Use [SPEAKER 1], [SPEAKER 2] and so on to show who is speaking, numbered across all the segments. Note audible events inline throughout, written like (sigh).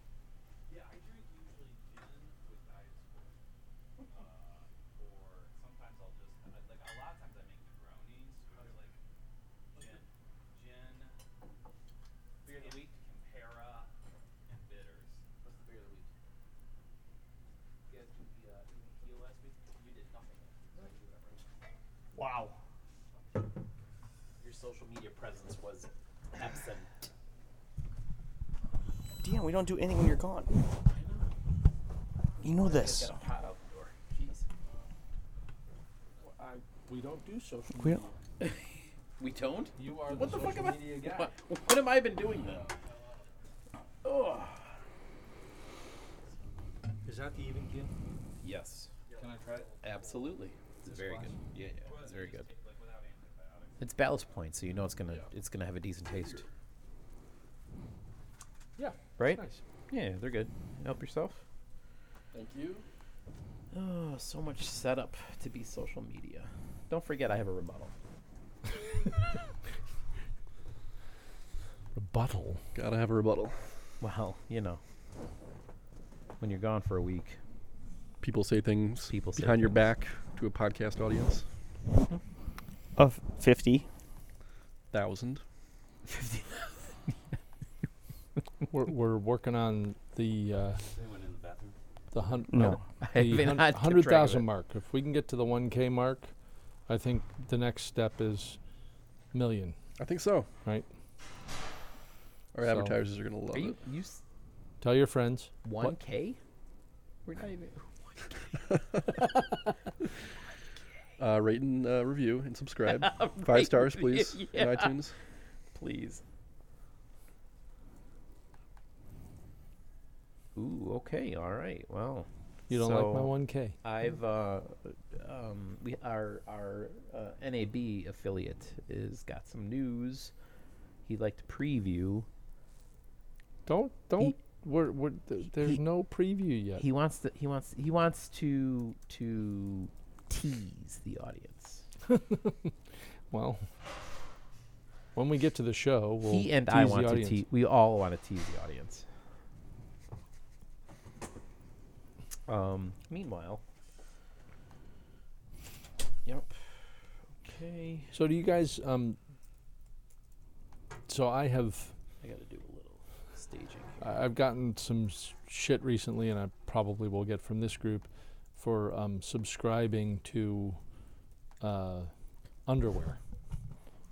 [SPEAKER 1] uh,
[SPEAKER 2] Wow.
[SPEAKER 3] Your social media presence was absent.
[SPEAKER 4] Damn, we don't do anything when you're gone. You know this.
[SPEAKER 3] Get a pot out the door. Jeez.
[SPEAKER 5] I, we don't do social
[SPEAKER 4] We
[SPEAKER 5] media.
[SPEAKER 4] don't.
[SPEAKER 3] We don't?
[SPEAKER 5] You are
[SPEAKER 3] What
[SPEAKER 5] the,
[SPEAKER 3] the fuck
[SPEAKER 5] social
[SPEAKER 3] am I-
[SPEAKER 5] media guy.
[SPEAKER 3] What, what have I been doing then? Oh.
[SPEAKER 2] Is that the even game?
[SPEAKER 3] Yes.
[SPEAKER 5] Can I try it?
[SPEAKER 3] Absolutely. It's very good. Yeah, yeah. It's very good.
[SPEAKER 1] like without antibiotics.
[SPEAKER 3] It's ballast point, so you know it's gonna it's gonna have a decent taste.
[SPEAKER 5] Yeah.
[SPEAKER 3] Right?
[SPEAKER 5] Nice.
[SPEAKER 3] Yeah, they're good. Help yourself.
[SPEAKER 5] Thank you.
[SPEAKER 3] Oh, so much setup to be social media. Don't forget I have a rebuttal.
[SPEAKER 1] Rebuttal. Gotta have a rebuttal.
[SPEAKER 3] Well, you know. When you're gone for a week. (laughs)
[SPEAKER 1] People say things
[SPEAKER 3] People say
[SPEAKER 1] behind your
[SPEAKER 3] things.
[SPEAKER 1] back to a podcast audience.
[SPEAKER 4] Of 50.
[SPEAKER 1] Thousand.
[SPEAKER 6] We're, we're working on the uh,
[SPEAKER 7] Anyone in the bathroom?
[SPEAKER 6] the hun-
[SPEAKER 4] No.
[SPEAKER 3] I
[SPEAKER 6] the
[SPEAKER 3] mean,
[SPEAKER 6] hun-
[SPEAKER 3] I kept
[SPEAKER 6] hundred
[SPEAKER 3] track of
[SPEAKER 6] thousand
[SPEAKER 3] it.
[SPEAKER 6] mark. If we can get to the one k mark, I think the next step is million.
[SPEAKER 1] I think so.
[SPEAKER 6] Right?
[SPEAKER 1] Our
[SPEAKER 6] So-
[SPEAKER 1] advertisers are gonna love
[SPEAKER 3] Are you
[SPEAKER 1] it.
[SPEAKER 3] you
[SPEAKER 6] Tell your friends.
[SPEAKER 3] one K? We're not even (laughs)
[SPEAKER 1] Uh, rate and uh, review and
[SPEAKER 3] (laughs)
[SPEAKER 1] subscribe. Five stars, please.
[SPEAKER 3] Yeah.
[SPEAKER 1] On iTunes.
[SPEAKER 3] please. Ooh, okay, all right. Well,
[SPEAKER 6] You don't like my
[SPEAKER 3] So-
[SPEAKER 6] one k.
[SPEAKER 3] I've uh, um, we our our uh, NAB affiliate is got some news. He'd like to preview.
[SPEAKER 6] Don't don't. we're, we're, th- there's
[SPEAKER 3] he-
[SPEAKER 6] no preview yet.
[SPEAKER 3] He wants to. He wants. He wants to to tease the audience.
[SPEAKER 6] well, when we get to the show, we'll
[SPEAKER 3] he and I
[SPEAKER 6] tease the
[SPEAKER 3] want to
[SPEAKER 6] audience.
[SPEAKER 3] tease. We all want to tease the audience. Um. Meanwhile. Yep. Okay.
[SPEAKER 6] So do you guys? Um, so I have
[SPEAKER 3] I got to do a little staging.
[SPEAKER 6] I- I've gotten some s- shit recently, and I probably will get from this group for um, subscribing to uh, underwear.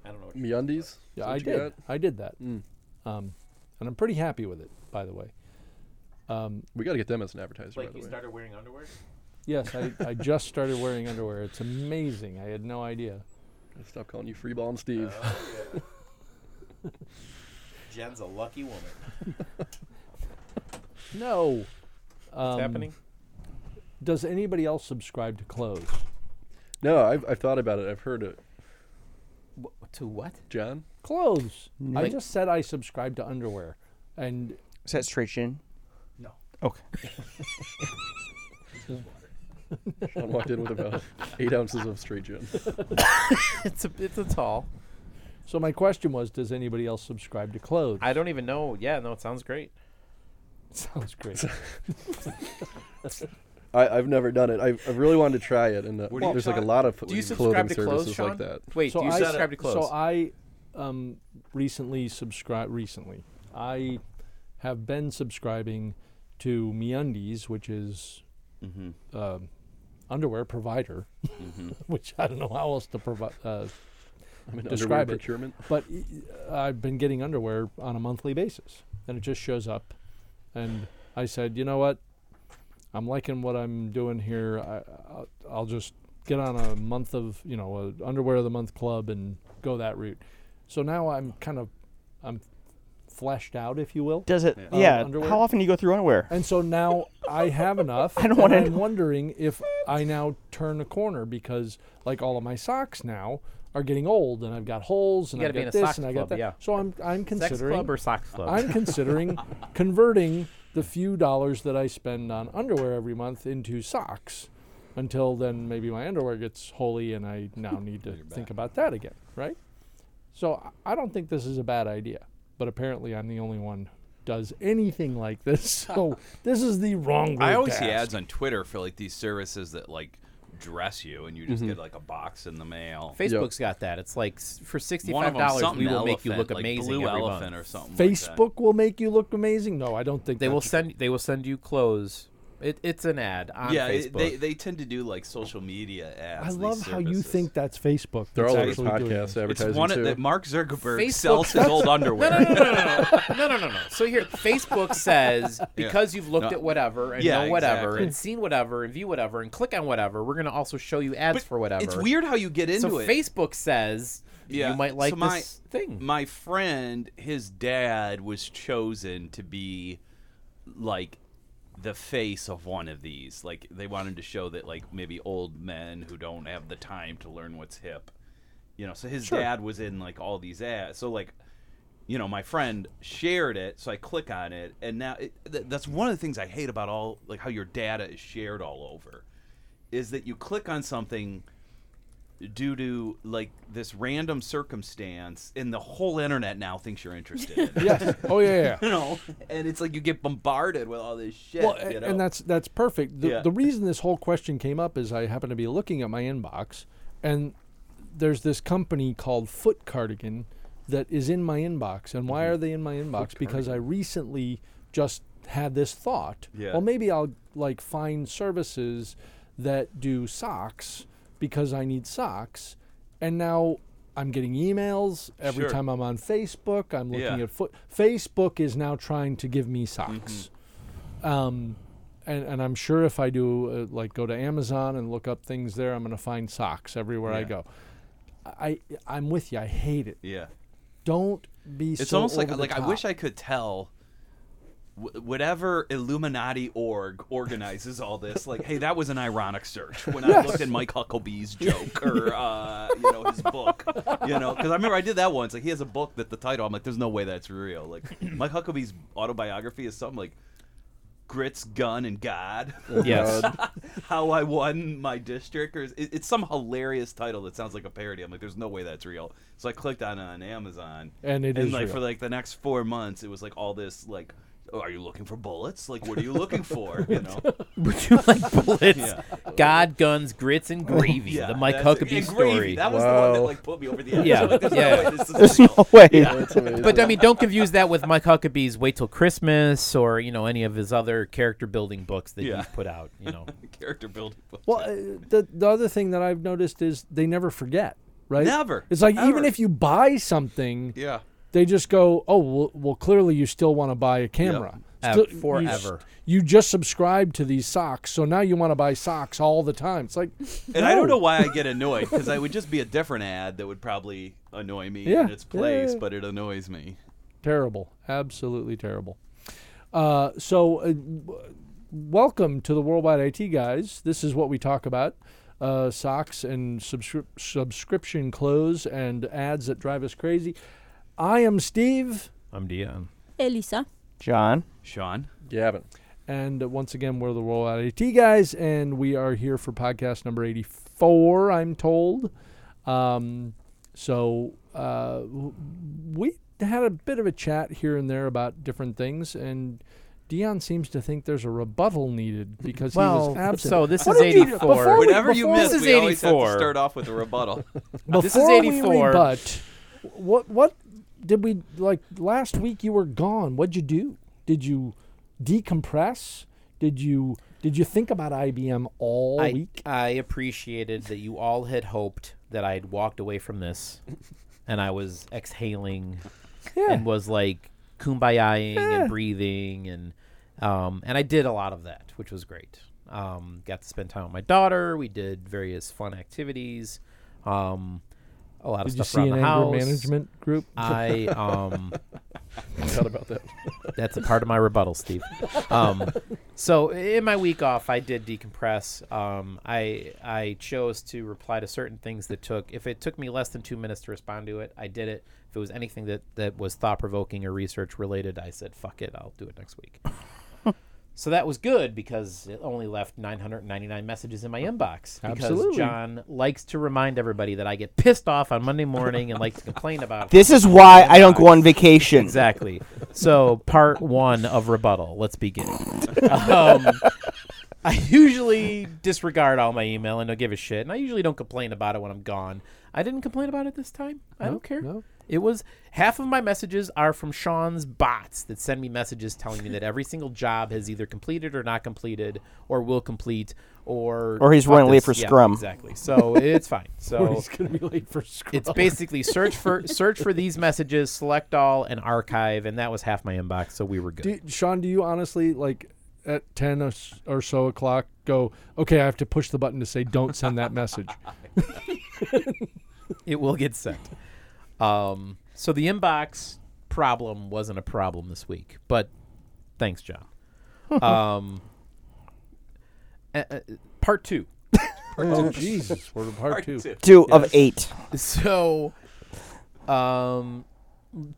[SPEAKER 3] I don't know. What
[SPEAKER 1] MeUndies.
[SPEAKER 6] Yeah,
[SPEAKER 1] Is
[SPEAKER 6] I
[SPEAKER 1] what you
[SPEAKER 6] did.
[SPEAKER 1] got?
[SPEAKER 6] I did that,
[SPEAKER 1] Mm.
[SPEAKER 6] um, and I'm pretty happy with it, by the way. Um,
[SPEAKER 1] We gotta get them as an advertiser, by
[SPEAKER 3] like
[SPEAKER 1] the
[SPEAKER 3] you
[SPEAKER 1] way.
[SPEAKER 3] started wearing underwear.
[SPEAKER 6] yes, I, I just started wearing underwear. It's amazing. I had no idea.
[SPEAKER 1] Stop calling you Freeball and Steve.
[SPEAKER 3] Oh. Jen's a lucky woman.
[SPEAKER 6] No. Um,
[SPEAKER 4] happening?
[SPEAKER 6] Does anybody else subscribe to clothes?
[SPEAKER 1] no, I've, I've thought about it. I've heard it.
[SPEAKER 3] to what? (laughs)
[SPEAKER 1] John?
[SPEAKER 6] Clothes. I
[SPEAKER 4] Like-
[SPEAKER 6] just said I subscribe to underwear, and
[SPEAKER 4] Is that straight chin?
[SPEAKER 5] No.
[SPEAKER 4] Okay.
[SPEAKER 1] Sean walked in with
[SPEAKER 3] (laughs)
[SPEAKER 1] about eight ounces of straight gin.
[SPEAKER 3] It's a it's a tall.
[SPEAKER 6] So my question was, does anybody else subscribe to clothes?
[SPEAKER 3] I don't even know. Yeah, no, it sounds great.
[SPEAKER 6] (laughs) Sounds
[SPEAKER 3] (laughs)
[SPEAKER 6] great.
[SPEAKER 1] I, I've never done it. I, I really wanted to try it, and uh,
[SPEAKER 3] Where do you
[SPEAKER 1] there's like a
[SPEAKER 3] shop?
[SPEAKER 1] lot of
[SPEAKER 3] Do you
[SPEAKER 1] clothing
[SPEAKER 3] subscribe to clothes,
[SPEAKER 1] services
[SPEAKER 3] Sean?
[SPEAKER 1] like that.
[SPEAKER 3] Wait, do you
[SPEAKER 6] I,
[SPEAKER 3] subscribe to clothes?
[SPEAKER 6] So I um, recently subscribe. Recently, I have been subscribing to MeUndies, which is
[SPEAKER 3] Mm-hmm.
[SPEAKER 6] um, underwear provider, (laughs) which I don't know how else to provide. Uh,
[SPEAKER 1] I'm in
[SPEAKER 6] Describe
[SPEAKER 1] underwear
[SPEAKER 6] it.
[SPEAKER 1] procurement.
[SPEAKER 6] but i- I've been getting underwear on a monthly basis, and it just shows up. And I said, you know what? I'm liking what I'm doing here. I, I'll, I'll just get on a month of you know a underwear of the month club and go that route. So now I'm kind of I'm fleshed out, if you will.
[SPEAKER 4] Does it?
[SPEAKER 6] Uh,
[SPEAKER 4] Yeah.
[SPEAKER 6] underwear?
[SPEAKER 4] How often do you go through
[SPEAKER 6] (laughs)
[SPEAKER 4] underwear?
[SPEAKER 6] And so now I have enough.
[SPEAKER 3] (laughs)
[SPEAKER 6] I
[SPEAKER 4] don't wanna
[SPEAKER 6] I'm
[SPEAKER 4] know.
[SPEAKER 6] wondering if I now turn a corner because, like, all of my socks now are getting old, and I've got holes, and
[SPEAKER 3] You
[SPEAKER 6] I've
[SPEAKER 3] gotta be
[SPEAKER 6] got
[SPEAKER 3] in a
[SPEAKER 6] this,
[SPEAKER 3] sock
[SPEAKER 6] and I
[SPEAKER 3] club,
[SPEAKER 6] got that.
[SPEAKER 3] yeah.
[SPEAKER 6] So I'm I'm
[SPEAKER 3] Sex
[SPEAKER 6] considering
[SPEAKER 3] club or socks club?
[SPEAKER 6] I'm
[SPEAKER 7] (laughs)
[SPEAKER 6] considering converting the few dollars that I spend on underwear every month into socks. Until then, maybe my underwear gets holy, and I now need
[SPEAKER 7] (laughs)
[SPEAKER 6] to think about that again, right? So I I don't think this is a bad idea, but apparently I'm the only one who does anything like this. (laughs) So this is the wrong.
[SPEAKER 7] I
[SPEAKER 6] road
[SPEAKER 7] always
[SPEAKER 6] to
[SPEAKER 7] see
[SPEAKER 6] ask.
[SPEAKER 7] ads on Twitter for like these services that like dress you, and you just
[SPEAKER 3] Mm-hmm.
[SPEAKER 7] get like a box in the mail.
[SPEAKER 3] Facebook's got that. It's like s- for
[SPEAKER 7] One
[SPEAKER 3] sixty-five
[SPEAKER 7] of 'em,
[SPEAKER 3] dollars,
[SPEAKER 7] something
[SPEAKER 3] we will make you
[SPEAKER 7] elephant,
[SPEAKER 3] look
[SPEAKER 7] like
[SPEAKER 3] amazing
[SPEAKER 7] Blue
[SPEAKER 3] every
[SPEAKER 7] elephant
[SPEAKER 3] month.
[SPEAKER 7] or something. like that.
[SPEAKER 6] Facebook will make you look amazing. No, I don't think
[SPEAKER 3] They will
[SPEAKER 6] that's-
[SPEAKER 3] send. They will send you clothes It, it's an ad on
[SPEAKER 7] yeah, it-
[SPEAKER 3] Facebook.
[SPEAKER 7] they they tend to do like social media ads.
[SPEAKER 6] I
[SPEAKER 7] these
[SPEAKER 6] love how you
[SPEAKER 7] services.
[SPEAKER 6] think that's Facebook.
[SPEAKER 1] They're all
[SPEAKER 6] that's
[SPEAKER 1] over
[SPEAKER 6] actually doing this.
[SPEAKER 1] podcasts
[SPEAKER 7] It's
[SPEAKER 1] advertising
[SPEAKER 7] one
[SPEAKER 1] too.
[SPEAKER 7] that Mark Zuckerberg
[SPEAKER 3] Facebook-
[SPEAKER 7] sells his old underwear.
[SPEAKER 3] (laughs) no, no, no, no, no, no, no, no, no. So here, Facebook
[SPEAKER 7] (laughs)
[SPEAKER 3] says because you've looked
[SPEAKER 7] No.
[SPEAKER 3] at whatever and
[SPEAKER 7] Yeah,
[SPEAKER 3] know whatever
[SPEAKER 7] exactly.
[SPEAKER 3] and seen whatever and view whatever and click on whatever, we're gonna also show you ads
[SPEAKER 7] But
[SPEAKER 3] for whatever.
[SPEAKER 7] It's weird how you get into
[SPEAKER 3] So
[SPEAKER 7] it.
[SPEAKER 3] Facebook says
[SPEAKER 7] Yeah,
[SPEAKER 3] you might like
[SPEAKER 7] so my-
[SPEAKER 3] this thing.
[SPEAKER 7] (laughs) My friend, his dad was chosen to be like the face of one of these. Like they wanted to show that like maybe old men who don't have the time to learn what's hip. You know, so his dad was in like all these ads. So like you know, my friend shared it, so I click on it, and now it, th- that's one of the things I hate about all like how your data is shared all over, is that you click on something due to like this random circumstance, and the whole internet now thinks you're interested. in it,
[SPEAKER 6] Yes. (laughs) Oh (laughs) yeah. yeah.
[SPEAKER 7] (laughs) You know, and it's like you get bombarded with all this shit.
[SPEAKER 6] Well,
[SPEAKER 7] you
[SPEAKER 6] a-
[SPEAKER 7] know?
[SPEAKER 6] and that's that's perfect. The,
[SPEAKER 7] Yeah.
[SPEAKER 6] the reason this whole question came up is I happen to be looking at my inbox, and there's this company called Foot Cardigan that is in my inbox. And
[SPEAKER 7] Mm-hmm.
[SPEAKER 6] why are they in my inbox? because I recently just had this thought.
[SPEAKER 7] Yeah.
[SPEAKER 6] Well, maybe I'll like find services that do socks because I need socks, and now. I'm getting emails every
[SPEAKER 7] Sure.
[SPEAKER 6] time I'm on Facebook. I'm looking
[SPEAKER 7] Yeah.
[SPEAKER 6] at foot. Facebook is now trying to give me socks
[SPEAKER 7] Mm-hmm.
[SPEAKER 6] Um, and, and I'm sure if I do uh, like go to Amazon and look up things there, I'm going to find socks everywhere I
[SPEAKER 7] Yeah.
[SPEAKER 6] go. I I'm with you. I hate it.
[SPEAKER 7] yeah.
[SPEAKER 6] Don't be.
[SPEAKER 7] It's
[SPEAKER 6] so
[SPEAKER 7] almost like
[SPEAKER 6] over the
[SPEAKER 7] like I wish
[SPEAKER 6] top.
[SPEAKER 7] I could tell wh- whatever Illuminati org organizes all this. Like, hey, that was an ironic search when I looked at Mike Hucklebee's joke or uh, you know his book. You know, because I remember I did that once. Like, he has a book that the title. I'm like, there's no way that's real. Like, Mike Hucklebee's autobiography is something like. Grits, gun, and
[SPEAKER 6] (laughs)
[SPEAKER 7] God.
[SPEAKER 3] yes.
[SPEAKER 7] (laughs) How I won my district, or is- it- it's some hilarious title that sounds like a parody. I'm like, there's no way that's real. So I clicked on it on Amazon,
[SPEAKER 6] And it
[SPEAKER 7] and
[SPEAKER 6] is
[SPEAKER 7] like
[SPEAKER 6] real.
[SPEAKER 7] for like the next four months, it was like all this like, oh, are you looking for bullets? Like, what are you looking for? You know,
[SPEAKER 3] (laughs) Would you like bullets?
[SPEAKER 7] (laughs) Yeah.
[SPEAKER 3] God, guns, grits, and gravy.
[SPEAKER 7] yeah.
[SPEAKER 3] the Mike
[SPEAKER 7] that's it.
[SPEAKER 3] Huckabee
[SPEAKER 7] And gravy,
[SPEAKER 3] story.
[SPEAKER 7] That was the one that
[SPEAKER 1] Wow.
[SPEAKER 7] like put me over the edge.
[SPEAKER 3] Yeah,
[SPEAKER 7] I'm (laughs) like, there's
[SPEAKER 3] yeah.
[SPEAKER 7] No way this is
[SPEAKER 4] There's
[SPEAKER 7] real.
[SPEAKER 4] no way.
[SPEAKER 1] That's amazing.
[SPEAKER 3] But I mean,
[SPEAKER 7] (laughs)
[SPEAKER 3] don't confuse that with Mike Huckabee's "Wait Till Christmas" or you know any of his other character building books that
[SPEAKER 7] Yeah.
[SPEAKER 3] he's put out.
[SPEAKER 7] (laughs)
[SPEAKER 3] You know,
[SPEAKER 7] character building. book.
[SPEAKER 6] Well, uh, the the other thing that I've noticed is they never forget. Right?
[SPEAKER 7] Never,
[SPEAKER 6] It's like even
[SPEAKER 7] ever.
[SPEAKER 6] if you buy something,
[SPEAKER 7] yeah,
[SPEAKER 6] they just go, "Oh, well, well clearly you still want to buy a camera."
[SPEAKER 3] Uh,
[SPEAKER 6] Still- You, s-
[SPEAKER 3] forever.
[SPEAKER 6] you just subscribe to these socks, so now you want to buy socks all the time. It's like,
[SPEAKER 7] and I don't know why I get annoyed because I would just be a different ad that would probably annoy me
[SPEAKER 6] Yeah.
[SPEAKER 7] in its place,
[SPEAKER 6] Yeah.
[SPEAKER 7] but it annoys me.
[SPEAKER 6] terrible, absolutely terrible. Uh, so, uh, w- welcome to the Worldwide IT guys. This is what we talk about: uh, socks and subscri- subscription clothes and ads that drive us crazy. I am Steve,
[SPEAKER 3] I'm Dion.
[SPEAKER 8] Elisa.
[SPEAKER 4] John.
[SPEAKER 7] Sean,
[SPEAKER 1] Gavin.
[SPEAKER 3] (laughs)
[SPEAKER 6] and uh, once again, we're the Worldwide IT guys, and we are here for podcast number eighty-four. I'm told. Um, so uh, w- we had a bit of a chat here and there about different things, and Dion seems to think there's a rebuttal needed because he was absent.
[SPEAKER 3] so this
[SPEAKER 6] What did
[SPEAKER 3] is
[SPEAKER 6] he- before
[SPEAKER 3] '84.
[SPEAKER 6] we-
[SPEAKER 7] whenever you
[SPEAKER 6] before-
[SPEAKER 7] miss,
[SPEAKER 3] This is
[SPEAKER 7] we always have to
[SPEAKER 3] 84.
[SPEAKER 7] start off with a rebuttal.
[SPEAKER 6] before
[SPEAKER 3] this is
[SPEAKER 6] we
[SPEAKER 3] 84.
[SPEAKER 6] rebut, what what did we like last week? You were gone. What'd you do? Did you decompress? Did you did you think about IBM all
[SPEAKER 3] I,
[SPEAKER 6] week?
[SPEAKER 3] I appreciated that you all had hoped that I had walked away
[SPEAKER 6] (laughs)
[SPEAKER 3] from this, and I was exhaling
[SPEAKER 6] Yeah.
[SPEAKER 3] and was like kumbayaing and breathing and um, and I did a lot of that, which was great. Um, got to spend time with my daughter. We did various fun activities. Um, a lot of
[SPEAKER 6] Did you
[SPEAKER 3] stuff
[SPEAKER 6] see
[SPEAKER 3] around
[SPEAKER 6] an anger
[SPEAKER 3] the house.
[SPEAKER 6] management group?
[SPEAKER 3] I um,
[SPEAKER 1] Forgot about that.
[SPEAKER 3] that's a part of my rebuttal, Steve. Um, so in my week off, I did decompress. Um, I I chose to reply to certain things that took. If it took me less than two minutes to respond to it, I did it. If it was anything that that was thought provoking or research related, I said fuck it, I'll do it next
[SPEAKER 4] (laughs)
[SPEAKER 3] week. so that was good because it only left 999 messages in my inbox. Because
[SPEAKER 6] Absolutely.
[SPEAKER 3] John likes to remind everybody that I get pissed off on Monday morning and like to complain about
[SPEAKER 4] This is why I don't go on vacation.
[SPEAKER 3] Exactly. So, part one of rebuttal. Let's begin. Um, I usually disregard all my email and don't give a shit, and I usually don't complain about it when I'm gone. I didn't complain about it this time. I don't care.
[SPEAKER 6] no.
[SPEAKER 3] It was half of my messages are from Sean's bots that send me messages telling me that every single job has either completed or not completed or will complete or
[SPEAKER 4] Or he's
[SPEAKER 3] fuck
[SPEAKER 4] running late
[SPEAKER 3] this.
[SPEAKER 4] for
[SPEAKER 3] Yeah,
[SPEAKER 4] Scrum.
[SPEAKER 3] Exactly. So it's fine.
[SPEAKER 6] (laughs) (laughs)
[SPEAKER 3] So
[SPEAKER 6] He's gonna be late for school.
[SPEAKER 3] it's basically search (laughs) for search for these messages, select all, and archive, and that was half my inbox, so we were good.
[SPEAKER 6] Do, Sean, do you honestly like at ten or, s- or so o'clock go? Okay, I have to push the button to say don't send that (laughs) message.
[SPEAKER 3] It will get sent. Um, so the inbox problem wasn't a problem this week, but thanks, John. (laughs) um, uh, uh, part two.
[SPEAKER 6] oh Jesus, we're in part two.
[SPEAKER 4] Two of (laughs) eight.
[SPEAKER 3] (laughs) So, um,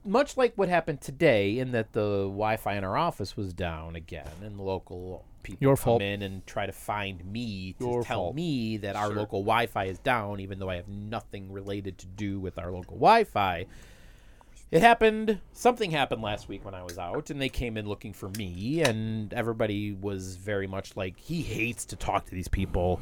[SPEAKER 3] much like what happened today, in that the Wi-Fi in our office was down again, and local people
[SPEAKER 6] Your
[SPEAKER 3] come
[SPEAKER 6] fault.
[SPEAKER 3] in and try to find me to
[SPEAKER 6] Your
[SPEAKER 3] tell
[SPEAKER 6] fault.
[SPEAKER 3] me that our local Wi-Fi is down, even though I have nothing related to do with our local Wi-Fi. It happened. Something happened last week when I was out, and they came in looking for me, and everybody was very much like, "He hates to talk to these people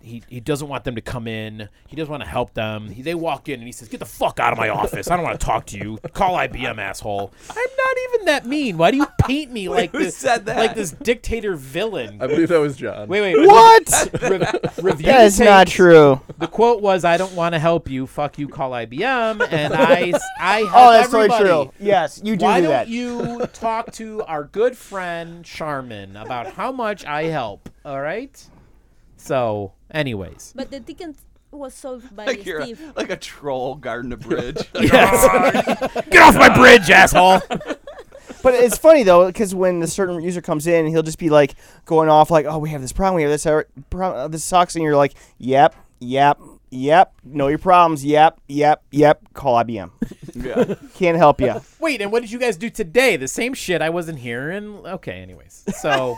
[SPEAKER 3] he, he doesn't want them to come in. He doesn't want to help them. He, they walk in and he says, "Get the fuck out of my office. I don't want to talk to you. Call IBM, asshole." I'm not even that mean. Why do you paint me
[SPEAKER 7] (laughs)
[SPEAKER 3] like
[SPEAKER 7] Who
[SPEAKER 3] this?
[SPEAKER 7] said that?
[SPEAKER 3] Like this dictator villain?
[SPEAKER 1] I believe that was John.
[SPEAKER 3] wait, wait.
[SPEAKER 4] What?
[SPEAKER 3] Re- review
[SPEAKER 4] That is
[SPEAKER 3] the
[SPEAKER 4] not
[SPEAKER 3] tapes.
[SPEAKER 4] true.
[SPEAKER 3] The quote was, "I don't want to help you. Fuck you. Call
[SPEAKER 4] (laughs)
[SPEAKER 3] IBM." And I s- I help
[SPEAKER 4] Oh, that's totally
[SPEAKER 3] everybody.
[SPEAKER 4] true. Yes, you do
[SPEAKER 3] Why
[SPEAKER 4] do
[SPEAKER 3] not
[SPEAKER 4] that. (laughs)
[SPEAKER 3] you talk to our good friend Charmin about how much I help? All right. So, anyways.
[SPEAKER 8] But the ticket was solved
[SPEAKER 7] (laughs)
[SPEAKER 8] by
[SPEAKER 7] Like you're a,
[SPEAKER 8] Steve.
[SPEAKER 7] like a troll guarding a bridge. (laughs)
[SPEAKER 3] Get off my bridge, asshole.
[SPEAKER 4] But it's funny though, because when a certain user comes in, he'll just be like going off, like, "Oh, we have this problem. We have this error- problem. uh, This sucks," and you're like, "Yep, yep, yep. Know your problems. Yep, yep, yep. Call IBM.
[SPEAKER 7] yeah. (laughs)
[SPEAKER 4] Can't help you."
[SPEAKER 3] Wait, and what did you guys do today? The same shit I wasn't here and okay, anyways.
[SPEAKER 4] (laughs)
[SPEAKER 3] So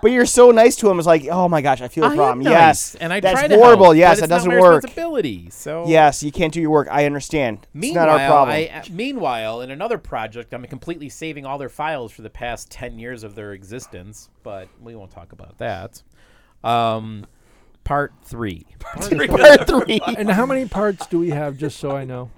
[SPEAKER 4] But you're so nice to him. It's like, "Oh my gosh, I feel
[SPEAKER 3] I
[SPEAKER 4] a
[SPEAKER 3] am
[SPEAKER 4] problem.
[SPEAKER 3] nice,
[SPEAKER 4] Yes,
[SPEAKER 3] and I
[SPEAKER 4] that's
[SPEAKER 3] try to
[SPEAKER 4] horrible.
[SPEAKER 3] help,
[SPEAKER 4] yes,
[SPEAKER 3] but it's
[SPEAKER 4] it
[SPEAKER 3] not
[SPEAKER 4] doesn't
[SPEAKER 3] my
[SPEAKER 4] work.
[SPEAKER 3] Responsibility. So
[SPEAKER 4] Yes, you can't do your work. I understand.
[SPEAKER 3] Meanwhile,
[SPEAKER 4] it's not our problem.
[SPEAKER 3] I, uh, meanwhile, in another project, I'm completely saving all their files for the past 10 years of their existence, but we won't talk about that. Um, part three.
[SPEAKER 4] (laughs) Part three.
[SPEAKER 6] And how many parts do we have? Just so I know.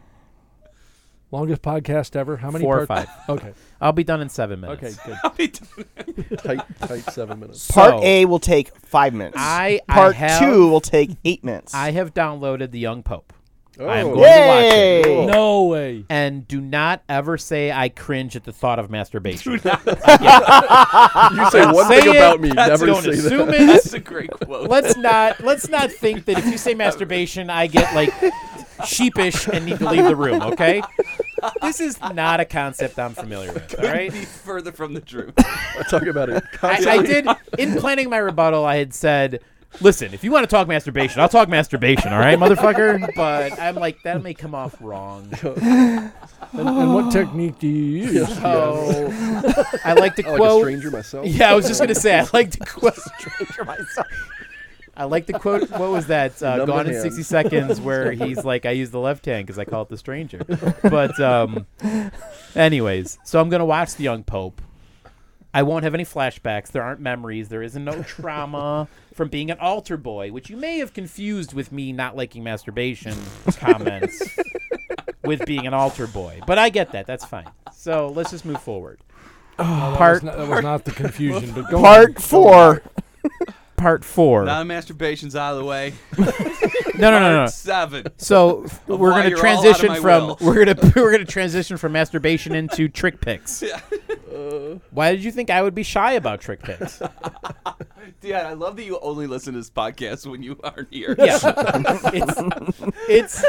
[SPEAKER 6] Longest podcast ever. How many?
[SPEAKER 3] Four or
[SPEAKER 6] parts? Okay.
[SPEAKER 3] I'll be done in seven minutes.
[SPEAKER 6] Okay. Good.
[SPEAKER 1] Tight, tight seven minutes.
[SPEAKER 4] Part
[SPEAKER 3] So,
[SPEAKER 4] A will take five minutes.
[SPEAKER 3] I- I
[SPEAKER 4] Part
[SPEAKER 3] have-
[SPEAKER 4] two will take eight minutes.
[SPEAKER 3] I have downloaded The Young Pope.
[SPEAKER 1] Oh,
[SPEAKER 3] (laughs) I am going
[SPEAKER 4] Yay!
[SPEAKER 3] to watch it.
[SPEAKER 6] No way.
[SPEAKER 3] and do not ever say I cringe at the thought of masturbation.
[SPEAKER 1] you say one
[SPEAKER 3] Say
[SPEAKER 1] thing
[SPEAKER 3] it,
[SPEAKER 1] about me, never
[SPEAKER 3] Don't
[SPEAKER 1] say that.
[SPEAKER 3] assume it.
[SPEAKER 7] That's a great quote.
[SPEAKER 3] Let's not let's not think that if you say masturbation, I get like sheepish and need to leave the room. Okay, this is not a concept I'm familiar with. All right.
[SPEAKER 7] Couldn't be further from the truth.
[SPEAKER 1] (laughs)
[SPEAKER 4] (laughs)
[SPEAKER 1] Talk about
[SPEAKER 3] (laughs)
[SPEAKER 1] it. (laughs)
[SPEAKER 3] I, I did in planning my rebuttal. I had said, "Listen, if you want to talk masturbation, I'll talk masturbation. All right, motherfucker." But I'm like, that may come off
[SPEAKER 1] (laughs)
[SPEAKER 3] wrong.
[SPEAKER 6] And, and what technique do you use?
[SPEAKER 3] So I like to
[SPEAKER 1] Oh, like a
[SPEAKER 3] quote
[SPEAKER 1] stranger myself.
[SPEAKER 3] Yeah, I was
[SPEAKER 1] (laughs)
[SPEAKER 3] just gonna say I like to quote. I like the quote. What was that? Uh,
[SPEAKER 1] Number
[SPEAKER 3] Gone in
[SPEAKER 1] hand.
[SPEAKER 3] sixty seconds, where he's like, "I use the left hand because I call it the stranger." But, um, anyways, so I'm gonna watch the Young Pope. I won't have any flashbacks. There aren't memories. There isn't no trauma from being an altar boy, which you may have confused with me not liking masturbation comments with being an altar boy. But I get that. That's fine. So let's just move forward.
[SPEAKER 6] That was
[SPEAKER 3] part
[SPEAKER 6] not, that was not the confusion. But go on.
[SPEAKER 4] Part four.
[SPEAKER 3] part four.
[SPEAKER 7] Now the masturbation's out of the
[SPEAKER 4] (laughs)
[SPEAKER 7] way.
[SPEAKER 3] no, no, no, no.
[SPEAKER 7] Seven. (laughs)
[SPEAKER 3] So f- we're
[SPEAKER 7] why
[SPEAKER 3] going to
[SPEAKER 7] you're all out of
[SPEAKER 3] transition
[SPEAKER 7] my
[SPEAKER 3] from
[SPEAKER 7] will. (laughs)
[SPEAKER 3] we're going to we're going to transition from masturbation into trick picks. Why did you think I would be shy about trick
[SPEAKER 7] (laughs)
[SPEAKER 3] picks?
[SPEAKER 7] Yeah, I love that you only listen to this podcast when you aren't here.
[SPEAKER 3] Yeah, it's, it's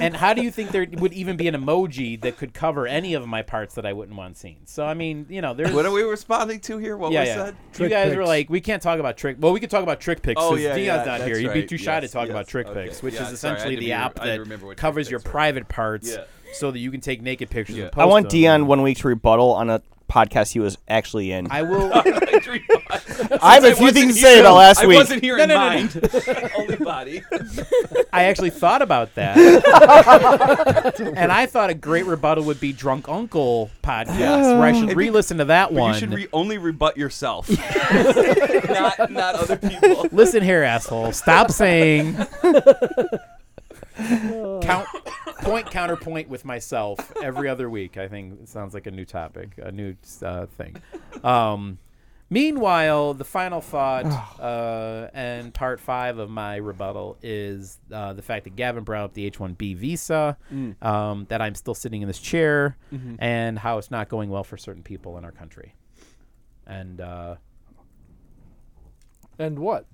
[SPEAKER 3] and how do you think there would even be an emoji that could cover any of my parts that I wouldn't want seen? So I mean, you know, there's
[SPEAKER 7] What are we responding to here? What
[SPEAKER 3] Yeah,
[SPEAKER 7] we
[SPEAKER 3] yeah.
[SPEAKER 7] said?
[SPEAKER 3] you
[SPEAKER 6] Trick
[SPEAKER 3] guys were
[SPEAKER 6] picks.
[SPEAKER 3] like, we can't talk about trick. Well, we could talk about trick picks.
[SPEAKER 7] Oh,
[SPEAKER 3] since
[SPEAKER 7] yeah,
[SPEAKER 3] Dion's
[SPEAKER 7] yeah,
[SPEAKER 3] not
[SPEAKER 7] that's
[SPEAKER 3] here. You'd be
[SPEAKER 7] right.
[SPEAKER 3] too shy to
[SPEAKER 7] Yes,
[SPEAKER 3] talk about
[SPEAKER 7] yes,
[SPEAKER 3] trick
[SPEAKER 7] okay.
[SPEAKER 3] picks, which
[SPEAKER 7] Yeah,
[SPEAKER 3] is
[SPEAKER 7] sorry, I
[SPEAKER 3] essentially
[SPEAKER 7] didn't
[SPEAKER 3] the
[SPEAKER 7] even-
[SPEAKER 3] app
[SPEAKER 7] I didn't
[SPEAKER 3] that
[SPEAKER 7] remember what trick
[SPEAKER 3] covers your
[SPEAKER 7] picks were.
[SPEAKER 3] private parts,
[SPEAKER 7] Yeah.
[SPEAKER 3] so that you can take naked pictures.
[SPEAKER 7] Yeah.
[SPEAKER 3] And
[SPEAKER 4] I
[SPEAKER 3] post
[SPEAKER 4] want
[SPEAKER 3] them.
[SPEAKER 4] Dion one week to rebuttal on a podcast he was actually in.
[SPEAKER 3] (laughs)
[SPEAKER 4] I,
[SPEAKER 7] (laughs)
[SPEAKER 3] I will.
[SPEAKER 4] have a few
[SPEAKER 7] wasn't
[SPEAKER 4] things to
[SPEAKER 7] here-
[SPEAKER 4] say about last
[SPEAKER 7] I
[SPEAKER 4] week.
[SPEAKER 7] wasn't here in
[SPEAKER 3] no, no, no.
[SPEAKER 7] mind.
[SPEAKER 3] (laughs)
[SPEAKER 7] only body.
[SPEAKER 3] I actually thought about that,
[SPEAKER 7] (laughs)
[SPEAKER 3] and I thought a great rebuttal would be Drunk Uncle podcast,
[SPEAKER 7] (sighs)
[SPEAKER 3] where I should
[SPEAKER 7] It'd be-
[SPEAKER 3] re-listen to that
[SPEAKER 7] But
[SPEAKER 3] one.
[SPEAKER 7] you should re- only rebut
[SPEAKER 4] (laughs)
[SPEAKER 7] yourself, not not other people.
[SPEAKER 3] Listen here, asshole. Stop saying. Count point counterpoint with myself every other week. I think it sounds like a new topic, a new uh, thing. Um, meanwhile, the final thought uh, and part five of my rebuttal is uh, the fact that Gavin brought up the H-1B visa, um, that I'm still sitting in this chair, and how it's not going well for certain people in our country. And uh,
[SPEAKER 6] And (laughs) what?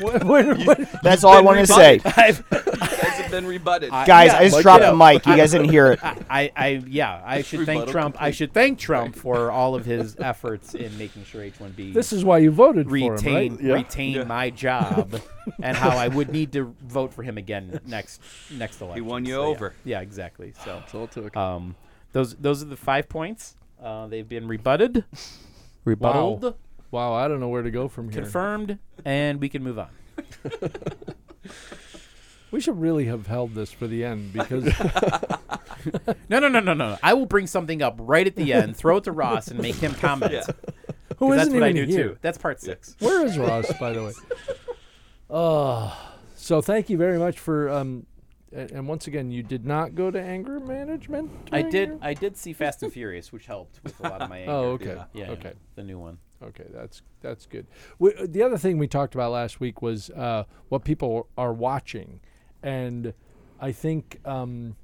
[SPEAKER 6] what, what, what?
[SPEAKER 4] That's all I wanted to say.
[SPEAKER 3] (laughs)
[SPEAKER 7] Has it been rebutted?
[SPEAKER 4] Guys, I
[SPEAKER 3] but,
[SPEAKER 4] just
[SPEAKER 3] you
[SPEAKER 4] dropped
[SPEAKER 3] know,
[SPEAKER 4] the mic. You guys didn't
[SPEAKER 3] (laughs)
[SPEAKER 4] hear it.
[SPEAKER 3] I, I yeah, I should thank
[SPEAKER 7] Rebuttal
[SPEAKER 3] Trump. I should thank Trump for all of his efforts in making sure H-1B
[SPEAKER 6] This is why you voted for him,
[SPEAKER 3] retain
[SPEAKER 6] right?
[SPEAKER 1] Yeah.
[SPEAKER 3] retain
[SPEAKER 7] (laughs)
[SPEAKER 3] my job, and how I would need to vote for him again next next election.
[SPEAKER 7] won you
[SPEAKER 3] So, yeah.
[SPEAKER 7] over.
[SPEAKER 3] Yeah, exactly. So
[SPEAKER 1] That's all it took.
[SPEAKER 3] um, those those are the five points. Uh, they've been rebutted, rebutted,
[SPEAKER 6] Wow, I don't know where to go from here.
[SPEAKER 3] confirmed, and we can move on.
[SPEAKER 6] We should really have held this for the
[SPEAKER 3] (laughs)
[SPEAKER 6] end because
[SPEAKER 3] No, no, no, no, no. I will bring something up right at the end, throw it to Ross, and make
[SPEAKER 7] (laughs)
[SPEAKER 3] him comment.
[SPEAKER 7] Yeah.
[SPEAKER 3] 'Cause
[SPEAKER 6] (laughs) who
[SPEAKER 3] That's
[SPEAKER 6] isn't
[SPEAKER 3] what
[SPEAKER 6] even
[SPEAKER 3] I do
[SPEAKER 6] here?
[SPEAKER 3] too. That's part six.
[SPEAKER 6] Where is Ross, by
[SPEAKER 3] (laughs)
[SPEAKER 6] the way? Uh, so thank you very much for. Um, and, and once again, you did not go to anger management.
[SPEAKER 3] I
[SPEAKER 6] during
[SPEAKER 3] did.
[SPEAKER 6] your-
[SPEAKER 3] I did see Fast and Furious, which helped with a lot of my anger.
[SPEAKER 6] Oh, okay.
[SPEAKER 3] Yeah, yeah,
[SPEAKER 6] Okay.
[SPEAKER 3] the new one.
[SPEAKER 6] Okay, that's that's good. We, uh, the other thing we talked about last week was uh, what people are watching, and I think um,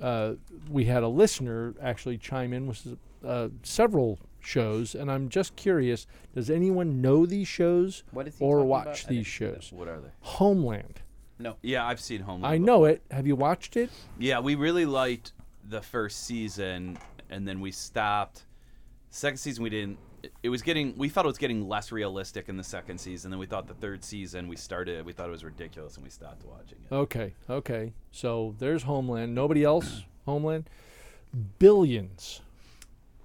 [SPEAKER 6] uh, we had a listener actually chime in with uh, several shows, and I'm just curious: does anyone know these shows
[SPEAKER 3] What is he
[SPEAKER 6] or
[SPEAKER 3] talking
[SPEAKER 6] watch
[SPEAKER 3] about? I
[SPEAKER 6] these
[SPEAKER 3] didn't see that.
[SPEAKER 6] shows?
[SPEAKER 7] What are they?
[SPEAKER 6] Homeland.
[SPEAKER 7] Yeah, I've seen Homeland.
[SPEAKER 6] I know it. Have you watched it?
[SPEAKER 7] Yeah, we really liked the first season, and then we stopped. Second season, we didn't. it- It was getting. We thought it was getting less realistic in the second season. Then we thought the third season we started. We thought it was ridiculous, and we stopped watching it.
[SPEAKER 6] Okay, okay. So there's Homeland. Nobody else. Homeland. Billions.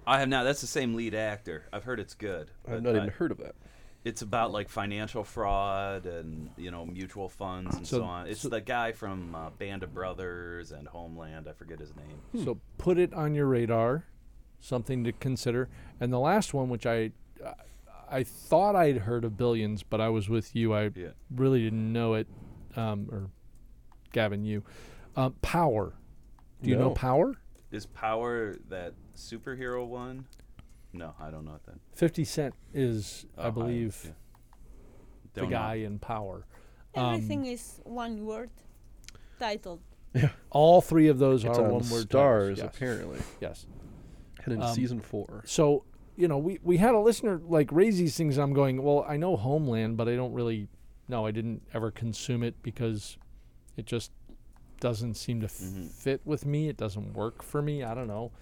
[SPEAKER 7] I have not. That's the same lead actor. I've heard it's good.
[SPEAKER 1] I've
[SPEAKER 7] but
[SPEAKER 1] not even
[SPEAKER 7] I-
[SPEAKER 1] heard of that.
[SPEAKER 7] It's about like financial fraud and you know mutual funds and
[SPEAKER 6] So-
[SPEAKER 7] so, on. It's
[SPEAKER 6] so-
[SPEAKER 7] the guy from uh, Band of Brothers and Homeland. I forget his name.
[SPEAKER 1] Hmm.
[SPEAKER 6] So put it on your radar, something to consider. And the last one, which I, I thought I'd heard of billions, but I was with you. I
[SPEAKER 7] Yeah.
[SPEAKER 6] really didn't know it, um, or Gavin, you. Uh, power. Do you know
[SPEAKER 1] No.
[SPEAKER 6] Power?
[SPEAKER 7] Is Power that superhero one? No, I don't know what that.
[SPEAKER 6] Fifty Cent is,
[SPEAKER 7] Oh,
[SPEAKER 6] I believe,
[SPEAKER 7] yeah.
[SPEAKER 6] the
[SPEAKER 7] Don't know.
[SPEAKER 6] guy in Power.
[SPEAKER 8] Everything is one word titled.
[SPEAKER 6] All three of those
[SPEAKER 1] It's
[SPEAKER 6] are
[SPEAKER 1] on
[SPEAKER 6] one word
[SPEAKER 1] stars
[SPEAKER 6] Yes.
[SPEAKER 1] apparently.
[SPEAKER 6] Yes.
[SPEAKER 1] Heading
[SPEAKER 3] Um,
[SPEAKER 1] into season four.
[SPEAKER 6] so you know we, we had a listener like raise these things and i'm going well i know homeland but i don't really no i didn't ever consume it because it just doesn't seem to f-
[SPEAKER 7] Mm-hmm.
[SPEAKER 6] fit with me it doesn't work for me i don't know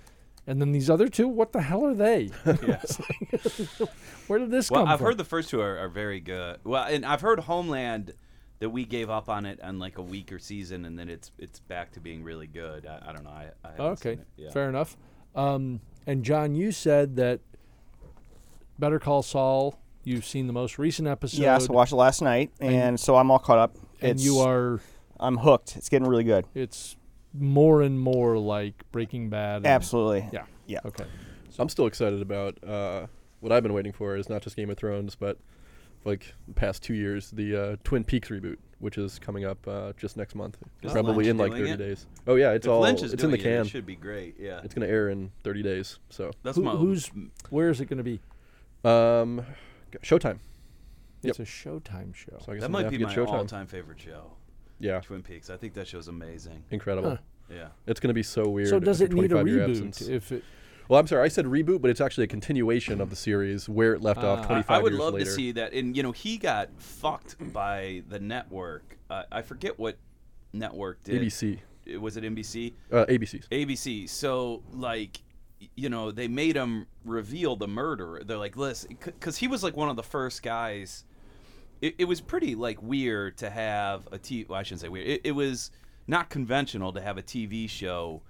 [SPEAKER 6] and then these other two what the hell are
[SPEAKER 7] (laughs)
[SPEAKER 6] they It's like, where did this
[SPEAKER 7] Well,
[SPEAKER 6] come
[SPEAKER 7] I've
[SPEAKER 6] from
[SPEAKER 7] heard the first two are, are very good. Well, and I've heard Homeland that we gave up on it on like a week or season, and then it's it's back to being really good. I, I don't know. I, I haven't
[SPEAKER 6] okay
[SPEAKER 7] seen it. Yeah.
[SPEAKER 6] fair enough um, and john you said that better call saul you've seen the most recent episode
[SPEAKER 4] Yeah, so I watched it last night, and so I'm all caught up.
[SPEAKER 6] and
[SPEAKER 4] It's,
[SPEAKER 6] you are
[SPEAKER 4] I'm hooked. It's getting really good.
[SPEAKER 6] it's more and more like Breaking Bad. and-
[SPEAKER 4] Absolutely.
[SPEAKER 6] Yeah.
[SPEAKER 4] Yeah.
[SPEAKER 6] Okay.
[SPEAKER 1] I'm still excited about uh, what I've been waiting for is not just Game of Thrones, but like the past two years, the uh, Twin Peaks reboot, which is coming up uh, just next month,
[SPEAKER 7] Is
[SPEAKER 1] probably
[SPEAKER 7] Lynch
[SPEAKER 1] in like
[SPEAKER 7] doing
[SPEAKER 1] 30
[SPEAKER 7] it?
[SPEAKER 1] days. Oh yeah, it's
[SPEAKER 7] If
[SPEAKER 1] all
[SPEAKER 7] Lynch is
[SPEAKER 1] it's in the
[SPEAKER 7] doing It,
[SPEAKER 1] can.
[SPEAKER 7] it should be great. Yeah.
[SPEAKER 1] it's gonna air in 30 days. So
[SPEAKER 7] That's
[SPEAKER 6] Who,
[SPEAKER 7] my
[SPEAKER 6] who's where is it going to be?
[SPEAKER 1] um, g- Showtime.
[SPEAKER 6] It's a Showtime show.
[SPEAKER 1] So
[SPEAKER 7] that
[SPEAKER 1] I guess I'm gonna
[SPEAKER 7] might
[SPEAKER 1] have
[SPEAKER 7] be
[SPEAKER 1] to
[SPEAKER 7] my
[SPEAKER 1] get Showtime.
[SPEAKER 7] all-time favorite show,
[SPEAKER 1] Yeah,
[SPEAKER 7] Twin Peaks. I think that show's amazing.
[SPEAKER 1] incredible.
[SPEAKER 7] Yeah.
[SPEAKER 1] It's gonna be so weird.
[SPEAKER 6] So does it
[SPEAKER 1] after
[SPEAKER 6] need a
[SPEAKER 1] 25 year
[SPEAKER 6] reboot?
[SPEAKER 1] absence.
[SPEAKER 6] If it,
[SPEAKER 1] Well, I'm sorry, I said reboot, but it's actually a continuation of the series where it left off
[SPEAKER 6] Ah. I- I
[SPEAKER 1] 25
[SPEAKER 7] Uh, I would
[SPEAKER 1] years
[SPEAKER 7] love
[SPEAKER 1] later.
[SPEAKER 7] to see that. And you know, he got fucked by the network. Uh, I forget what network did.
[SPEAKER 1] ABC,
[SPEAKER 7] It- Was it NBC?
[SPEAKER 1] uh, ABC's.
[SPEAKER 7] ABC. So like, y- you know, they made him reveal the murderer. They're like, listen, because he was like one of the first guys. It, it was pretty like weird to have a T. Well, I shouldn't say weird. It, it was not conventional to have a TV show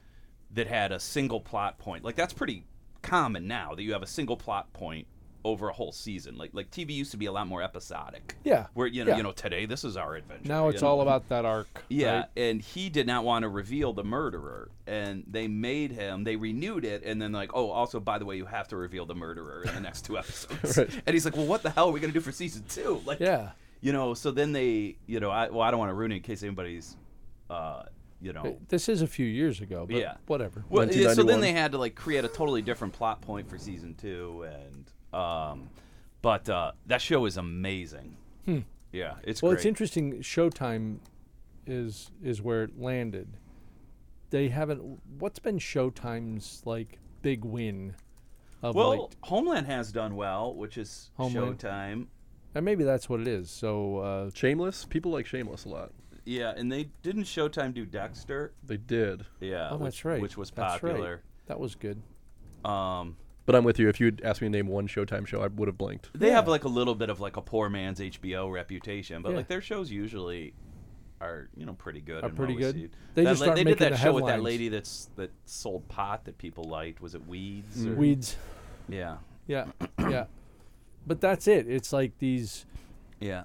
[SPEAKER 7] that had a single plot point. Like that's pretty common now that you have a single plot point over a whole season. Like like TV used to be a lot more episodic.
[SPEAKER 6] Yeah,
[SPEAKER 7] Where you know
[SPEAKER 6] yeah.
[SPEAKER 7] you know today this is our adventure.
[SPEAKER 6] now
[SPEAKER 7] you
[SPEAKER 6] it's
[SPEAKER 7] know?
[SPEAKER 6] all about that arc.
[SPEAKER 7] Yeah,
[SPEAKER 6] right?
[SPEAKER 7] and he did not want to reveal the murderer, and they made him. They renewed it, and then like, oh, also by the way, you have to reveal the murderer in the next
[SPEAKER 6] (laughs)
[SPEAKER 7] two episodes. And he's like, well, what the hell are we gonna do for season two? (laughs) Like,
[SPEAKER 6] Yeah.
[SPEAKER 7] you know. So then they, you know, I well, I don't want to ruin it in case anybody's uh, you know.
[SPEAKER 6] Th- This is a few years ago, but
[SPEAKER 7] Yeah.
[SPEAKER 6] whatever.
[SPEAKER 7] Well, yeah, so then
[SPEAKER 1] 1991.
[SPEAKER 7] they had to like create a totally different plot point for season two, and um, but uh, that show is amazing. Yeah, it's
[SPEAKER 6] Hmm. Well,
[SPEAKER 7] great.
[SPEAKER 6] it's interesting. Showtime is is where it landed. They haven't. What's been Showtime's like big win of
[SPEAKER 7] well,
[SPEAKER 6] late?
[SPEAKER 7] Homeland has done well, which is
[SPEAKER 6] Homeland.
[SPEAKER 7] Showtime.
[SPEAKER 6] And maybe that's what it is. So uh,
[SPEAKER 1] Shameless. People like Shameless a lot.
[SPEAKER 7] Yeah, and they didn't Showtime do Dexter.
[SPEAKER 1] They did.
[SPEAKER 7] Yeah,
[SPEAKER 6] oh,
[SPEAKER 7] which,
[SPEAKER 6] that's right.
[SPEAKER 7] which was
[SPEAKER 6] That's right.
[SPEAKER 7] popular.
[SPEAKER 6] That was good.
[SPEAKER 7] Um,
[SPEAKER 1] But I'm with you. If you'd asked me to name one Showtime show, I would have blinked.
[SPEAKER 7] they have like a little bit of like a poor man's HBO reputation, but
[SPEAKER 6] Yeah.
[SPEAKER 7] like their shows usually are you know pretty good.
[SPEAKER 6] Are
[SPEAKER 7] and
[SPEAKER 6] pretty good.
[SPEAKER 7] well-received.
[SPEAKER 6] They
[SPEAKER 7] That
[SPEAKER 6] just
[SPEAKER 7] la-
[SPEAKER 6] aren't
[SPEAKER 7] they did
[SPEAKER 6] making
[SPEAKER 7] that
[SPEAKER 6] the
[SPEAKER 7] show with that
[SPEAKER 6] headlines.
[SPEAKER 7] lady that's that sold pot that people liked. Was it Weeds? or-
[SPEAKER 6] Weeds.
[SPEAKER 7] Yeah,
[SPEAKER 3] (coughs)
[SPEAKER 6] Yeah, yeah. But that's it. It's like these
[SPEAKER 7] yeah.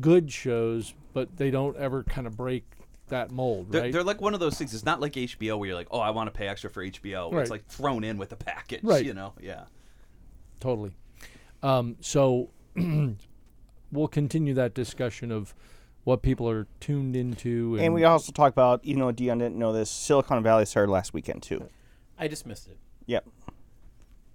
[SPEAKER 6] good shows, but they don't ever kind of break that mold,
[SPEAKER 7] They're,
[SPEAKER 6] right?
[SPEAKER 7] they're like one of those things. It's not like HBO where you're like, oh, I want to pay extra for HBO.
[SPEAKER 6] Right.
[SPEAKER 7] It's like thrown in with the package.
[SPEAKER 6] Right.
[SPEAKER 7] You know. Yeah.
[SPEAKER 6] totally. Um, so (clears throat) we'll continue that discussion of what people are tuned into, and,
[SPEAKER 4] And we also talk about, even though Dion didn't know this, Silicon Valley started last weekend too.
[SPEAKER 3] I just missed it.
[SPEAKER 4] Yep.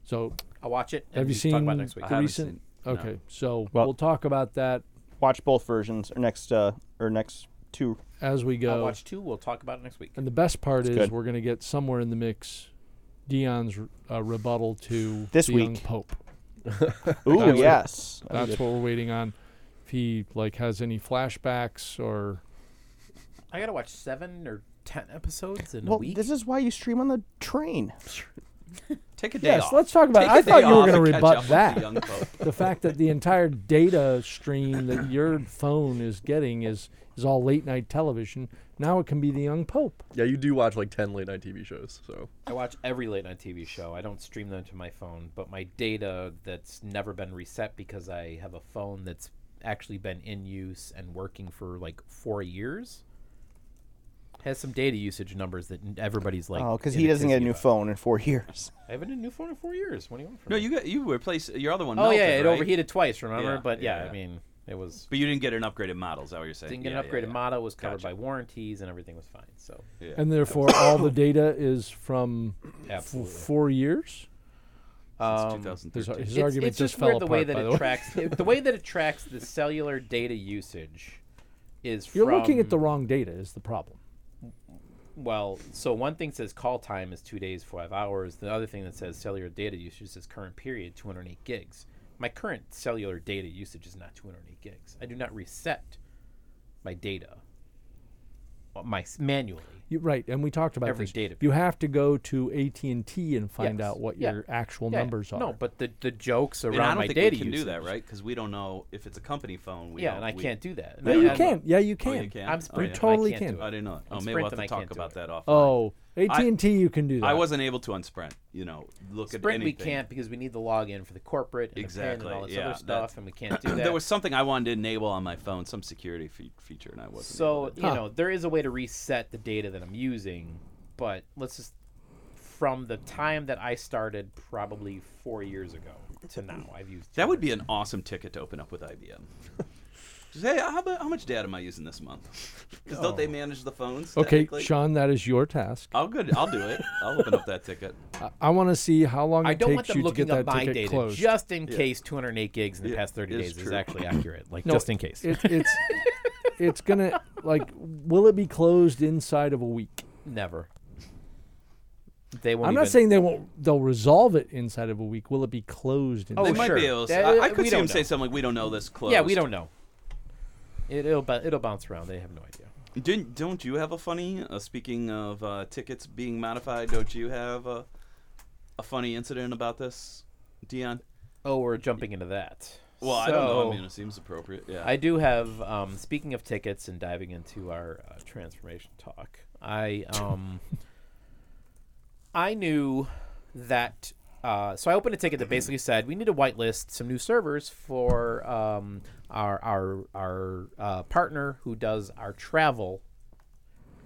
[SPEAKER 6] so
[SPEAKER 3] I'll watch it. And
[SPEAKER 6] have you
[SPEAKER 3] we can
[SPEAKER 6] seen
[SPEAKER 3] Talk about it next week.
[SPEAKER 6] the
[SPEAKER 7] haven't
[SPEAKER 6] recent?
[SPEAKER 7] seen- no.
[SPEAKER 6] okay, so
[SPEAKER 4] Well-
[SPEAKER 6] we'll talk about that
[SPEAKER 4] Watch both versions or next uh or next two.
[SPEAKER 6] as we
[SPEAKER 3] I'll
[SPEAKER 6] go.
[SPEAKER 3] watch two. We'll talk about it next week.
[SPEAKER 6] And the best part is
[SPEAKER 4] good.
[SPEAKER 6] we're going to get somewhere in the mix Dion's uh, rebuttal to
[SPEAKER 4] This
[SPEAKER 6] the young
[SPEAKER 4] week.
[SPEAKER 6] Pope.
[SPEAKER 4] Ooh,
[SPEAKER 6] That's-
[SPEAKER 4] yes.
[SPEAKER 6] That's what we're waiting on. If he like has any flashbacks or
[SPEAKER 3] I gotta watch seven or ten episodes in a
[SPEAKER 4] Well,
[SPEAKER 3] week.
[SPEAKER 4] this is why you stream on the train.
[SPEAKER 7] Take a day
[SPEAKER 6] yes,
[SPEAKER 7] off.
[SPEAKER 6] let's talk about.
[SPEAKER 7] Take
[SPEAKER 6] I
[SPEAKER 7] a
[SPEAKER 6] thought
[SPEAKER 7] day
[SPEAKER 6] you were
[SPEAKER 7] off
[SPEAKER 6] going to
[SPEAKER 7] and catch up
[SPEAKER 6] rebut
[SPEAKER 7] with the
[SPEAKER 6] that.
[SPEAKER 7] young folk.
[SPEAKER 6] (laughs) The fact that the entire data stream that your phone is getting is is all late night television. Now it can be the young pope.
[SPEAKER 1] Yeah, you do watch like 10 late night TV shows. So
[SPEAKER 3] I watch every late night TV show. I don't stream them to my phone, but my data that's never been reset because I have a phone that's actually been in use and working for like four years has some data usage numbers that n- everybody's like.
[SPEAKER 4] Oh, because
[SPEAKER 3] in
[SPEAKER 4] he doesn't get a
[SPEAKER 3] tizzy
[SPEAKER 4] new
[SPEAKER 3] about.
[SPEAKER 4] phone in four years.
[SPEAKER 3] I haven't had a new phone in four years. What do you want from
[SPEAKER 7] No,
[SPEAKER 3] me?
[SPEAKER 7] you got you replaced your other one.
[SPEAKER 3] Oh
[SPEAKER 7] melted,
[SPEAKER 3] yeah, it
[SPEAKER 7] right?
[SPEAKER 3] overheated twice. Remember?
[SPEAKER 7] Yeah,
[SPEAKER 3] but yeah,
[SPEAKER 7] yeah,
[SPEAKER 3] I
[SPEAKER 7] yeah.
[SPEAKER 3] mean, it was.
[SPEAKER 7] But you didn't get an upgraded model. Is that what you're saying?
[SPEAKER 3] Didn't get
[SPEAKER 7] Yeah,
[SPEAKER 3] an
[SPEAKER 7] yeah,
[SPEAKER 3] upgraded
[SPEAKER 7] yeah.
[SPEAKER 3] model. Was covered
[SPEAKER 7] Gotcha.
[SPEAKER 3] by warranties and everything was fine. So
[SPEAKER 7] Yeah.
[SPEAKER 6] And (coughs) therefore, all the data is from f-
[SPEAKER 3] absolutely.
[SPEAKER 6] four years.
[SPEAKER 3] um,
[SPEAKER 7] Since
[SPEAKER 6] His,
[SPEAKER 7] 2013.
[SPEAKER 6] his
[SPEAKER 3] It's-
[SPEAKER 6] argument
[SPEAKER 3] it's
[SPEAKER 6] just
[SPEAKER 3] just
[SPEAKER 6] fell
[SPEAKER 3] weird
[SPEAKER 6] apart.
[SPEAKER 3] the way that
[SPEAKER 6] by
[SPEAKER 3] it
[SPEAKER 6] the way. (laughs)
[SPEAKER 3] tracks it- the way that it tracks the cellular data usage is
[SPEAKER 6] You're looking at the
[SPEAKER 3] from-
[SPEAKER 6] wrong data is the problem.
[SPEAKER 3] well so one thing says call time is two days five hours the other thing that says cellular data usage says current period 208 gigs my current cellular data usage is not 208 gigs i do not reset my data uh, my s- manually
[SPEAKER 6] You, right, and we talked about
[SPEAKER 3] Every
[SPEAKER 6] this.
[SPEAKER 3] data
[SPEAKER 6] You have to go to AT and T and find
[SPEAKER 3] Yes.
[SPEAKER 6] out what
[SPEAKER 3] Yeah.
[SPEAKER 6] your actual
[SPEAKER 3] Yeah,
[SPEAKER 6] numbers are.
[SPEAKER 3] no but the, the jokes around
[SPEAKER 7] And I don't
[SPEAKER 3] my
[SPEAKER 7] think
[SPEAKER 3] data
[SPEAKER 7] we can
[SPEAKER 3] usage
[SPEAKER 7] do that, right? Because we don't know if it's a company phone. We
[SPEAKER 3] yeah
[SPEAKER 7] don't-
[SPEAKER 3] and i
[SPEAKER 7] we-
[SPEAKER 3] can't do that And
[SPEAKER 6] No,
[SPEAKER 3] I-
[SPEAKER 6] you
[SPEAKER 3] I-
[SPEAKER 6] can. Yeah, you can.
[SPEAKER 7] Oh, you can.
[SPEAKER 3] i'm
[SPEAKER 7] oh,
[SPEAKER 3] sprint
[SPEAKER 7] yeah.
[SPEAKER 6] You totally
[SPEAKER 3] I can't
[SPEAKER 6] can.
[SPEAKER 3] do
[SPEAKER 7] I
[SPEAKER 3] it.
[SPEAKER 7] didn't know. that. Oh,
[SPEAKER 3] On
[SPEAKER 7] maybe we'll
[SPEAKER 3] Sprint,
[SPEAKER 7] have
[SPEAKER 3] then
[SPEAKER 7] to
[SPEAKER 3] I
[SPEAKER 7] talk
[SPEAKER 3] can't do
[SPEAKER 7] about
[SPEAKER 3] it.
[SPEAKER 7] that off.
[SPEAKER 6] Oh, AT and T, you can do that.
[SPEAKER 7] I wasn't able to on Sprint. You know, look at
[SPEAKER 3] Sprint we
[SPEAKER 7] anything.
[SPEAKER 3] can't because we need the login for the corporate and the
[SPEAKER 7] Exactly,
[SPEAKER 3] PIN and all this
[SPEAKER 7] yeah,
[SPEAKER 3] other
[SPEAKER 7] that-
[SPEAKER 3] stuff, and we can't
[SPEAKER 7] (clears throat)
[SPEAKER 3] do that.
[SPEAKER 7] There was something I wanted to enable on my phone, some security fe- feature, and I wasn't.
[SPEAKER 3] so
[SPEAKER 7] able to.
[SPEAKER 3] you
[SPEAKER 6] Huh.
[SPEAKER 3] know there is a way to reset the data that I'm using, but let's just from the time that I started, probably four years ago to now, I've used
[SPEAKER 7] that would be an awesome ticket to open up with IBM.
[SPEAKER 3] (laughs)
[SPEAKER 7] Just, hey, how, about, how much data am I using this month? Because don't
[SPEAKER 3] Oh.
[SPEAKER 7] they manage the phones?
[SPEAKER 6] Okay,
[SPEAKER 7] technically?
[SPEAKER 6] Sean, that is your task.
[SPEAKER 7] I'll good. I'll do it. I'll open up that
[SPEAKER 3] (laughs)
[SPEAKER 7] ticket.
[SPEAKER 6] I, I want to see how long it
[SPEAKER 3] I don't want
[SPEAKER 6] takes
[SPEAKER 3] them
[SPEAKER 6] you to get
[SPEAKER 3] looking
[SPEAKER 6] that
[SPEAKER 3] up my
[SPEAKER 6] ticket
[SPEAKER 3] data
[SPEAKER 6] closed.
[SPEAKER 3] just in case 208 gigs in the
[SPEAKER 7] Yeah,
[SPEAKER 3] past 30
[SPEAKER 7] it's
[SPEAKER 3] days is
[SPEAKER 7] true. (clears throat)
[SPEAKER 3] actually accurate, like
[SPEAKER 6] No,
[SPEAKER 3] just in case.
[SPEAKER 6] it- it's (laughs) it's gonna like will it be closed inside of a week?
[SPEAKER 3] Never. They won't.
[SPEAKER 6] I'm not
[SPEAKER 3] even-
[SPEAKER 6] saying they won't. They'll resolve it inside of a week. Will it be closed? Inside
[SPEAKER 3] Oh,
[SPEAKER 7] they
[SPEAKER 6] of a
[SPEAKER 7] might
[SPEAKER 3] sure.
[SPEAKER 7] be able. To,
[SPEAKER 3] That- uh,
[SPEAKER 7] I, I
[SPEAKER 3] we
[SPEAKER 7] could see
[SPEAKER 3] don't
[SPEAKER 7] him say
[SPEAKER 3] know.
[SPEAKER 7] something like, "We don't know this closed."
[SPEAKER 3] Yeah, we don't know. It, it'll bu- it'll bounce around. They have no idea.
[SPEAKER 7] Didn't, don't you have a funny? Uh, speaking of uh, tickets being modified, don't you have a, a funny incident about this, Dion?
[SPEAKER 3] Oh, we're jumping into that.
[SPEAKER 7] Well, I don't know.
[SPEAKER 3] So-
[SPEAKER 7] I mean, it seems appropriate. Yeah.
[SPEAKER 3] I do have. Um, speaking of tickets and diving into our uh, transformation talk, I um, I knew that. Uh, so I opened a ticket that basically said we need to whitelist some new servers for um, our our our uh, partner who does our travel.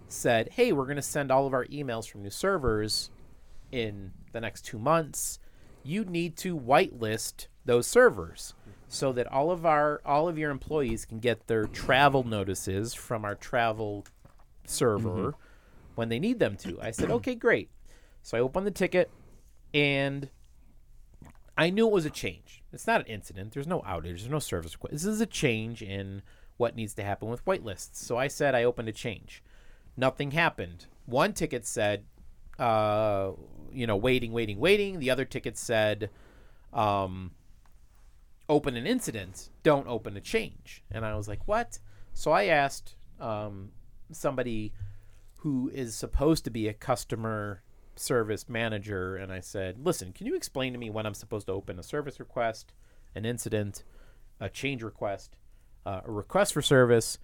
[SPEAKER 3] Said, hey, we're going to send all of our emails from new servers in the next two months, you need to whitelist those servers so that all of our all of your employees can get their travel notices from our travel server when they need them to. I said, okay, great. So I opened the ticket and I knew it was a change. It's not an incident. There's no outage. There's no service request. This is a change in what needs to happen with whitelists. So I said I opened a change. Nothing happened. One ticket said, uh, you know, waiting, waiting, waiting. The other ticket said, um, open an incident, don't open a change. And I was like, what? So I asked um, somebody who is supposed to be a customer service manager, and I said, listen, can you explain to me when I'm supposed to open a service request, an incident, a change request, uh, a request for service,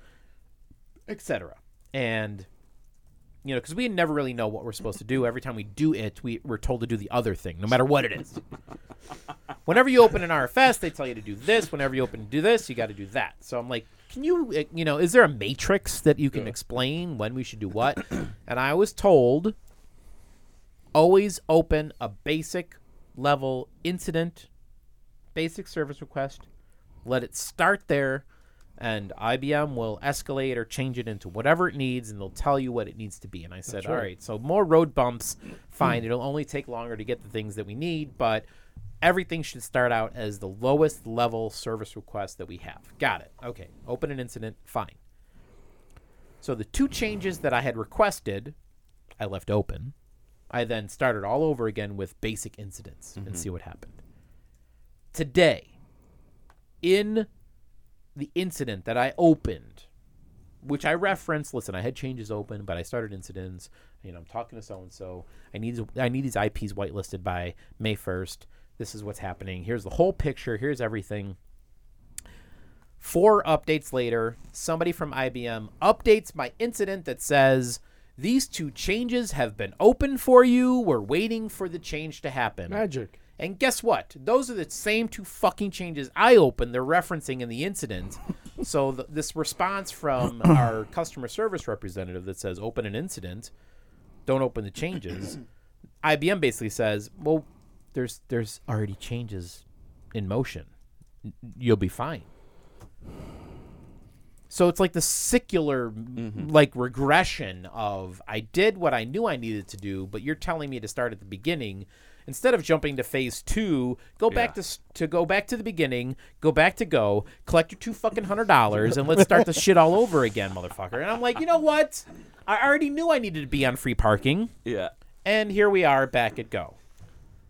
[SPEAKER 3] etc. And you know, because we never really know what we're supposed to do. Every time we do it, we, we're told to do the other thing, no matter what it is whenever you open an RFS, they tell you to do this. Whenever you open do this, you got to do that. So I'm like, can you, uh, you know, is there a matrix that you can explain when we should do what? (coughs) and I was told, always open a basic level incident, basic service request. Let it start there, and IBM will escalate or change it into whatever it needs, and they'll tell you what it needs to be. And I said, all right, so more road bumps, fine. It'll only take longer to get the things that we need, but everything should start out as the lowest level service request that we have. Got it. Okay. Open an incident. Fine. So the two changes that I had requested, I left open. I then started all over again with basic incidents and see what happened. Today, in the incident that I opened, which I referenced. Listen, I had changes open, but I started incidents. You know, I'm talking to so and so. I need I need these IPs whitelisted by May 1st. This is what's happening. Here's the whole picture. Here's everything. Four updates later, somebody from IBM updates my incident that says these two changes have been open for you. We're waiting for the change to happen.
[SPEAKER 6] Magic.
[SPEAKER 3] And guess what? Those are the same two fucking changes I opened. They're referencing in the incident. so th- this response from our customer service representative that says open an incident, don't open the changes. IBM basically says, well, there's there's already changes in motion. N- You'll be fine. So it's like the secular like regression of I did what I knew I needed to do, but you're telling me to start at the beginning instead of jumping to phase 2, go back to s- to go back to the beginning, go back to go, collect your two fucking hundred dollars and let's start the shit all over again, motherfucker. And I'm like, "You know what? I already knew I needed to be on free parking."
[SPEAKER 7] Yeah.
[SPEAKER 3] And here we are back at go.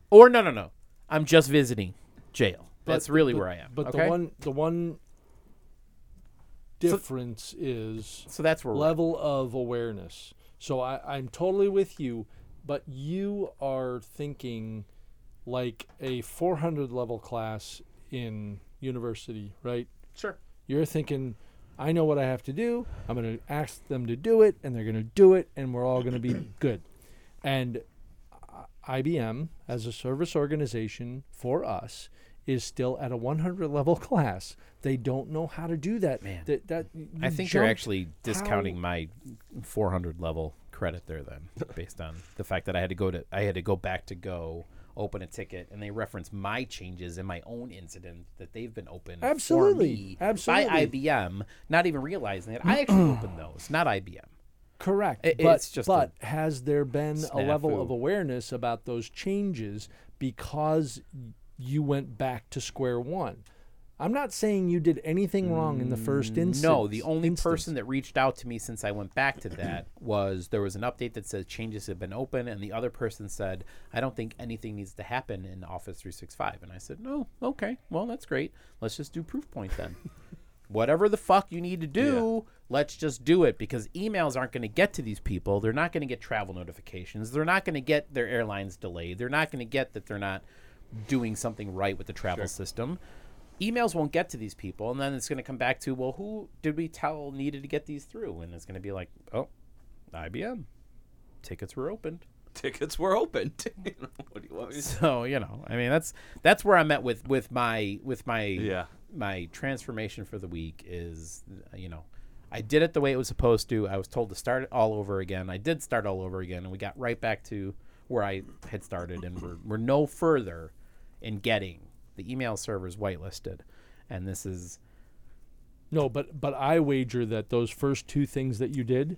[SPEAKER 3] Or no, no, no. I'm just visiting jail. That's
[SPEAKER 6] But-
[SPEAKER 3] really
[SPEAKER 6] but-
[SPEAKER 3] where I am.
[SPEAKER 6] But
[SPEAKER 3] okay?
[SPEAKER 6] the one the one difference is
[SPEAKER 3] so that's where we're at.
[SPEAKER 6] level of awareness. So I, I'm totally with you, but you are thinking like a 400 level class in university, right?
[SPEAKER 3] Sure.
[SPEAKER 6] You're thinking, I know what I have to do. I'm going to ask them to do it, and they're going to do it, and we're all going to
[SPEAKER 3] (clears throat)
[SPEAKER 6] be good. And I- IBM, as a service organization for us, is still at a 100 level (laughs) class. They don't know how to do that. Man, that, that
[SPEAKER 3] I
[SPEAKER 6] you
[SPEAKER 3] think you're
[SPEAKER 6] jumped
[SPEAKER 3] actually discounting my 400 level credit
[SPEAKER 6] (laughs)
[SPEAKER 3] there then based on the fact that I had to go to I had to go back to go open a ticket and they reference my changes in my own incident that they've been open for
[SPEAKER 6] Absolutely.
[SPEAKER 3] me by
[SPEAKER 6] Absolutely.
[SPEAKER 3] IBM not even realizing that I actually opened those not IBM
[SPEAKER 6] Correct.
[SPEAKER 3] It-
[SPEAKER 6] but
[SPEAKER 3] it's just a
[SPEAKER 6] but has there been a level of
[SPEAKER 3] snafu.
[SPEAKER 6] awareness about those changes because you went back to square one? I'm not saying you did anything wrong in the first instance.
[SPEAKER 3] Mm, No, the only
[SPEAKER 6] instance.
[SPEAKER 3] person that reached out to me since I went back to that (clears throat) was there was an update that says changes have been open, and the other person said, I don't think anything needs to happen in Office 365. And I said, No, okay, well, that's great. Let's just do proof point then. Whatever the fuck you need to do, let's just do it because emails aren't going to get to these people. They're not going to get travel notifications. They're not going to get their airlines delayed. They're not going to get that they're not doing something right with the travel system emails won't get to these people and then it's going to come back to well who did we tell needed to get these through and it's going to be like oh ibm tickets were opened
[SPEAKER 7] Tickets were opened. You know, (laughs) what do you want me to say?
[SPEAKER 3] (laughs) so you know i mean that's that's where i'm at with with my with my
[SPEAKER 7] Yeah.
[SPEAKER 3] my transformation for the week is you know i did it the way it was supposed to i was told to start it all over again i did start all over again and we got right back to where i had started and we're, we're no further in getting the email servers whitelisted and this is
[SPEAKER 6] No, but but I wager that those first two things that you did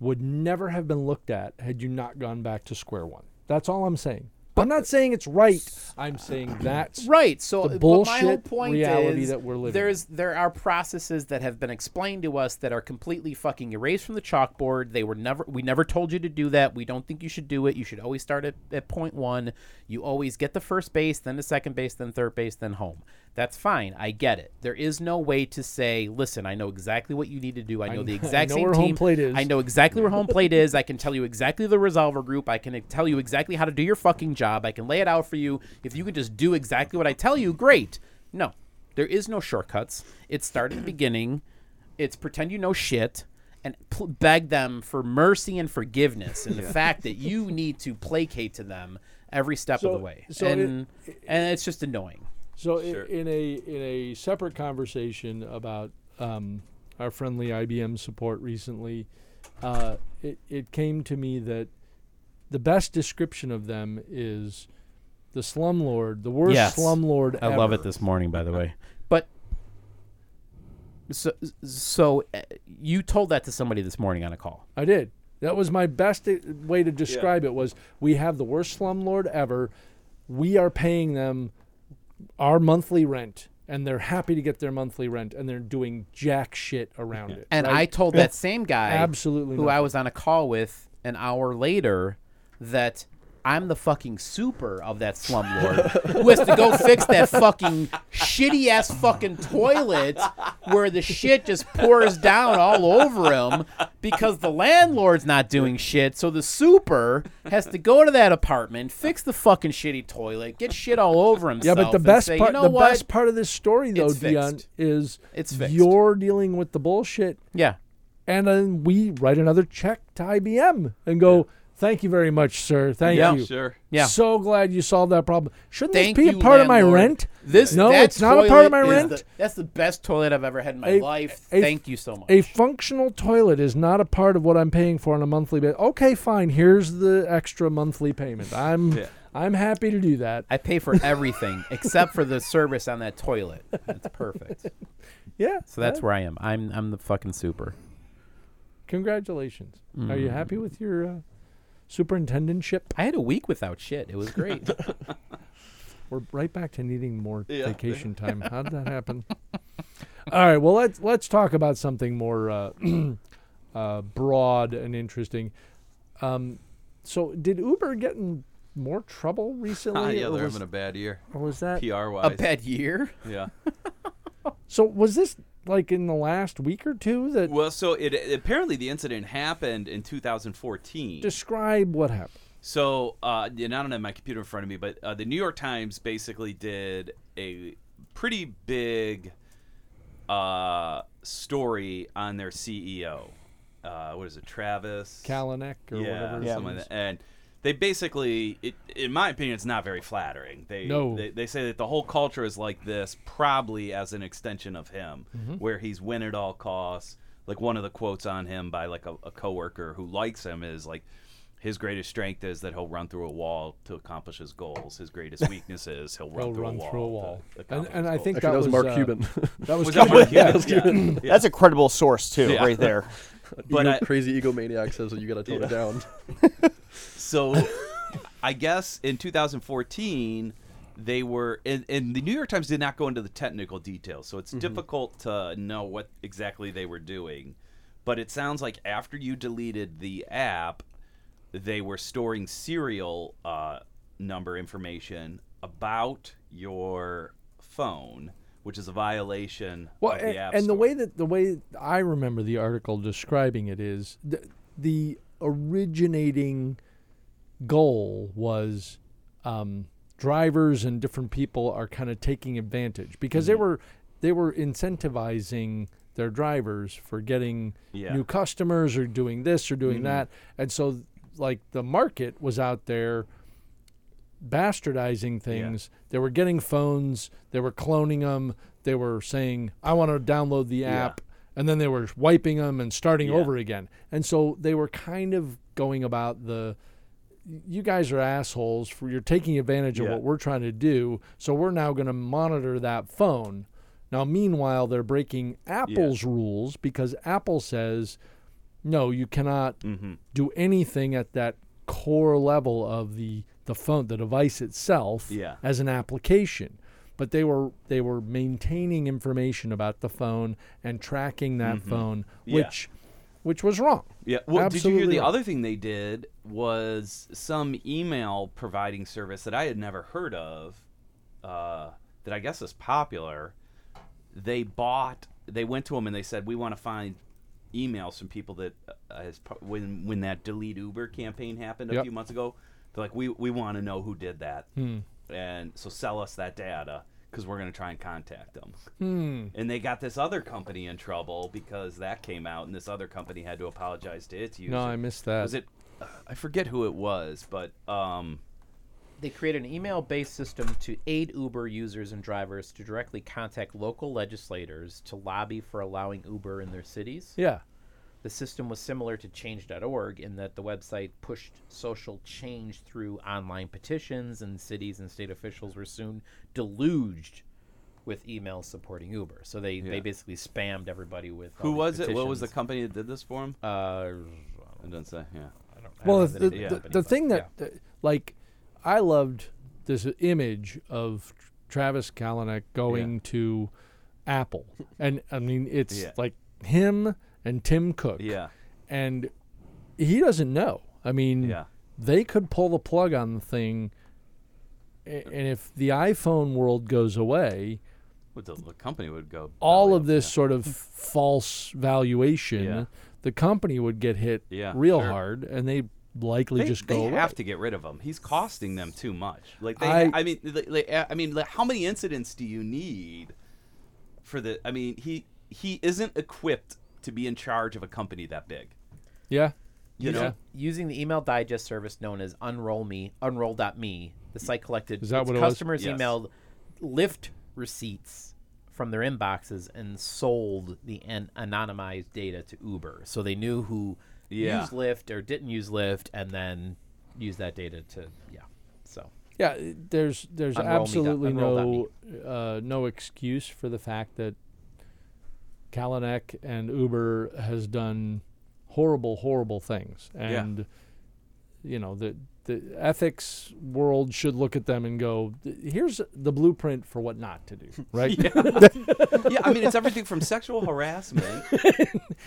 [SPEAKER 6] would never have been looked at had you not gone back to square one. That's all I'm saying. I'm not saying it's right. I'm saying that's
[SPEAKER 3] Right. So uh,
[SPEAKER 6] the
[SPEAKER 3] but my whole
[SPEAKER 6] bullshit
[SPEAKER 3] point
[SPEAKER 6] reality
[SPEAKER 3] is
[SPEAKER 6] that we're living
[SPEAKER 3] there's there are processes that have been explained to us that are completely fucking erased from the chalkboard. They were never we never told you to do that. We don't think you should do it. You should always start at, at point one. You always get the first base, then the second base, then third base, then home. That's fine. I get it. There is no way to say, listen, I know exactly what you need to do. I know the
[SPEAKER 6] kn- I
[SPEAKER 3] exact
[SPEAKER 6] know
[SPEAKER 3] same
[SPEAKER 6] where
[SPEAKER 3] team.
[SPEAKER 6] home plate is."
[SPEAKER 3] I know exactly where home plate is. I can tell you exactly the resolver group. I can tell you exactly how to do your fucking job. I can lay it out for you. If you could just do exactly what I tell you, great. No, there is no shortcuts. It start at the beginning. It's pretend you know shit and pl- beg them for mercy and forgiveness and the fact that you need to placate to them every step
[SPEAKER 6] So-
[SPEAKER 3] of the way.
[SPEAKER 6] so it-
[SPEAKER 3] and and it's just annoying.
[SPEAKER 6] So i in a in a separate conversation about um, our friendly IBM support recently, uh, it, it came to me that the best description of them is the slumlord, the worst
[SPEAKER 3] Yes.
[SPEAKER 6] slumlord
[SPEAKER 3] I
[SPEAKER 6] ever.
[SPEAKER 3] love it this morning, by the way. But so, so uh, you told that to somebody this morning on a call.
[SPEAKER 6] I did. That was my best i- way to describe it was we have the worst slumlord ever. We are paying them our monthly rent and they're happy to get their monthly rent and they're doing jack shit
[SPEAKER 3] (laughs)
[SPEAKER 6] around it.
[SPEAKER 3] And I told that same guy,
[SPEAKER 6] Absolutely
[SPEAKER 3] who
[SPEAKER 6] not.
[SPEAKER 3] I was on a call with an hour later, that I'm the fucking super of that slumlord who has to go fix that fucking shitty ass fucking toilet where the shit just pours down all over him because the landlord's not doing shit. So the super has to go to that apartment, fix the fucking shitty toilet, get shit all over
[SPEAKER 6] Yeah,
[SPEAKER 3] himself.
[SPEAKER 6] but the
[SPEAKER 3] and
[SPEAKER 6] best
[SPEAKER 3] say,
[SPEAKER 6] part,
[SPEAKER 3] you know
[SPEAKER 6] the
[SPEAKER 3] what?
[SPEAKER 6] best part of this story though,
[SPEAKER 3] It's
[SPEAKER 6] Dion,
[SPEAKER 3] fixed.
[SPEAKER 6] is
[SPEAKER 3] It's fixed.
[SPEAKER 6] you're dealing with the bullshit,
[SPEAKER 3] yeah.
[SPEAKER 6] and then we write another check to IBM and go, "Thank you very much, sir. Thank
[SPEAKER 3] Yeah.
[SPEAKER 6] you.
[SPEAKER 7] Sure.
[SPEAKER 3] Yeah.
[SPEAKER 6] So glad you solved that problem. Shouldn't
[SPEAKER 3] Thank
[SPEAKER 6] this be
[SPEAKER 3] you,
[SPEAKER 6] a part of my
[SPEAKER 3] landlord.
[SPEAKER 6] rent?
[SPEAKER 3] This
[SPEAKER 6] no,
[SPEAKER 3] that
[SPEAKER 6] it's not a part of my
[SPEAKER 3] toilet is
[SPEAKER 6] rent.
[SPEAKER 3] the- that's the best toilet I've ever had in my
[SPEAKER 6] A-
[SPEAKER 3] life.
[SPEAKER 6] a-
[SPEAKER 3] Thank you so much.
[SPEAKER 6] a functional toilet is not a part of what I'm paying for on a monthly basis. Okay, fine. Here's the extra monthly payment. I'm
[SPEAKER 7] Yeah.
[SPEAKER 6] I'm happy to do that.
[SPEAKER 3] I pay for everything (laughs) except for the service on that toilet. It's perfect.
[SPEAKER 6] Yeah.
[SPEAKER 3] So that's
[SPEAKER 6] yeah.
[SPEAKER 3] where I am. I'm I'm the fucking super.
[SPEAKER 6] congratulations. Are
[SPEAKER 3] Mm.
[SPEAKER 6] you happy with your uh, superintendentship?
[SPEAKER 3] I had a week without shit. It
[SPEAKER 6] (laughs)
[SPEAKER 3] was great.
[SPEAKER 6] We're right back to needing more
[SPEAKER 7] Yeah. (laughs)
[SPEAKER 6] vacation time. How did that happen? All right. Well, let's let's talk about something more uh, (clears throat) uh, broad and interesting. Um, so, did Uber get in more trouble recently?
[SPEAKER 7] Ah, (laughs) (laughs) yeah,
[SPEAKER 6] or
[SPEAKER 7] they're
[SPEAKER 6] was,
[SPEAKER 7] having a bad year.
[SPEAKER 6] or was that?
[SPEAKER 7] PR
[SPEAKER 3] a
[SPEAKER 7] wise.
[SPEAKER 3] bad year.
[SPEAKER 7] Yeah.
[SPEAKER 6] So, was this like in the last week or two that
[SPEAKER 7] (laughs) Well, so it apparently the incident happened in 2014.
[SPEAKER 6] describe what happened?
[SPEAKER 7] So, uh, yeah, I don't have my computer in front of me, but uh, the New York Times basically did a pretty big uh, story on their CEO. Uh, what is it, Travis?
[SPEAKER 6] Kalanick or
[SPEAKER 7] yeah,
[SPEAKER 6] whatever.
[SPEAKER 7] something like that. And they basically, it, in my opinion, it's not very flattering. They,
[SPEAKER 6] No.
[SPEAKER 7] they they say that the whole culture is like this, probably as an extension of him,
[SPEAKER 6] Mm-hmm.
[SPEAKER 7] where he's win at all costs. Like one of the quotes on him by like a, a coworker who likes him is like, his greatest strength is that he'll run through a wall to accomplish his goals. His greatest weakness
[SPEAKER 6] (laughs)
[SPEAKER 7] is he'll run,
[SPEAKER 6] They'll
[SPEAKER 7] through,
[SPEAKER 6] run
[SPEAKER 7] a wall
[SPEAKER 6] through a wall. And,
[SPEAKER 7] to accomplish
[SPEAKER 6] and
[SPEAKER 7] his
[SPEAKER 6] I
[SPEAKER 7] goals.
[SPEAKER 6] think
[SPEAKER 1] Actually, that was Mark
[SPEAKER 6] uh,
[SPEAKER 1] Cuban.
[SPEAKER 6] That (laughs) was,
[SPEAKER 7] was that
[SPEAKER 6] Cuban.
[SPEAKER 4] (laughs)
[SPEAKER 7] Mark Cuban?
[SPEAKER 6] Yeah.
[SPEAKER 7] Yeah. Yeah.
[SPEAKER 4] That's a credible source too,
[SPEAKER 7] Yeah.
[SPEAKER 4] right there.
[SPEAKER 6] (laughs)
[SPEAKER 7] But
[SPEAKER 1] Ego-
[SPEAKER 7] I-
[SPEAKER 1] crazy egomaniac says that you got to tone it down.
[SPEAKER 6] (laughs)
[SPEAKER 7] So, I guess in 2014, they were, and, and the New York Times did not go into the technical details, so
[SPEAKER 6] Mm-hmm.
[SPEAKER 7] it's difficult to know what exactly they were doing. But it sounds like after you deleted the app, they were storing serial uh, number information about your phone, which is a violation
[SPEAKER 6] Well,
[SPEAKER 7] of
[SPEAKER 6] a-
[SPEAKER 7] the
[SPEAKER 6] and,
[SPEAKER 7] app.
[SPEAKER 6] the
[SPEAKER 7] Store.
[SPEAKER 6] way that the way I remember the article describing it is the, the originating goal was um, drivers and different people are kind of taking advantage because they were they were incentivizing their drivers for getting
[SPEAKER 7] Yeah.
[SPEAKER 6] new customers or doing this or doing that, and so like the market was out there bastardizing things. They were getting phones. They were cloning them. They were saying, "I want to download the app," and then they were wiping them and starting over again. And so they were kind of going about the, "You guys are assholes for you're taking advantage of
[SPEAKER 7] Yeah.
[SPEAKER 6] what we're trying to do." So we're now going to monitor that phone. Now, meanwhile, they're breaking Apple's rules because Apple says No, you cannot
[SPEAKER 7] Mm-hmm.
[SPEAKER 6] do anything at that core level of the the phone, the device itself,
[SPEAKER 7] Yeah.
[SPEAKER 6] as an application. But they were they were maintaining information about the phone and tracking that phone,
[SPEAKER 7] Mm-hmm. Yeah.
[SPEAKER 6] which which was wrong.
[SPEAKER 7] Yeah. Well, did you
[SPEAKER 6] Absolutely
[SPEAKER 7] hear the
[SPEAKER 6] wrong.
[SPEAKER 7] other thing they did was some email providing service that I had never heard of, uh, that I guess is popular. They bought. They went to them and they said, "We want to find emails from people that uh, as par- when when that delete Uber campaign happened a
[SPEAKER 6] Yep. Hmm.
[SPEAKER 7] few months ago. They're like, we we want to know who did that, and so sell us that data." Because we're going to try and contact them.
[SPEAKER 6] Hmm.
[SPEAKER 7] And they got this other company in trouble because that came out, and this other company had to apologize to its user.
[SPEAKER 6] No, I missed that.
[SPEAKER 7] Was it? I forget who it was, but um,
[SPEAKER 3] They created an email based system to aid Uber users and drivers to directly contact local legislators to lobby for allowing Uber in their cities.
[SPEAKER 6] Yeah.
[SPEAKER 3] The system was similar to change.org in that the website pushed social change through online petitions, and cities and state officials were soon deluged with emails supporting Uber. So they, they basically spammed everybody with. all
[SPEAKER 6] Oh,
[SPEAKER 7] who
[SPEAKER 3] these
[SPEAKER 7] was it? What was the
[SPEAKER 3] petitions.
[SPEAKER 7] company that did this for him?
[SPEAKER 3] Uh,
[SPEAKER 7] I didn't say. Yeah.
[SPEAKER 3] I
[SPEAKER 6] well,
[SPEAKER 3] don't
[SPEAKER 6] the,
[SPEAKER 3] know
[SPEAKER 6] the,
[SPEAKER 3] name of
[SPEAKER 6] the,
[SPEAKER 3] company,
[SPEAKER 6] the
[SPEAKER 3] but
[SPEAKER 6] thing
[SPEAKER 3] yeah.
[SPEAKER 6] that, that- like, I loved this image of Tr- Travis Kalanick going to Apple, and I mean, it's
[SPEAKER 7] Yeah.
[SPEAKER 6] like him and Tim Cook,
[SPEAKER 7] Yeah.
[SPEAKER 6] and he doesn't know. I mean,
[SPEAKER 7] Yeah.
[SPEAKER 6] they could pull the plug on the thing, a- and if the iPhone world goes away,
[SPEAKER 7] What the, the company would go.
[SPEAKER 6] all
[SPEAKER 7] belly
[SPEAKER 6] of
[SPEAKER 7] up,
[SPEAKER 6] this sort of false valuation,
[SPEAKER 7] Yeah.
[SPEAKER 6] the company would get hit
[SPEAKER 7] Yeah,
[SPEAKER 6] real
[SPEAKER 7] sure.
[SPEAKER 6] hard, and they likely
[SPEAKER 7] They,
[SPEAKER 6] just
[SPEAKER 7] they
[SPEAKER 6] go away.
[SPEAKER 7] have to get rid of him. He's costing them too much. Like they,
[SPEAKER 6] I-
[SPEAKER 7] I, mean, li- li- I mean, like, how many incidents do you need for the? I mean, he he isn't equipped to be in charge of a company that big.
[SPEAKER 6] Yeah.
[SPEAKER 7] You know,
[SPEAKER 3] Using the email digest service known as Unroll Me, Unroll.me, the site collected
[SPEAKER 6] Is that
[SPEAKER 3] its
[SPEAKER 6] what it was?
[SPEAKER 3] customers
[SPEAKER 7] Yes.
[SPEAKER 3] emailed lift receipts from their inboxes and sold the an- anonymized data to Uber. So they knew who
[SPEAKER 7] Yeah.
[SPEAKER 3] used Lyft or didn't use Lyft and then used that data to, yeah. So
[SPEAKER 6] Yeah, i- there's there's
[SPEAKER 3] Unroll me dot-
[SPEAKER 6] absolutely
[SPEAKER 3] unroll dot
[SPEAKER 6] no uh, no excuse for the fact that Kalanick and Uber has done horrible, horrible things, and you know the the ethics world should look at them and go, "Th- here's the blueprint for what not to do, right?
[SPEAKER 7] yeah, I mean, it's everything
[SPEAKER 6] (laughs)
[SPEAKER 7] from sexual harassment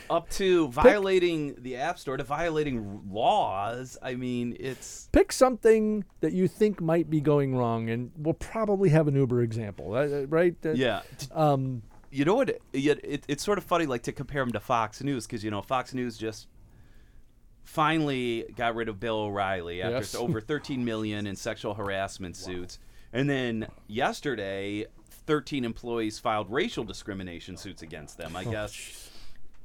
[SPEAKER 7] up to violating the App Store to violating r- laws. I mean, it's
[SPEAKER 6] Pick something that you think might be going wrong, and we'll probably have an Uber example, uh, uh, right? That-
[SPEAKER 7] yeah. Um, you know what? It, it, it's sort of funny, like to compare him to Fox News, because you know Fox News just finally got rid of Bill O'Reilly after
[SPEAKER 6] Yes.
[SPEAKER 7] over 13 million in sexual harassment suits, and then yesterday, 13 employees filed racial discrimination suits against them. I guess.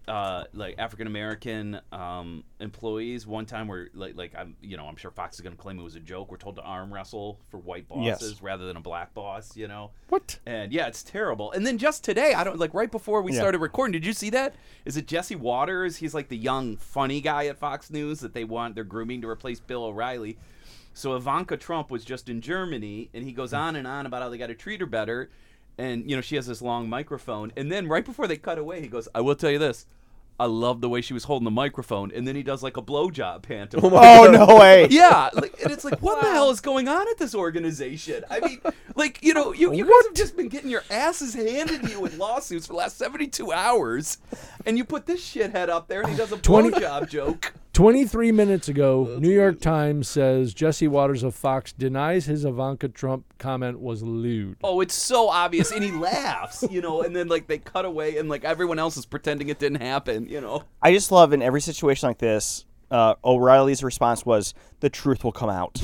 [SPEAKER 7] uh, like African American um, employees. One time, where like like I'm you know I'm sure Fox is going to claim it was a joke. We're told to arm wrestle for white
[SPEAKER 4] Yes.
[SPEAKER 7] bosses rather than a black boss. You know
[SPEAKER 6] What?
[SPEAKER 7] And yeah, it's terrible. And then just today, I don't like right before we
[SPEAKER 4] Yeah.
[SPEAKER 7] started recording. Did you see that? Is it Jesse Waters? He's like the young funny guy at Fox News that they want they're grooming to replace Bill O'Reilly. So Ivanka Trump was just in Germany, and he goes on and on about how they got to treat her better. And you know she has this long microphone, and then right before they cut away, he goes, "I will tell you this, I love the way she was holding the microphone." And then he does like a blowjob pantomime.
[SPEAKER 4] Oh no way!
[SPEAKER 7] Yeah, like, and it's like, what the hell is going on at this organization? I mean, like, you know, you, you guys have just been getting your asses handed to you with lawsuits for the last 72 hours, and you put this shithead up there and he does a
[SPEAKER 6] 20
[SPEAKER 7] blowjob joke.
[SPEAKER 6] 23 minutes ago, New York Times says Jesse Waters of Fox denies his Ivanka Trump comment was lewd.
[SPEAKER 7] Oh, it's so obvious, and he laughs, you know, and then, like, they cut away, and, like, everyone else is pretending it didn't happen, you know?
[SPEAKER 4] I just love in every situation like this. Uh, O'Reilly's response was, "The truth will come out."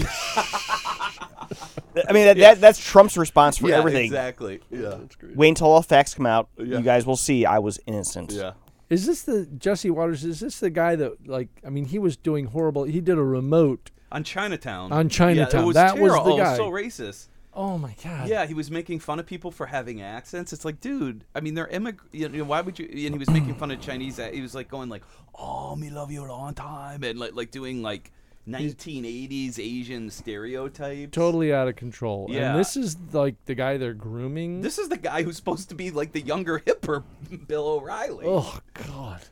[SPEAKER 4] I mean, that, that that's Trump's response for everything.
[SPEAKER 7] exactly. Yeah.
[SPEAKER 1] That's great.
[SPEAKER 4] Wait until all facts come out.
[SPEAKER 7] Yeah.
[SPEAKER 4] You guys will see. I was innocent.
[SPEAKER 7] Yeah.
[SPEAKER 6] Is this the Jesse Waters? Is this the guy that like? I mean, he was doing horrible. He did a remote.
[SPEAKER 7] On Chinatown.
[SPEAKER 6] On Chinatown,
[SPEAKER 7] Yeah, it was
[SPEAKER 6] that was the
[SPEAKER 7] terrible.
[SPEAKER 6] guy.
[SPEAKER 7] so racist.
[SPEAKER 6] Oh my god.
[SPEAKER 7] Yeah, he was making fun of people for having accents. It's like, dude, I mean, they're immig. You know, why would you? And he was making fun of Chinese. ac- He was like going like, "Oh, me love you a long time," and like like doing like 1980s Asian stereotypes.
[SPEAKER 6] Totally out of control.
[SPEAKER 7] Yeah.
[SPEAKER 6] And this is like the guy they're grooming.
[SPEAKER 7] This is the guy (laughs) who's supposed to be like the younger hipper Bill O'Reilly.
[SPEAKER 6] oh god.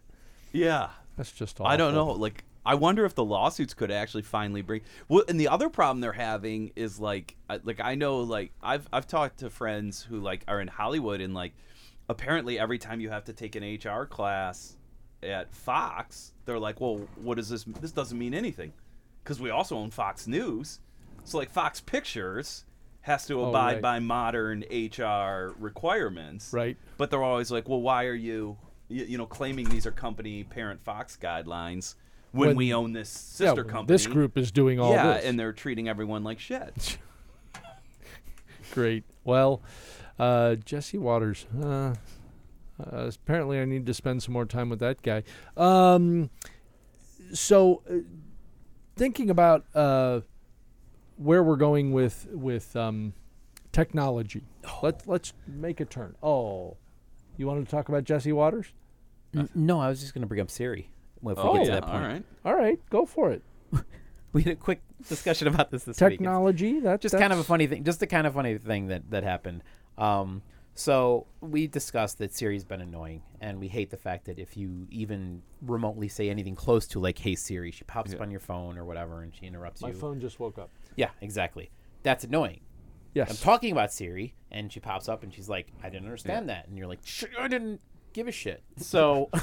[SPEAKER 7] Yeah.
[SPEAKER 6] That's just all.
[SPEAKER 7] I don't know. Like, I wonder if the lawsuits could actually finally bring. Well, and the other problem they're having is like, I- like I know, like I've I've talked to friends who like are in Hollywood and like, apparently every time you have to take an HR class at Fox, they're like, well, what does this? This doesn't mean anything, because we also own Fox News, so like Fox Pictures has to abide
[SPEAKER 6] right.
[SPEAKER 7] by modern HR requirements,
[SPEAKER 6] Right.
[SPEAKER 7] but they're always like, well, why are you, you, you know, claiming these are company parent Fox guidelines when,
[SPEAKER 6] When-
[SPEAKER 7] we own this
[SPEAKER 6] Yeah,
[SPEAKER 7] sister company?
[SPEAKER 6] This group is doing all
[SPEAKER 7] yeah,
[SPEAKER 6] this.
[SPEAKER 7] and they're treating everyone like shit.
[SPEAKER 6] Great. Well, uh, Jesse Waters. Uh, uh, apparently, I need to spend some more time with that guy. Um, so, uh, thinking about uh, where we're going with with um, technology,
[SPEAKER 3] Oh.
[SPEAKER 6] let let's make a turn. Oh, you wanted to talk about Jesse Waters?
[SPEAKER 3] N- no, I was just going to bring up Siri. If we
[SPEAKER 6] Uh, Oh,
[SPEAKER 3] get to
[SPEAKER 6] yeah,
[SPEAKER 3] that point.
[SPEAKER 7] all right.
[SPEAKER 6] All right, go for it.
[SPEAKER 3] (laughs) We had a quick discussion about this this week. It's-
[SPEAKER 6] Technology. That
[SPEAKER 3] just kind of a
[SPEAKER 6] that's-
[SPEAKER 3] funny thing. Just the kind of funny thing that that happened. Um, so we discussed that Siri's been annoying, and we hate the fact that if you even remotely say anything close to like "Hey Siri," she pops up on your phone or whatever, and she interrupts
[SPEAKER 6] My
[SPEAKER 3] you.
[SPEAKER 6] phone just woke up.
[SPEAKER 3] Yeah, exactly. That's annoying.
[SPEAKER 6] Yes.
[SPEAKER 3] I'm talking about Siri, and she pops up and she's like, "I didn't understand that," and you're like, "Sure, I didn't give a shit."
[SPEAKER 6] (laughs)
[SPEAKER 3] So (laughs)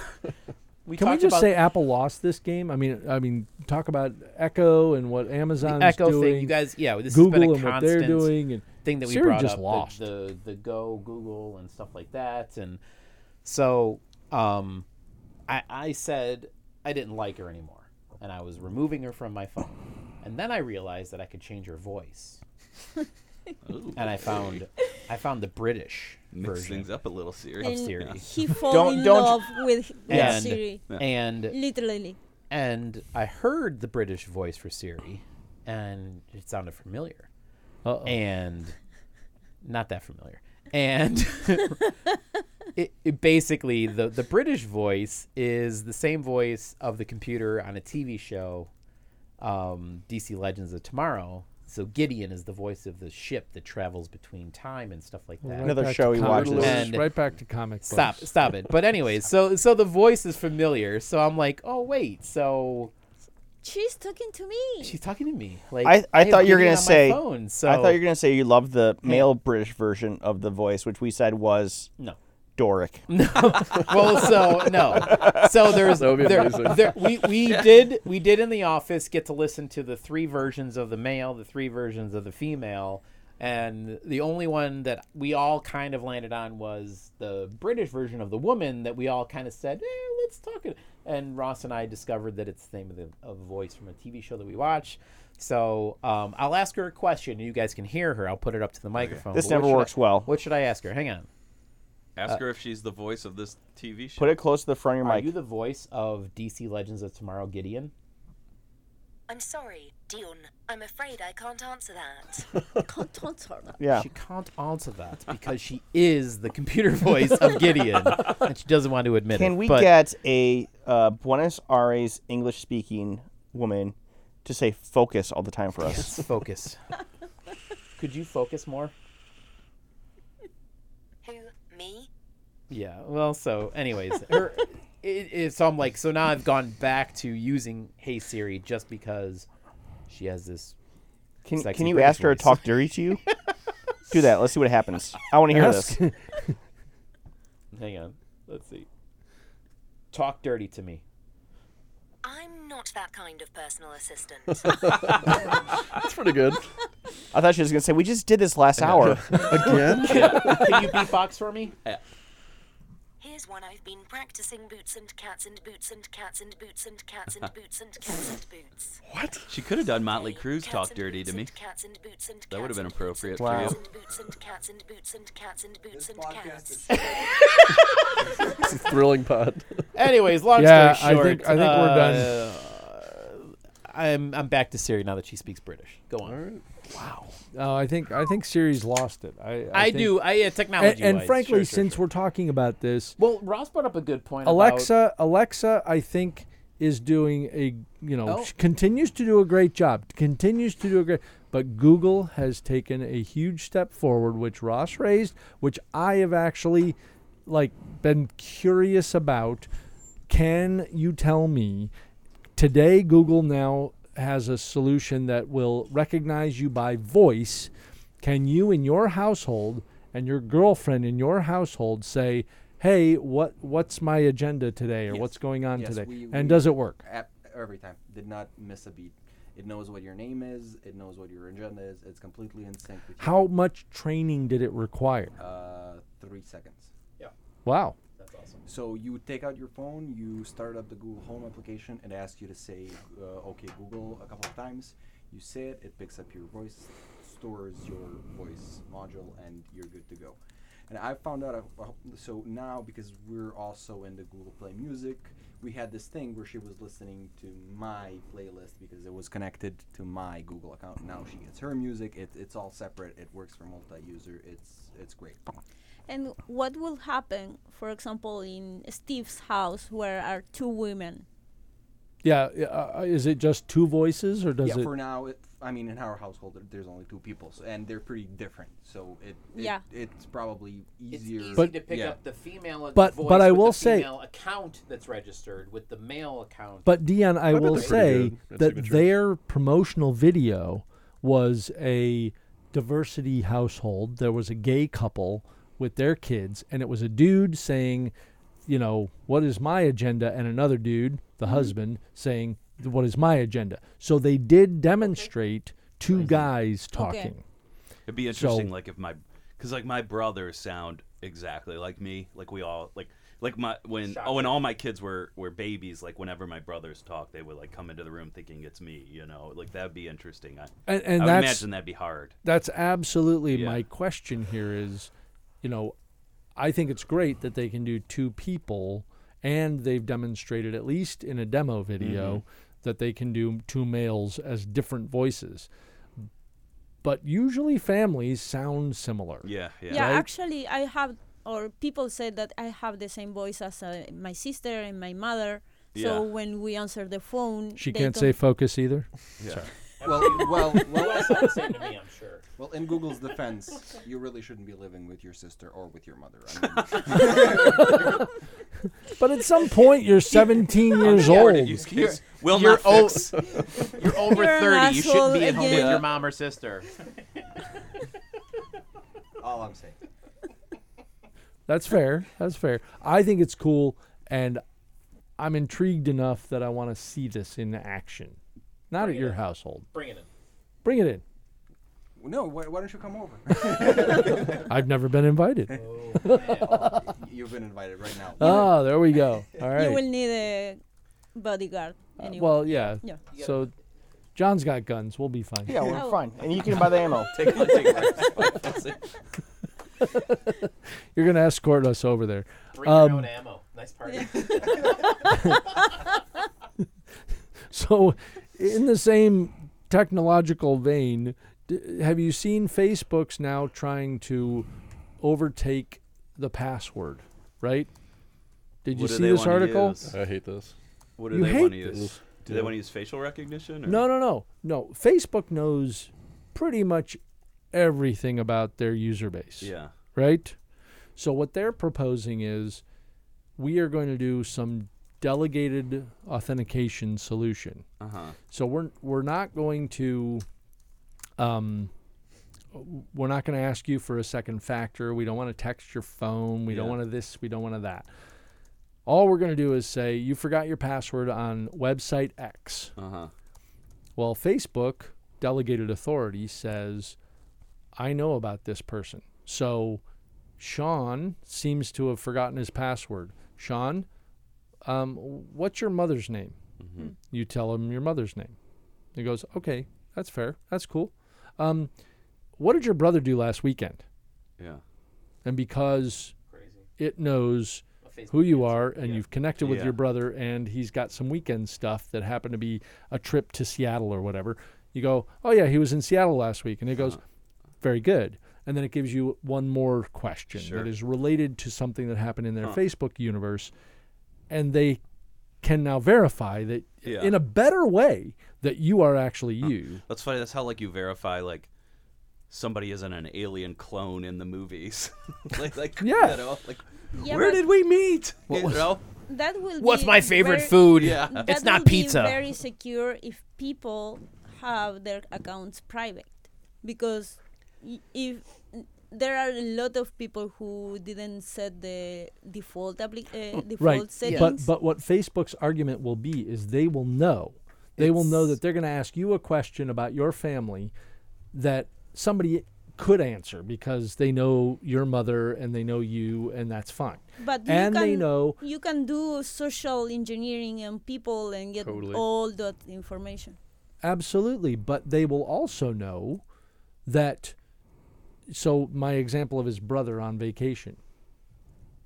[SPEAKER 3] we
[SPEAKER 6] Can we
[SPEAKER 3] talked
[SPEAKER 6] just
[SPEAKER 3] about
[SPEAKER 6] say Apple lost this game? I mean, I mean, talk about Echo and what Amazon's
[SPEAKER 3] the Echo
[SPEAKER 6] doing.
[SPEAKER 3] thing. You guys, yeah, this has been
[SPEAKER 6] Google
[SPEAKER 3] a
[SPEAKER 6] and what
[SPEAKER 3] constant
[SPEAKER 6] they're doing, and
[SPEAKER 3] thing that we
[SPEAKER 6] Siri
[SPEAKER 3] brought
[SPEAKER 6] just
[SPEAKER 3] up,
[SPEAKER 6] lost.
[SPEAKER 3] The, the the Go Google and stuff like that, and so um, I I said I didn't like her anymore, and I was removing her from my phone, and then I realized that I could change her
[SPEAKER 7] (laughs)
[SPEAKER 3] voice,
[SPEAKER 7] Ooh,
[SPEAKER 3] and I found I found the British
[SPEAKER 7] mix
[SPEAKER 3] version
[SPEAKER 7] things up a little, Siri.
[SPEAKER 3] of
[SPEAKER 8] And
[SPEAKER 3] Siri,
[SPEAKER 8] he fall
[SPEAKER 4] Don't-
[SPEAKER 8] in
[SPEAKER 4] don't-
[SPEAKER 8] love with, with
[SPEAKER 3] And-
[SPEAKER 8] Siri,
[SPEAKER 7] Yeah.
[SPEAKER 3] and
[SPEAKER 8] literally.
[SPEAKER 3] and I heard the British voice for Siri, and it sounded familiar.
[SPEAKER 6] Uh-oh.
[SPEAKER 3] and not that familiar. And (laughs) it, it basically the the British voice is the same voice of the computer on a TV show, um, DC Legends of Tomorrow. So Gideon is the voice of the ship that travels between time and stuff like that.
[SPEAKER 6] Right
[SPEAKER 4] Another
[SPEAKER 6] back
[SPEAKER 4] show
[SPEAKER 6] to
[SPEAKER 4] he
[SPEAKER 6] comic
[SPEAKER 4] watches.
[SPEAKER 6] books,
[SPEAKER 3] And-
[SPEAKER 6] right back to comic
[SPEAKER 3] Stop,
[SPEAKER 6] books.
[SPEAKER 3] stop it. But anyways, so so the voice is familiar. So I'm like, oh wait, so
[SPEAKER 8] She's talking to me.
[SPEAKER 3] she's talking to me. Like
[SPEAKER 4] I- I
[SPEAKER 3] hey,
[SPEAKER 4] thought you were
[SPEAKER 3] Gideon
[SPEAKER 4] gonna
[SPEAKER 3] on my
[SPEAKER 4] say-
[SPEAKER 3] phone, so
[SPEAKER 4] I thought you were gonna say you loved the male British version of the voice, which we said was
[SPEAKER 3] no.
[SPEAKER 4] Doric.
[SPEAKER 3] Mm. (laughs) well, so no, so there's
[SPEAKER 1] That would be
[SPEAKER 3] there,
[SPEAKER 1] amazing.
[SPEAKER 3] there- we we did we did in the office get to listen to the three versions of the male, the three versions of the female, and the only one that we all kind of landed on was the British version of the woman that we all kind of said, eh, let's talk it. And Ross and I discovered that it's the name of the of a voice from a TV show that we watch. So um, I'll ask her a question. and You guys can hear her. I'll put it up to the microphone.
[SPEAKER 4] This
[SPEAKER 3] But what
[SPEAKER 4] never
[SPEAKER 3] should I-
[SPEAKER 4] works well.
[SPEAKER 3] What should I ask her? Hang on.
[SPEAKER 7] Ask her if she's the voice of this TV show.
[SPEAKER 4] Put it close to the front of your
[SPEAKER 3] Are
[SPEAKER 4] mic.
[SPEAKER 3] you the voice of DC Legends of Tomorrow, Gideon?
[SPEAKER 9] I'm sorry, Dion. I'm afraid I can't answer
[SPEAKER 8] (laughs)
[SPEAKER 9] that.
[SPEAKER 8] Can't answer.
[SPEAKER 4] yeah.
[SPEAKER 3] She can't answer that because she is the computer voice of Gideon, and she doesn't want to admit it.
[SPEAKER 4] Can we
[SPEAKER 3] but
[SPEAKER 4] get a uh, Buenos Aires English speaking woman to say focus all the time for us?
[SPEAKER 3] focus? Could you focus more?
[SPEAKER 9] Who? Me?
[SPEAKER 3] Yeah. Well, so anyways, her, it, it, so I'm like, so now I've gone back to using Hey Siri just because she has this.
[SPEAKER 4] (laughs) Can,
[SPEAKER 3] Sexy
[SPEAKER 4] can you
[SPEAKER 3] British
[SPEAKER 4] ask her
[SPEAKER 3] voice.
[SPEAKER 4] to talk dirty
[SPEAKER 3] (laughs)
[SPEAKER 4] to you? Do that. Let's see what happens. I want to hear
[SPEAKER 6] Ask-
[SPEAKER 4] this.
[SPEAKER 3] Hang on. Let's see. Talk dirty to me.
[SPEAKER 9] I'm not that kind of personal assistant.
[SPEAKER 7] (laughs)
[SPEAKER 1] That's pretty good.
[SPEAKER 4] I thought she was going to say, we just did this last hour.
[SPEAKER 3] (laughs)
[SPEAKER 1] Again?
[SPEAKER 3] Can you beatbox for me?
[SPEAKER 9] Here's one I've been practicing boots and cats and boots and cats and boots and cats and boots and
[SPEAKER 7] (laughs)
[SPEAKER 9] cats and boots.
[SPEAKER 7] She could have done Motley
[SPEAKER 9] Hey,
[SPEAKER 7] Crue's
[SPEAKER 9] cats
[SPEAKER 7] Talk
[SPEAKER 9] and
[SPEAKER 7] Dirty
[SPEAKER 9] boots
[SPEAKER 7] to me.
[SPEAKER 9] and cats and boots and
[SPEAKER 7] That would have
[SPEAKER 9] cats
[SPEAKER 7] been
[SPEAKER 9] and boots
[SPEAKER 7] appropriate
[SPEAKER 9] and
[SPEAKER 7] for you.
[SPEAKER 9] cats and boots and cats and boots and cats and boots and
[SPEAKER 5] podcast
[SPEAKER 9] cats.
[SPEAKER 5] is
[SPEAKER 1] Thrilling pod.
[SPEAKER 3] Anyways, long
[SPEAKER 6] Yeah, I
[SPEAKER 3] story short,
[SPEAKER 6] think- I think we're done.
[SPEAKER 3] uh, I'm I'm back to Siri now that she speaks British. Go on.
[SPEAKER 6] Oh, I think I think Siri's lost it. I I,
[SPEAKER 3] I,
[SPEAKER 6] think-
[SPEAKER 3] do. I yeah, technology.
[SPEAKER 6] And, and frankly, since we're talking about this,
[SPEAKER 3] well, Ross brought up a good point. about-
[SPEAKER 6] Alexa, Alexa, I think is doing a you know
[SPEAKER 3] Oh.
[SPEAKER 6] she continues to do a great job. Continues to do a great, but Google has taken a huge step forward, which Ross raised, which I have actually like been curious about. Can you tell me today Google now has a solution that will recognize you by voice? Can you in your household and your girlfriend in your household say, "Hey, what what's my agenda today or
[SPEAKER 10] Yes.
[SPEAKER 6] what's going on
[SPEAKER 10] Yes,
[SPEAKER 6] today?"
[SPEAKER 10] we-
[SPEAKER 6] and
[SPEAKER 10] we-
[SPEAKER 6] does it work?
[SPEAKER 10] Ap- every time. Did not miss a beat. It knows what your name is. It knows what your agenda is. It's completely in sync with you.
[SPEAKER 6] How much training did it require?
[SPEAKER 10] Uh, three seconds.
[SPEAKER 6] Wow.
[SPEAKER 10] So you take out your phone, you start up the Google Home application, it asks you to say uh, "Okay, Google" a couple of times. You say it, it picks up your voice, stores your voice module, and you're good to go. And I found out uh, uh, so now because we're also in the Google Play Music, we had this thing where she was listening to my playlist because it was connected to my Google account. Now she gets her music. It, it's all separate. It works for multi-user. It's it's great.
[SPEAKER 8] And what will happen, for example, in Steve's house where are two women?
[SPEAKER 6] Yeah, uh, is it just two voices or does
[SPEAKER 10] yeah,
[SPEAKER 6] it
[SPEAKER 10] for now, it, I mean, in our household, there- there's only two people, so, and they're pretty different. So it, it
[SPEAKER 8] Yeah.
[SPEAKER 10] it's probably
[SPEAKER 3] It's
[SPEAKER 10] easier.
[SPEAKER 3] easy to pick up the female
[SPEAKER 6] But-
[SPEAKER 3] voice
[SPEAKER 6] but I
[SPEAKER 3] with
[SPEAKER 6] will
[SPEAKER 3] the
[SPEAKER 6] say-
[SPEAKER 3] female account that's registered with the male account.
[SPEAKER 6] But Dion, I,
[SPEAKER 1] I bet
[SPEAKER 6] will
[SPEAKER 1] they're
[SPEAKER 6] say
[SPEAKER 1] pretty good at
[SPEAKER 6] that
[SPEAKER 1] signatures.
[SPEAKER 6] their promotional video was a diversity household. There was a gay couple with their kids, and it was a dude saying, you know, what is my agenda? And another dude, the husband, saying, what is my agenda? So they did demonstrate two guys talking.
[SPEAKER 7] It'd be interesting,
[SPEAKER 6] So-
[SPEAKER 7] like if my, because like my brothers sound exactly like me. Like we all like like my when oh when all my kids were were babies. Like whenever my brothers talk, they would like come into the room thinking it's me. You know, like that'd be interesting. I
[SPEAKER 6] And- and
[SPEAKER 7] I would
[SPEAKER 6] that's-
[SPEAKER 7] imagine that'd be hard.
[SPEAKER 6] That's absolutely
[SPEAKER 7] Yeah.
[SPEAKER 6] my question here is, you know, I think it's great that they can do two people and they've demonstrated at least in a demo video
[SPEAKER 7] Mm-hmm.
[SPEAKER 6] that they can do two males as different voices. But usually families sound similar.
[SPEAKER 7] Yeah, yeah.
[SPEAKER 8] Yeah, actually, I have, or people say that I have the same voice as uh, my sister and my mother.
[SPEAKER 7] Yeah.
[SPEAKER 8] So when we answer the phone,
[SPEAKER 6] She
[SPEAKER 8] they
[SPEAKER 6] can't
[SPEAKER 8] don't-
[SPEAKER 6] say focus either.
[SPEAKER 10] well, well,
[SPEAKER 3] (laughs)
[SPEAKER 10] well,
[SPEAKER 3] That's not saying to me, I'm sure.
[SPEAKER 10] well. In Google's defense, you really shouldn't be living with your sister or with your mother. I mean, (laughs)
[SPEAKER 6] But at some point
[SPEAKER 7] (laughs)
[SPEAKER 6] you're 17 years
[SPEAKER 7] Or
[SPEAKER 6] old.
[SPEAKER 7] did you kids will
[SPEAKER 3] (laughs) you're
[SPEAKER 7] not fix.
[SPEAKER 3] (laughs) You're over
[SPEAKER 8] You're an
[SPEAKER 3] 30. You shouldn't be
[SPEAKER 8] asshole
[SPEAKER 3] at home with
[SPEAKER 8] again.
[SPEAKER 3] your mom or sister.
[SPEAKER 10] all I'm saying.
[SPEAKER 6] That's fair. That's fair. I think it's cool, and I'm intrigued enough that I want to see this in action. Not at your household.
[SPEAKER 3] Bring it in.
[SPEAKER 6] Bring it in.
[SPEAKER 10] No, why, why don't you come over? (laughs)
[SPEAKER 6] I've never been invited.
[SPEAKER 10] You've been invited right now.
[SPEAKER 6] Ah, there we go. All
[SPEAKER 8] You will
[SPEAKER 6] right.
[SPEAKER 8] need a bodyguard.
[SPEAKER 6] Uh,
[SPEAKER 8] Anyway.
[SPEAKER 6] well, yeah.
[SPEAKER 8] Yeah.
[SPEAKER 6] So, John's got guns. We'll be fine.
[SPEAKER 4] Yeah, we're
[SPEAKER 8] Oh.
[SPEAKER 4] fine. And you can buy the ammo.
[SPEAKER 7] Take one,
[SPEAKER 6] (laughs)
[SPEAKER 7] take one.
[SPEAKER 6] You're gonna escort us over there.
[SPEAKER 3] Bring
[SPEAKER 6] Um,
[SPEAKER 3] your own ammo. Nice party.
[SPEAKER 6] So, in the same technological vein, d- have you seen Facebook's now trying to overtake the password? Right? Did you
[SPEAKER 7] What do
[SPEAKER 6] see
[SPEAKER 7] they
[SPEAKER 6] this
[SPEAKER 7] wanna
[SPEAKER 6] article?
[SPEAKER 7] use?
[SPEAKER 1] I hate this.
[SPEAKER 7] What do
[SPEAKER 6] You
[SPEAKER 7] they
[SPEAKER 6] hate
[SPEAKER 7] want to use?
[SPEAKER 1] this.
[SPEAKER 7] Do they want to use facial recognition? Or?
[SPEAKER 6] No, no, no, no. Facebook knows pretty much everything about their user base.
[SPEAKER 7] Yeah.
[SPEAKER 6] Right. So what they're proposing is, we are going to do some delegated authentication solution.
[SPEAKER 7] Uh huh.
[SPEAKER 6] So we're we're not going to, um, we're not going to ask you for a second factor. We don't want to text your phone. We don't
[SPEAKER 7] Yeah.
[SPEAKER 6] want to this. We don't want to that. All we're going to do is say you forgot your password on website X.
[SPEAKER 7] Uh huh.
[SPEAKER 6] Well, Facebook delegated authority says, I know about this person. So Sean seems to have forgotten his password. Sean, um, what's your mother's name? You tell him your mother's name. He goes, Okay, that's fair. That's cool. Um, what did your brother do last weekend?
[SPEAKER 7] Yeah.
[SPEAKER 6] And because
[SPEAKER 3] Crazy.
[SPEAKER 6] it knows
[SPEAKER 3] A Facebook
[SPEAKER 6] who you
[SPEAKER 3] answer.
[SPEAKER 6] are and
[SPEAKER 3] Yeah.
[SPEAKER 6] you've connected with
[SPEAKER 7] Yeah.
[SPEAKER 6] your brother and he's got some weekend stuff that happened to be a trip to Seattle or whatever. You go, "Oh yeah, he was in Seattle last week." And it
[SPEAKER 7] Uh-huh.
[SPEAKER 6] goes, "Very good." And then it gives you one more question
[SPEAKER 7] Sure.
[SPEAKER 6] that is related to something that happened in their Facebook universe and they can now verify that
[SPEAKER 7] Yeah.
[SPEAKER 6] in a better way that you are actually you.
[SPEAKER 7] That's funny. That's how like you verify like somebody isn't an alien clone in the movies. (laughs) like, like
[SPEAKER 6] Yeah.
[SPEAKER 7] you know, like
[SPEAKER 8] Yeah,
[SPEAKER 7] where
[SPEAKER 8] but-
[SPEAKER 7] did we meet? you know?
[SPEAKER 8] that will
[SPEAKER 3] What's
[SPEAKER 8] be
[SPEAKER 3] my favorite
[SPEAKER 8] very-
[SPEAKER 3] food? Yeah.
[SPEAKER 8] that
[SPEAKER 3] It's not
[SPEAKER 8] will be
[SPEAKER 3] pizza.
[SPEAKER 8] very secure if people have their accounts private because y- if there are a lot of people who didn't set the default appli- uh, default
[SPEAKER 6] right.
[SPEAKER 8] settings
[SPEAKER 6] But but what Facebook's argument will be is they will know. They will know that they're going to ask you a question about your family that somebody could answer because they know your mother and they know you and that's fine.
[SPEAKER 8] But
[SPEAKER 6] and
[SPEAKER 8] you can,
[SPEAKER 6] they know
[SPEAKER 8] you can do social engineering and people and get
[SPEAKER 6] Totally.
[SPEAKER 8] all that information.
[SPEAKER 6] Absolutely, but they will also know that. So my example of his brother on vacation.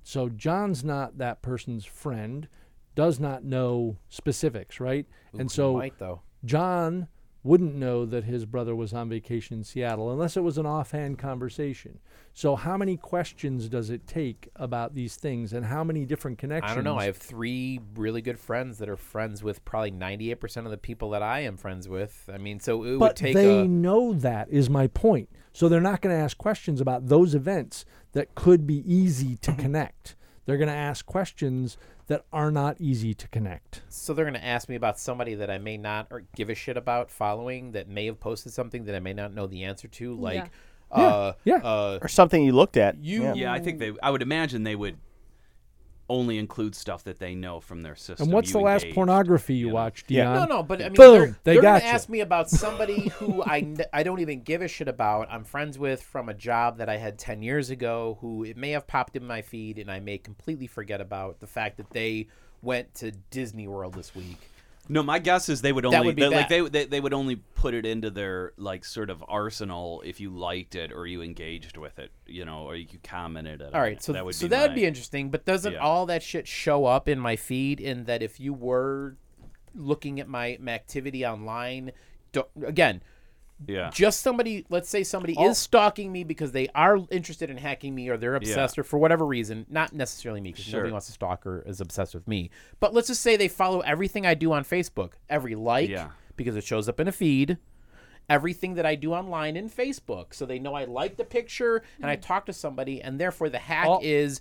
[SPEAKER 6] So John's not that person's friend, does not know specifics, right?
[SPEAKER 3] Ooh,
[SPEAKER 6] and so
[SPEAKER 3] might, though.
[SPEAKER 6] John wouldn't know that his brother was on vacation in Seattle unless it was an offhand conversation. So how many questions does it take about these things and how many different connections?
[SPEAKER 3] I don't know. I have three really good friends that are friends with probably 98% of the people that I am friends with. I mean, so it would
[SPEAKER 6] but
[SPEAKER 3] take
[SPEAKER 6] they
[SPEAKER 3] a.
[SPEAKER 6] know that is my point. So they're not going to ask questions about those events that could be easy
[SPEAKER 3] (clears throat)
[SPEAKER 6] to connect. They're going to ask questions that are not easy to connect.
[SPEAKER 3] So they're going to ask me about somebody that I may not or give a shit about following that may have posted something that I may not know the answer to, like.
[SPEAKER 4] Yeah.
[SPEAKER 3] Uh,
[SPEAKER 4] Yeah.
[SPEAKER 3] Uh,
[SPEAKER 4] Or something you looked at.
[SPEAKER 7] You, yeah. I think they. I would imagine they would only include stuff that they know from their system.
[SPEAKER 6] and what's
[SPEAKER 7] you
[SPEAKER 6] the last
[SPEAKER 7] engage.
[SPEAKER 6] pornography you watched, Dion?
[SPEAKER 3] No, no, but I mean,
[SPEAKER 6] Boom,
[SPEAKER 3] they're,
[SPEAKER 6] they
[SPEAKER 3] they're
[SPEAKER 6] got you.
[SPEAKER 3] gonna ask me about somebody who I, n- (laughs) I don't even give a shit about. I'm friends with from a job that I had ten years ago. Who it may have popped in my feed, and I may completely forget about the fact that they went to Disney World this week.
[SPEAKER 7] No, my guess is they would
[SPEAKER 3] That
[SPEAKER 7] only
[SPEAKER 3] would be
[SPEAKER 7] they- like
[SPEAKER 3] bad.
[SPEAKER 7] they, they they would only put it into their like sort of arsenal if you liked it or you engaged with it, you know, or you commented it.
[SPEAKER 3] All right, so
[SPEAKER 7] that would
[SPEAKER 3] so
[SPEAKER 7] be
[SPEAKER 3] that'd
[SPEAKER 7] my-
[SPEAKER 3] be interesting. But doesn't
[SPEAKER 7] Yeah.
[SPEAKER 3] all that shit show up in my feed? In that, if you were looking at my, my activity online, don't, again,
[SPEAKER 7] Yeah.
[SPEAKER 3] just somebody. Let's say somebody
[SPEAKER 7] All-
[SPEAKER 3] is stalking me because they are interested in hacking me, or they're obsessed, or for whatever reason, not necessarily me, because
[SPEAKER 7] Sure.
[SPEAKER 3] nobody wants to stalk or is obsessed with me. But let's just say they follow everything I do on Facebook, every like,
[SPEAKER 7] Yeah.
[SPEAKER 3] because it shows up in a feed. Everything that I do online in Facebook, so they know I like the picture and I talk to somebody, and therefore the hack
[SPEAKER 6] Hmm. All-
[SPEAKER 3] is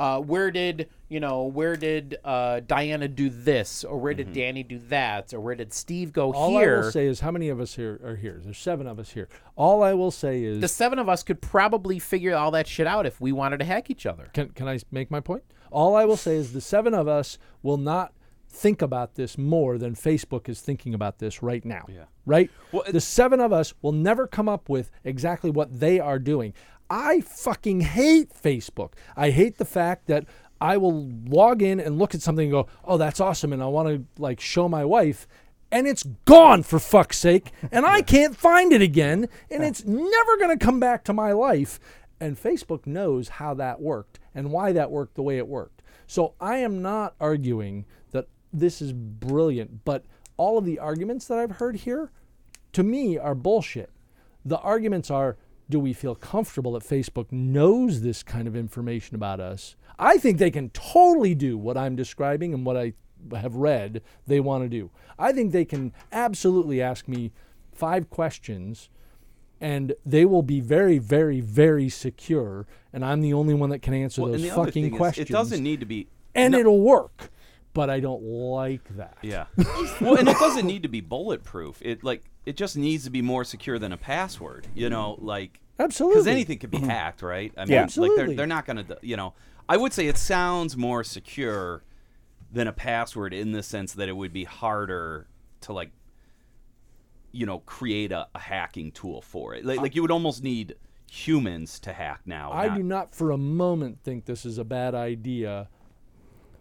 [SPEAKER 3] uh, where did you know where did uh, Diana do this or where did Danny do that or where did Steve go
[SPEAKER 6] Mm-hmm. All
[SPEAKER 3] here?
[SPEAKER 6] I will say is how many of us here are here? There's seven of us here. All I will say is
[SPEAKER 3] the seven of us could probably figure all that shit out if we wanted to hack each other.
[SPEAKER 6] Can, can I s- make my point? All I will say is the seven of us will not think about this more than Facebook is thinking about this right now. Yeah. Right? the seven of us will never come up with exactly what they are doing. I fucking hate Facebook. I hate the fact that I will log in and look at something and go, "Oh, that's awesome," and I want to like show my wife and it's gone for fuck's sake, and I can't find it again, and it's never going to come back to my life. And Facebook knows how that worked and why that worked the way it worked. So I am not arguing that this is brilliant, but all of the arguments that I've heard here to me are bullshit. The arguments are do we feel comfortable that Facebook knows this kind of information about us? I think they can totally do what I'm describing and what I have read they want to do. I think they can absolutely ask me five questions and they will be very, very, very secure. And I'm the only one that can answer
[SPEAKER 7] Well, and
[SPEAKER 6] those
[SPEAKER 7] the other
[SPEAKER 6] fucking
[SPEAKER 7] thing is,
[SPEAKER 6] questions.
[SPEAKER 7] It doesn't need to be.
[SPEAKER 6] and
[SPEAKER 7] no-
[SPEAKER 6] it'll work. But I don't like that.
[SPEAKER 7] Yeah. (laughs) well, and it doesn't need to be bulletproof. It like it just needs to be more secure than a password. You know, like because
[SPEAKER 6] Absolutely. Mm-hmm.
[SPEAKER 7] anything could be hacked, right? I mean,
[SPEAKER 6] Yeah.
[SPEAKER 7] like they're
[SPEAKER 6] Absolutely.
[SPEAKER 7] they're not gonna, you know. I would say it sounds more secure than a password in the sense that it would be harder to like, you know, create a, a hacking tool for it. Like, like you would almost need humans to hack now.
[SPEAKER 6] I do not for a moment think this is a bad idea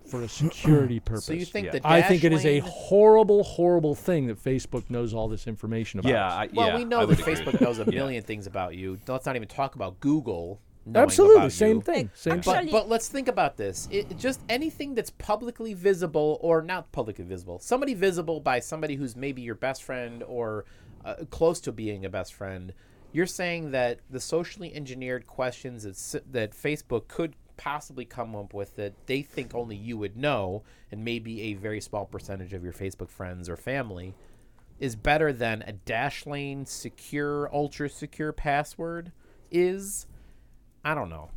[SPEAKER 6] for a security purpose.
[SPEAKER 3] (clears throat) So you think Yeah. that
[SPEAKER 6] I think it is a
[SPEAKER 3] Dashlane-
[SPEAKER 6] horrible, horrible thing that Facebook knows all this information about. us.
[SPEAKER 3] well, we know that Facebook knows a million things about you. Let's not even talk about Google. knowing
[SPEAKER 6] Absolutely,
[SPEAKER 3] about
[SPEAKER 6] same
[SPEAKER 3] you.
[SPEAKER 6] thing, same
[SPEAKER 3] but,
[SPEAKER 6] thing.
[SPEAKER 3] but let's think about this. It, it just anything that's publicly visible or not publicly visible, somebody visible by somebody who's maybe your best friend or uh, close to being a best friend. You're saying that the socially engineered questions that s- that Facebook could possibly come up with that they think only you would know, and maybe a very small percentage of your Facebook friends or family is better than a Dashlane secure, ultra secure password is. I don't know.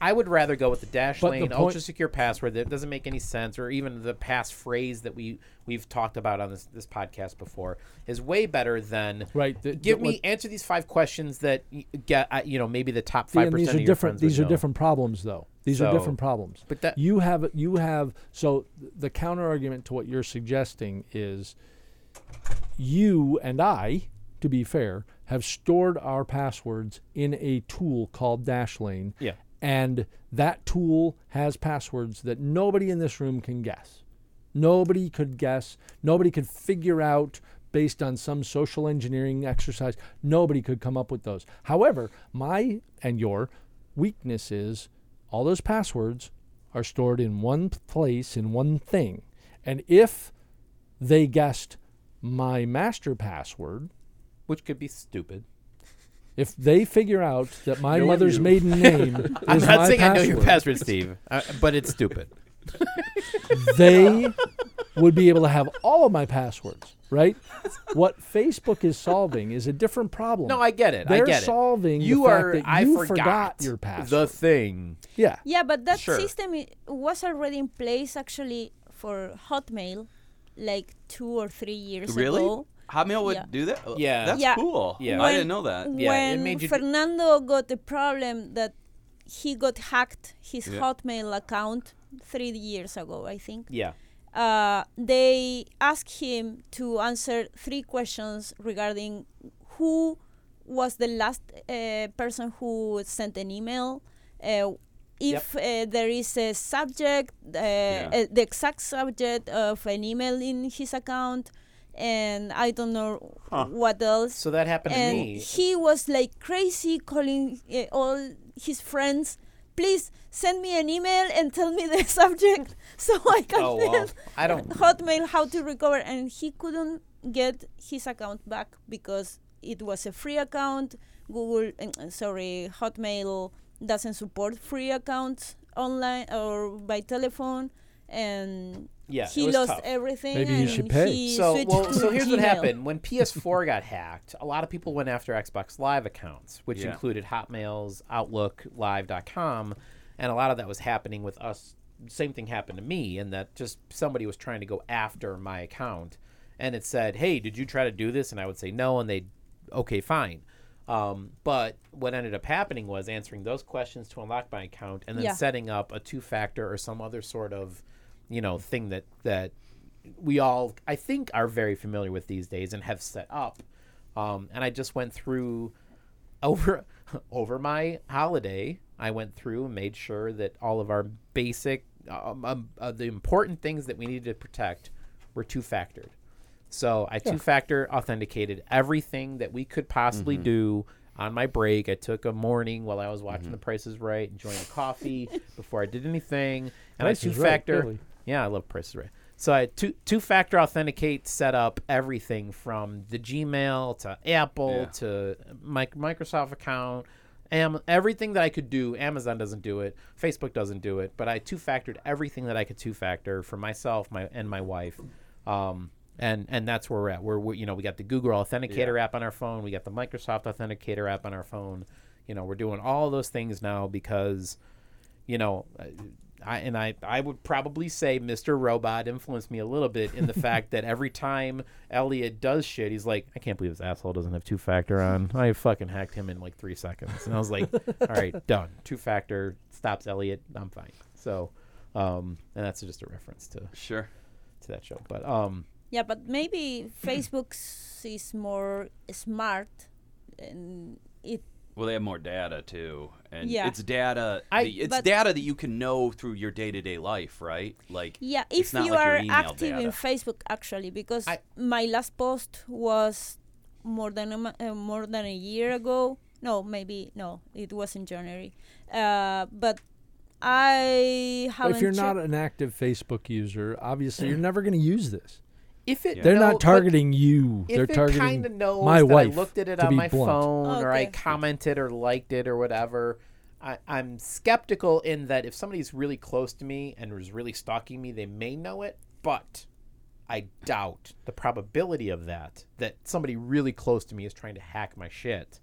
[SPEAKER 3] I would rather go with the dash
[SPEAKER 6] But the
[SPEAKER 3] lane
[SPEAKER 6] point-
[SPEAKER 3] ultra secure password that doesn't make any sense, or even the pass phrase that we we've talked about on this this podcast before is way better than
[SPEAKER 6] Right, the-
[SPEAKER 3] give
[SPEAKER 6] the-
[SPEAKER 3] me
[SPEAKER 6] what-
[SPEAKER 3] answer these five questions that y- get uh, you know maybe the top
[SPEAKER 6] Yeah,
[SPEAKER 3] five
[SPEAKER 6] and these are
[SPEAKER 3] percent of your
[SPEAKER 6] different.
[SPEAKER 3] friends would
[SPEAKER 6] These are
[SPEAKER 3] know.
[SPEAKER 6] different problems, though. These are
[SPEAKER 3] So-
[SPEAKER 6] different problems.
[SPEAKER 3] but that-
[SPEAKER 6] you have you have so th- the counter argument to what you're suggesting is you and I, to be fair, have stored our passwords in a tool called Dashlane.
[SPEAKER 3] Yeah.
[SPEAKER 6] And that tool has passwords that nobody in this room can guess. Nobody could guess. Nobody could figure out based on some social engineering exercise. Nobody could come up with those. However, my and your weakness is all those passwords are stored in one place, in one thing. And if they guessed my master password,
[SPEAKER 3] which could be stupid.
[SPEAKER 6] if they figure out that my
[SPEAKER 3] Know
[SPEAKER 6] mother's
[SPEAKER 3] you. (laughs)
[SPEAKER 6] maiden name is
[SPEAKER 3] I'm
[SPEAKER 6] my
[SPEAKER 3] not saying I know your
[SPEAKER 6] password,
[SPEAKER 3] password, Steve, uh, but it's
[SPEAKER 6] (laughs)
[SPEAKER 3] stupid. (laughs)
[SPEAKER 6] they would be able to have all of my passwords, right? What Facebook is solving is a different problem.
[SPEAKER 3] No, I get it.
[SPEAKER 6] They're
[SPEAKER 3] I get it.
[SPEAKER 6] solving the
[SPEAKER 3] you
[SPEAKER 6] fact
[SPEAKER 3] are.
[SPEAKER 6] that
[SPEAKER 3] I
[SPEAKER 6] you
[SPEAKER 3] forgot,
[SPEAKER 6] forgot your
[SPEAKER 3] The
[SPEAKER 6] password.
[SPEAKER 3] thing.
[SPEAKER 6] yeah.
[SPEAKER 8] Yeah, but that
[SPEAKER 3] Sure.
[SPEAKER 8] system i- was already in place actually for Hotmail, like two or three years
[SPEAKER 7] Really?
[SPEAKER 8] ago.
[SPEAKER 7] Hotmail would
[SPEAKER 8] Yeah.
[SPEAKER 7] do that? Uh,
[SPEAKER 3] Yeah.
[SPEAKER 7] That's
[SPEAKER 8] Yeah.
[SPEAKER 7] cool.
[SPEAKER 3] Yeah.
[SPEAKER 7] I
[SPEAKER 8] When-
[SPEAKER 7] didn't know that.
[SPEAKER 8] When
[SPEAKER 3] Yeah, it made you do-
[SPEAKER 8] Fernando got a problem that he got hacked his
[SPEAKER 7] Yeah.
[SPEAKER 8] Hotmail account three years ago, I think.
[SPEAKER 3] Yeah.
[SPEAKER 8] Uh, they asked him to answer three questions regarding who was the last uh, person who sent an email, uh, if uh, there is a subject, uh, uh, the exact subject of an email in his account, and I don't know what else
[SPEAKER 3] So that happened
[SPEAKER 8] and
[SPEAKER 3] to me.
[SPEAKER 8] he was like crazy calling uh, all his friends please send me an email and tell me the (laughs) subject so i can
[SPEAKER 3] Oh, wow.
[SPEAKER 8] tell
[SPEAKER 3] I don't-
[SPEAKER 8] (laughs) hotmail how to recover and he couldn't get his account back because it was a free account google uh, sorry hotmail doesn't support free accounts online or by telephone and
[SPEAKER 3] Yeah, it
[SPEAKER 8] he
[SPEAKER 3] was
[SPEAKER 8] lost
[SPEAKER 3] tough.
[SPEAKER 8] everything
[SPEAKER 6] Maybe he
[SPEAKER 8] and
[SPEAKER 6] should pay.
[SPEAKER 8] he
[SPEAKER 3] so
[SPEAKER 8] switched
[SPEAKER 3] well,
[SPEAKER 8] to
[SPEAKER 3] so here's what
[SPEAKER 8] Gmail.
[SPEAKER 3] happened when PS4 got hacked. A lot of people went after Xbox Live accounts, which
[SPEAKER 7] Yeah.
[SPEAKER 3] included Hotmail's, Outlook, Live.com, and a lot of that was happening with us. Same thing happened to me, and that just somebody was trying to go after my account, and it said, "Hey, did you try to do this?" And I would say no, and they, okay, fine. Um, but what ended up happening was answering those questions to unlock my account, and then
[SPEAKER 8] Yeah.
[SPEAKER 3] setting up a two-factor or some other sort of, you know, thing that that we all I think are very familiar with these days and have set up. Um, and I just went through (laughs) over over my holiday. I went through and made sure that all of our basic, um, um, uh, the important things that we needed to protect were two factored. So I two factor authenticated everything that we could possibly
[SPEAKER 6] Mm-hmm.
[SPEAKER 3] do on my break. I took a morning while I was watching
[SPEAKER 6] Mm-hmm.
[SPEAKER 3] The Price is Right, enjoying a
[SPEAKER 6] (laughs)
[SPEAKER 3] coffee before I did anything. And
[SPEAKER 6] Price
[SPEAKER 3] I two
[SPEAKER 6] is Right,
[SPEAKER 3] factor.
[SPEAKER 6] really.
[SPEAKER 3] Yeah, I love Price is Right. So I two two factor authenticate set up everything from the Gmail to Apple
[SPEAKER 7] Yeah.
[SPEAKER 3] to my Microsoft account, Am- everything that I could do. Amazon doesn't do it, Facebook doesn't do it, but I two factored everything that I could two factor for myself, my and my wife, um, and and that's where we're at. We're, we you know we got the Google Authenticator app on our phone, we got the Microsoft Authenticator app on our phone. You know we're doing all those things now because you know, uh, I and I I would probably say Mr. Robot influenced me a little bit
[SPEAKER 6] (laughs)
[SPEAKER 3] in the fact that every time Elliot does shit, he's like, I can't believe this asshole doesn't have two factor on. I fucking hacked him in like three seconds, and I was
[SPEAKER 6] (laughs)
[SPEAKER 3] like, all right, done. Two factor stops Elliot. I'm fine. So, um, and that's just a reference to
[SPEAKER 7] Sure.
[SPEAKER 3] to that show. But um,
[SPEAKER 8] Yeah, but maybe Facebook s- is more smart, and it
[SPEAKER 7] Well, they have more data too, and
[SPEAKER 8] Yeah.
[SPEAKER 7] it's data.
[SPEAKER 3] I-
[SPEAKER 7] that- it's
[SPEAKER 8] but-
[SPEAKER 7] data that you can know through your day to day life, right? Like,
[SPEAKER 8] yeah.
[SPEAKER 7] it's
[SPEAKER 8] If
[SPEAKER 7] not
[SPEAKER 8] you
[SPEAKER 7] like your
[SPEAKER 8] are
[SPEAKER 7] email
[SPEAKER 8] active
[SPEAKER 7] data.
[SPEAKER 8] in Facebook, actually, because
[SPEAKER 3] I-
[SPEAKER 8] my last post was more than a, mo- uh, more than a year ago. No, maybe no, it was in January. Uh, but I
[SPEAKER 6] But
[SPEAKER 8] haven't.
[SPEAKER 6] if you're
[SPEAKER 8] checked-
[SPEAKER 6] not an active Facebook user, obviously
[SPEAKER 3] (clears throat)
[SPEAKER 6] you're never going to use this.
[SPEAKER 3] if it
[SPEAKER 6] They're
[SPEAKER 3] no,
[SPEAKER 6] not
[SPEAKER 3] but-
[SPEAKER 6] targeting you.
[SPEAKER 3] if
[SPEAKER 6] They're
[SPEAKER 3] it
[SPEAKER 6] targeting
[SPEAKER 3] kinda knows
[SPEAKER 6] my
[SPEAKER 3] that
[SPEAKER 6] wife.
[SPEAKER 3] I looked at it
[SPEAKER 6] to
[SPEAKER 3] on
[SPEAKER 6] be
[SPEAKER 3] my
[SPEAKER 6] blunt.
[SPEAKER 3] phone or I
[SPEAKER 8] Okay.
[SPEAKER 3] commented or liked it or whatever. I, I'm skeptical in that if somebody's really close to me and was really stalking me, they may know it, but I doubt the probability of that that somebody really close to me is trying to hack my shit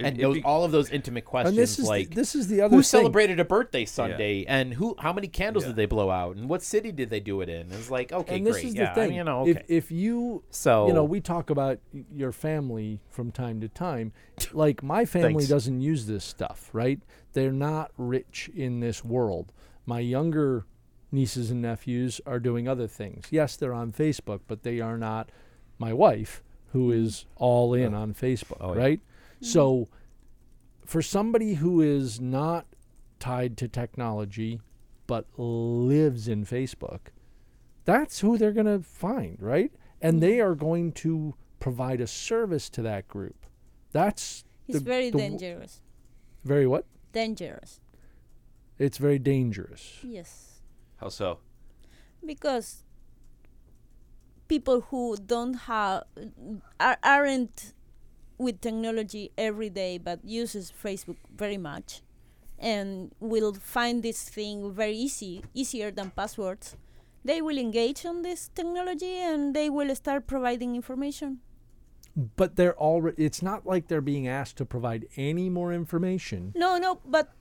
[SPEAKER 7] It-
[SPEAKER 3] and
[SPEAKER 7] it
[SPEAKER 3] knows
[SPEAKER 7] be-
[SPEAKER 3] all of those intimate questions.
[SPEAKER 6] And this is the-
[SPEAKER 3] like
[SPEAKER 6] this is the other
[SPEAKER 3] who
[SPEAKER 6] thing.
[SPEAKER 3] celebrated a birthday Sunday, and who how many candles did they blow out, and what city did they do it in? It's like okay,
[SPEAKER 6] and this
[SPEAKER 3] great,
[SPEAKER 6] is the
[SPEAKER 3] yeah, I
[SPEAKER 6] thing.
[SPEAKER 3] mean, you know,
[SPEAKER 6] If-
[SPEAKER 3] okay.
[SPEAKER 6] if, you
[SPEAKER 3] So-
[SPEAKER 6] you know, we talk about y- your family from time to
[SPEAKER 3] (laughs)
[SPEAKER 6] time. Like my family
[SPEAKER 3] Thanks.
[SPEAKER 6] doesn't use this stuff, right? They're not rich in this world. My younger nieces and nephews are doing other things. Yes, they're on Facebook, but they are not my wife, who is all in on Facebook,
[SPEAKER 3] Mm-hmm. Oh, yeah.
[SPEAKER 6] right? So for somebody who is not tied to technology but lives in Facebook, that's who they're going to find, right? And
[SPEAKER 8] Mm-hmm.
[SPEAKER 6] they are going to provide a service to that group. That's
[SPEAKER 8] It's
[SPEAKER 6] the-
[SPEAKER 8] very
[SPEAKER 6] the w-
[SPEAKER 8] dangerous.
[SPEAKER 6] Very what?
[SPEAKER 8] Dangerous.
[SPEAKER 6] It's very dangerous.
[SPEAKER 8] Yes.
[SPEAKER 7] How so?
[SPEAKER 8] Because people who don't have are, aren't with technology every day but uses Facebook very much and will find this thing very easy, easier than passwords. They will engage on this technology and they will start providing information.
[SPEAKER 6] But they're already. It's not like they're being asked to provide any more information.
[SPEAKER 8] No, no, but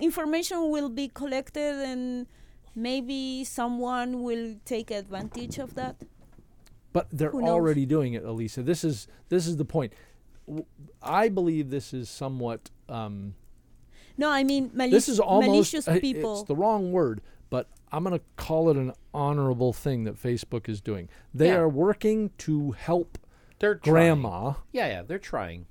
[SPEAKER 8] information will be collected and maybe someone will take advantage of that.
[SPEAKER 6] But they're
[SPEAKER 8] Who knows?
[SPEAKER 6] already doing it, Elisa. This is this is the point. W- I believe this is somewhat. Um,
[SPEAKER 8] No, I mean mali-
[SPEAKER 6] this is almost
[SPEAKER 8] malicious
[SPEAKER 6] I-
[SPEAKER 8] people.
[SPEAKER 6] It's the wrong word, but I'm going to call it an honorable thing that Facebook is doing. They
[SPEAKER 3] Yeah.
[SPEAKER 6] are working to help
[SPEAKER 3] They're trying.
[SPEAKER 6] grandma
[SPEAKER 3] yeah, yeah, they're trying.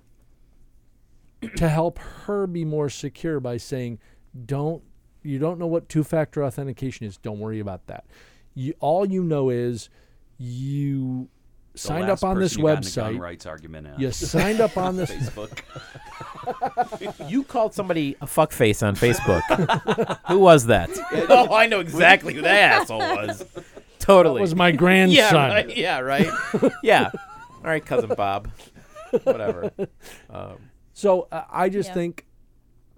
[SPEAKER 6] to help her be more secure by saying, "Don't you don't know what two-factor authentication is? Don't worry about that. You, all you know is you
[SPEAKER 7] The
[SPEAKER 6] signed
[SPEAKER 7] last
[SPEAKER 6] up on this
[SPEAKER 7] person who got in a gun
[SPEAKER 6] website.
[SPEAKER 7] rights argument. at. (laughs)
[SPEAKER 6] You (laughs) signed up on this.
[SPEAKER 7] Facebook.
[SPEAKER 6] Uh.
[SPEAKER 3] You called somebody a fuckface on Facebook. (laughs) who was that? oh, I know exactly who that asshole was.
[SPEAKER 6] (laughs)
[SPEAKER 3] Totally.
[SPEAKER 6] was my grandson.
[SPEAKER 3] (laughs) yeah, right. Yeah, right. (laughs) yeah. All right, cousin Bob. Whatever.
[SPEAKER 6] So uh, I just
[SPEAKER 8] Yeah.
[SPEAKER 6] think,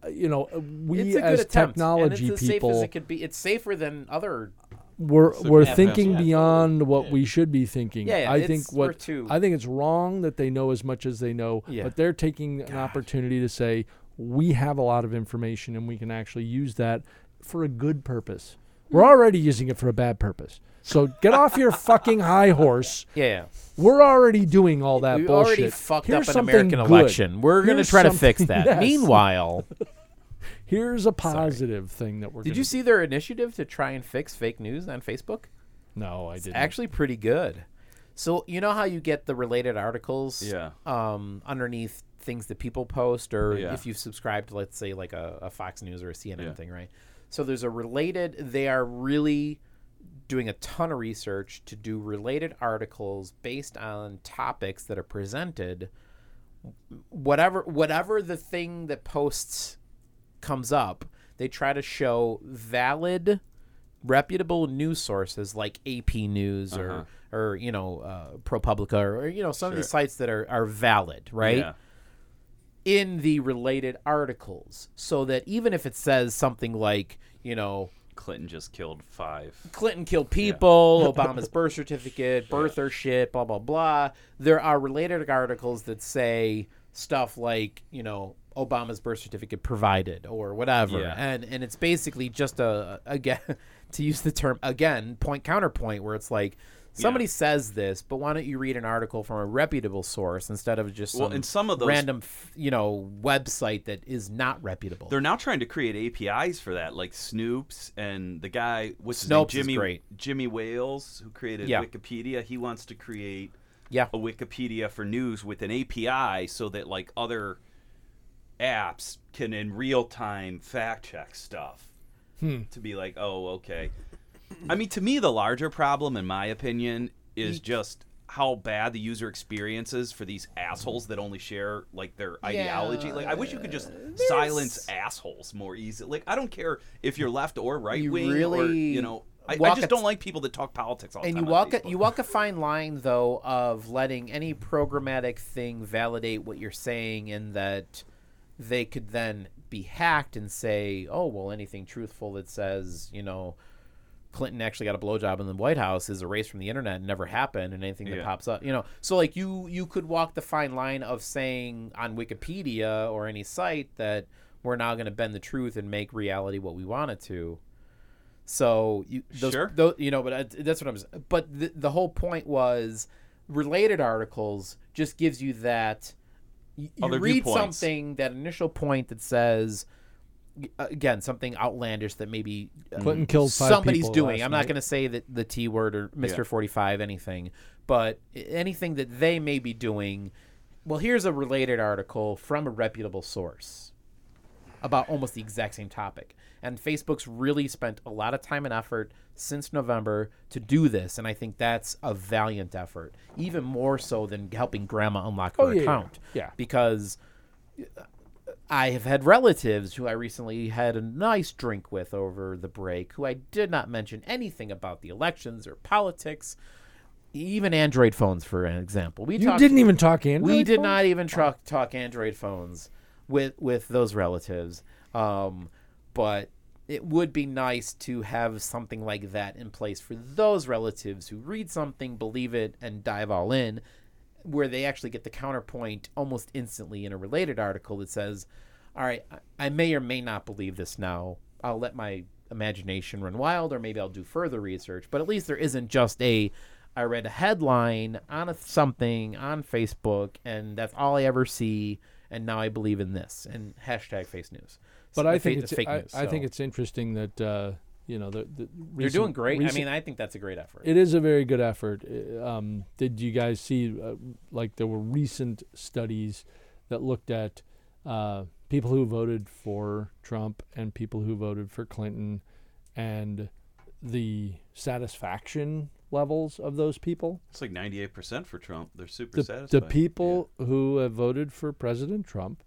[SPEAKER 6] uh, you know, uh, (laughs) we
[SPEAKER 3] it's a good
[SPEAKER 6] as
[SPEAKER 3] attempt,
[SPEAKER 6] technology
[SPEAKER 3] and it's as safe
[SPEAKER 6] people
[SPEAKER 3] as it could be. It's safer than other.
[SPEAKER 6] we're we're
[SPEAKER 7] yeah,
[SPEAKER 6] thinking
[SPEAKER 7] yeah.
[SPEAKER 6] beyond what we should be thinking.
[SPEAKER 3] Yeah, yeah,
[SPEAKER 6] I
[SPEAKER 3] it's-
[SPEAKER 6] think
[SPEAKER 3] we're
[SPEAKER 6] what
[SPEAKER 3] too-
[SPEAKER 6] I think it's wrong that they know as much as they know,
[SPEAKER 3] Yeah.
[SPEAKER 6] but they're taking an opportunity to say we have a lot of information and we can actually use that for a good purpose. We're already using it for a bad purpose. So get off your fucking high horse.
[SPEAKER 3] Yeah, yeah.
[SPEAKER 6] We're already doing all that
[SPEAKER 3] we
[SPEAKER 6] bullshit.
[SPEAKER 3] already fucked
[SPEAKER 6] Here's
[SPEAKER 3] up an
[SPEAKER 6] something
[SPEAKER 3] American
[SPEAKER 6] good.
[SPEAKER 3] election. We're gonna
[SPEAKER 6] Here's
[SPEAKER 3] try to fix
[SPEAKER 6] something- (laughs)
[SPEAKER 3] that.
[SPEAKER 6] yes.
[SPEAKER 3] Meanwhile,
[SPEAKER 6] here's a positive thing that we're.
[SPEAKER 3] did
[SPEAKER 6] gonna do.
[SPEAKER 3] you see their initiative to try and fix fake news on Facebook?
[SPEAKER 6] No, I didn't.
[SPEAKER 3] Actually, pretty good. So you know how you get the related articles,
[SPEAKER 7] Yeah.
[SPEAKER 3] um, underneath things that people post, or
[SPEAKER 7] Yeah.
[SPEAKER 3] if you've subscribed, let's say like a, a Fox News or a CNN
[SPEAKER 7] Yeah.
[SPEAKER 3] thing, right? So there's a related. They are really doing a ton of research to do related articles based on topics that are presented. Whatever, whatever the thing that posts comes up, they try to show valid, reputable news sources like AP News or or you know uh, ProPublica or, or, you know some of these
[SPEAKER 7] Uh-huh. Sure.
[SPEAKER 3] sites that are are valid, right?
[SPEAKER 7] Yeah.
[SPEAKER 3] In the related articles, so that even if it says something like you know
[SPEAKER 7] Clinton just killed five.
[SPEAKER 3] Clinton killed people,
[SPEAKER 7] (laughs)
[SPEAKER 3] Obama's birth certificate, birther shit, blah blah blah. There are related articles that say stuff like, you know, Obama's birth certificate provided or whatever.
[SPEAKER 7] Yeah.
[SPEAKER 3] And and it's basically just a again (laughs) to use the term again, point counterpoint where it's like somebody says this, but why don't you read an article from a reputable source instead of just some,
[SPEAKER 7] Well, and some of those-
[SPEAKER 3] random, f- you know, website that is not reputable.
[SPEAKER 7] They're now trying to create APIs for that, like Snoop's and the guy what's
[SPEAKER 3] Snopes is
[SPEAKER 7] his name? Jimmy
[SPEAKER 3] great.
[SPEAKER 7] Jimmy Wales, who created
[SPEAKER 3] Yeah.
[SPEAKER 7] Wikipedia. He wants to create
[SPEAKER 3] yeah.
[SPEAKER 7] a Wikipedia for news with an API so that like other apps can in real time fact check stuff
[SPEAKER 3] Hmm.
[SPEAKER 7] to be like, oh, okay. I mean, to me, the larger problem, in my opinion, is just how bad the user experience is for these assholes that only share like their ideology. Like, I wish you could just silence assholes more easily. Like, I don't care if you're left or right wing or
[SPEAKER 3] really
[SPEAKER 7] you know. I, I
[SPEAKER 3] walk
[SPEAKER 7] just
[SPEAKER 3] a-
[SPEAKER 7] don't like people that talk politics all the
[SPEAKER 3] and you
[SPEAKER 7] time. on
[SPEAKER 3] walk a,
[SPEAKER 7] Facebook.
[SPEAKER 3] you walk a fine line though of letting any programmatic thing validate what you're saying and that they could then be hacked and say oh well anything truthful that says you know Clinton actually got a blowjob in the White House is erased from the internet and never happened, and anything that
[SPEAKER 7] Yeah.
[SPEAKER 3] pops up, you know. So like you you could walk the fine line of saying on Wikipedia or any site that we're now going to bend the truth and make reality what we want it to. So you those,
[SPEAKER 7] Sure.
[SPEAKER 3] tho- you know, but I, that's what I'm. s- But the, the whole point was related articles just gives you that. You, you
[SPEAKER 7] Other
[SPEAKER 3] read
[SPEAKER 7] viewpoints.
[SPEAKER 3] something that initial point that says y- again something outlandish that maybe uh,
[SPEAKER 6] Clinton killed five
[SPEAKER 3] somebody's
[SPEAKER 6] people
[SPEAKER 3] doing.
[SPEAKER 6] last
[SPEAKER 3] I'm
[SPEAKER 6] night.
[SPEAKER 3] not going to say that the T word or Mr. 45 anything, but i- anything that they may be doing. Well, here's a related article from a reputable source about almost the exact same topic. And Facebook's really spent a lot of time and effort since November to do this, and I think that's a valiant effort, even more so than helping Grandma unlock her
[SPEAKER 6] Oh, yeah, yeah,
[SPEAKER 3] account.
[SPEAKER 6] yeah.
[SPEAKER 3] because I have had relatives who I recently had a nice drink with over the break, who I did not mention anything about the elections or politics, even Android phones, for an example. We
[SPEAKER 6] You
[SPEAKER 3] talked-
[SPEAKER 6] didn't even talk in.
[SPEAKER 3] we did not even talk talk Android phones with with those relatives. Um, but it would be nice to have something like that in place for those relatives who read something, believe it, and dive all in, where they actually get the counterpoint almost instantly in a related article that says, "All right, I- I may or may not believe this now. I'll let my imagination run wild, or maybe I'll do further research." But at least there isn't just a I read a headline on a something on Facebook, and that's all I ever see. And now I believe in this. And hashtag face news.
[SPEAKER 6] But
[SPEAKER 3] So-
[SPEAKER 6] I
[SPEAKER 3] fa-
[SPEAKER 6] think it's, I, I think
[SPEAKER 3] so.
[SPEAKER 6] it's interesting that uh, you know the, the
[SPEAKER 3] you're
[SPEAKER 6] recent-
[SPEAKER 3] doing great. I
[SPEAKER 6] recent-
[SPEAKER 3] mean, I think that's a great effort.
[SPEAKER 6] It is a very good effort. I- Um, did you guys see, uh, like, there were recent studies that looked at uh, people who voted for Trump and people who voted for Clinton and the satisfaction levels of those people?
[SPEAKER 7] It's like 98% for Trump. They're super
[SPEAKER 6] The, the
[SPEAKER 7] satisfied.
[SPEAKER 6] people who have voted for President Trump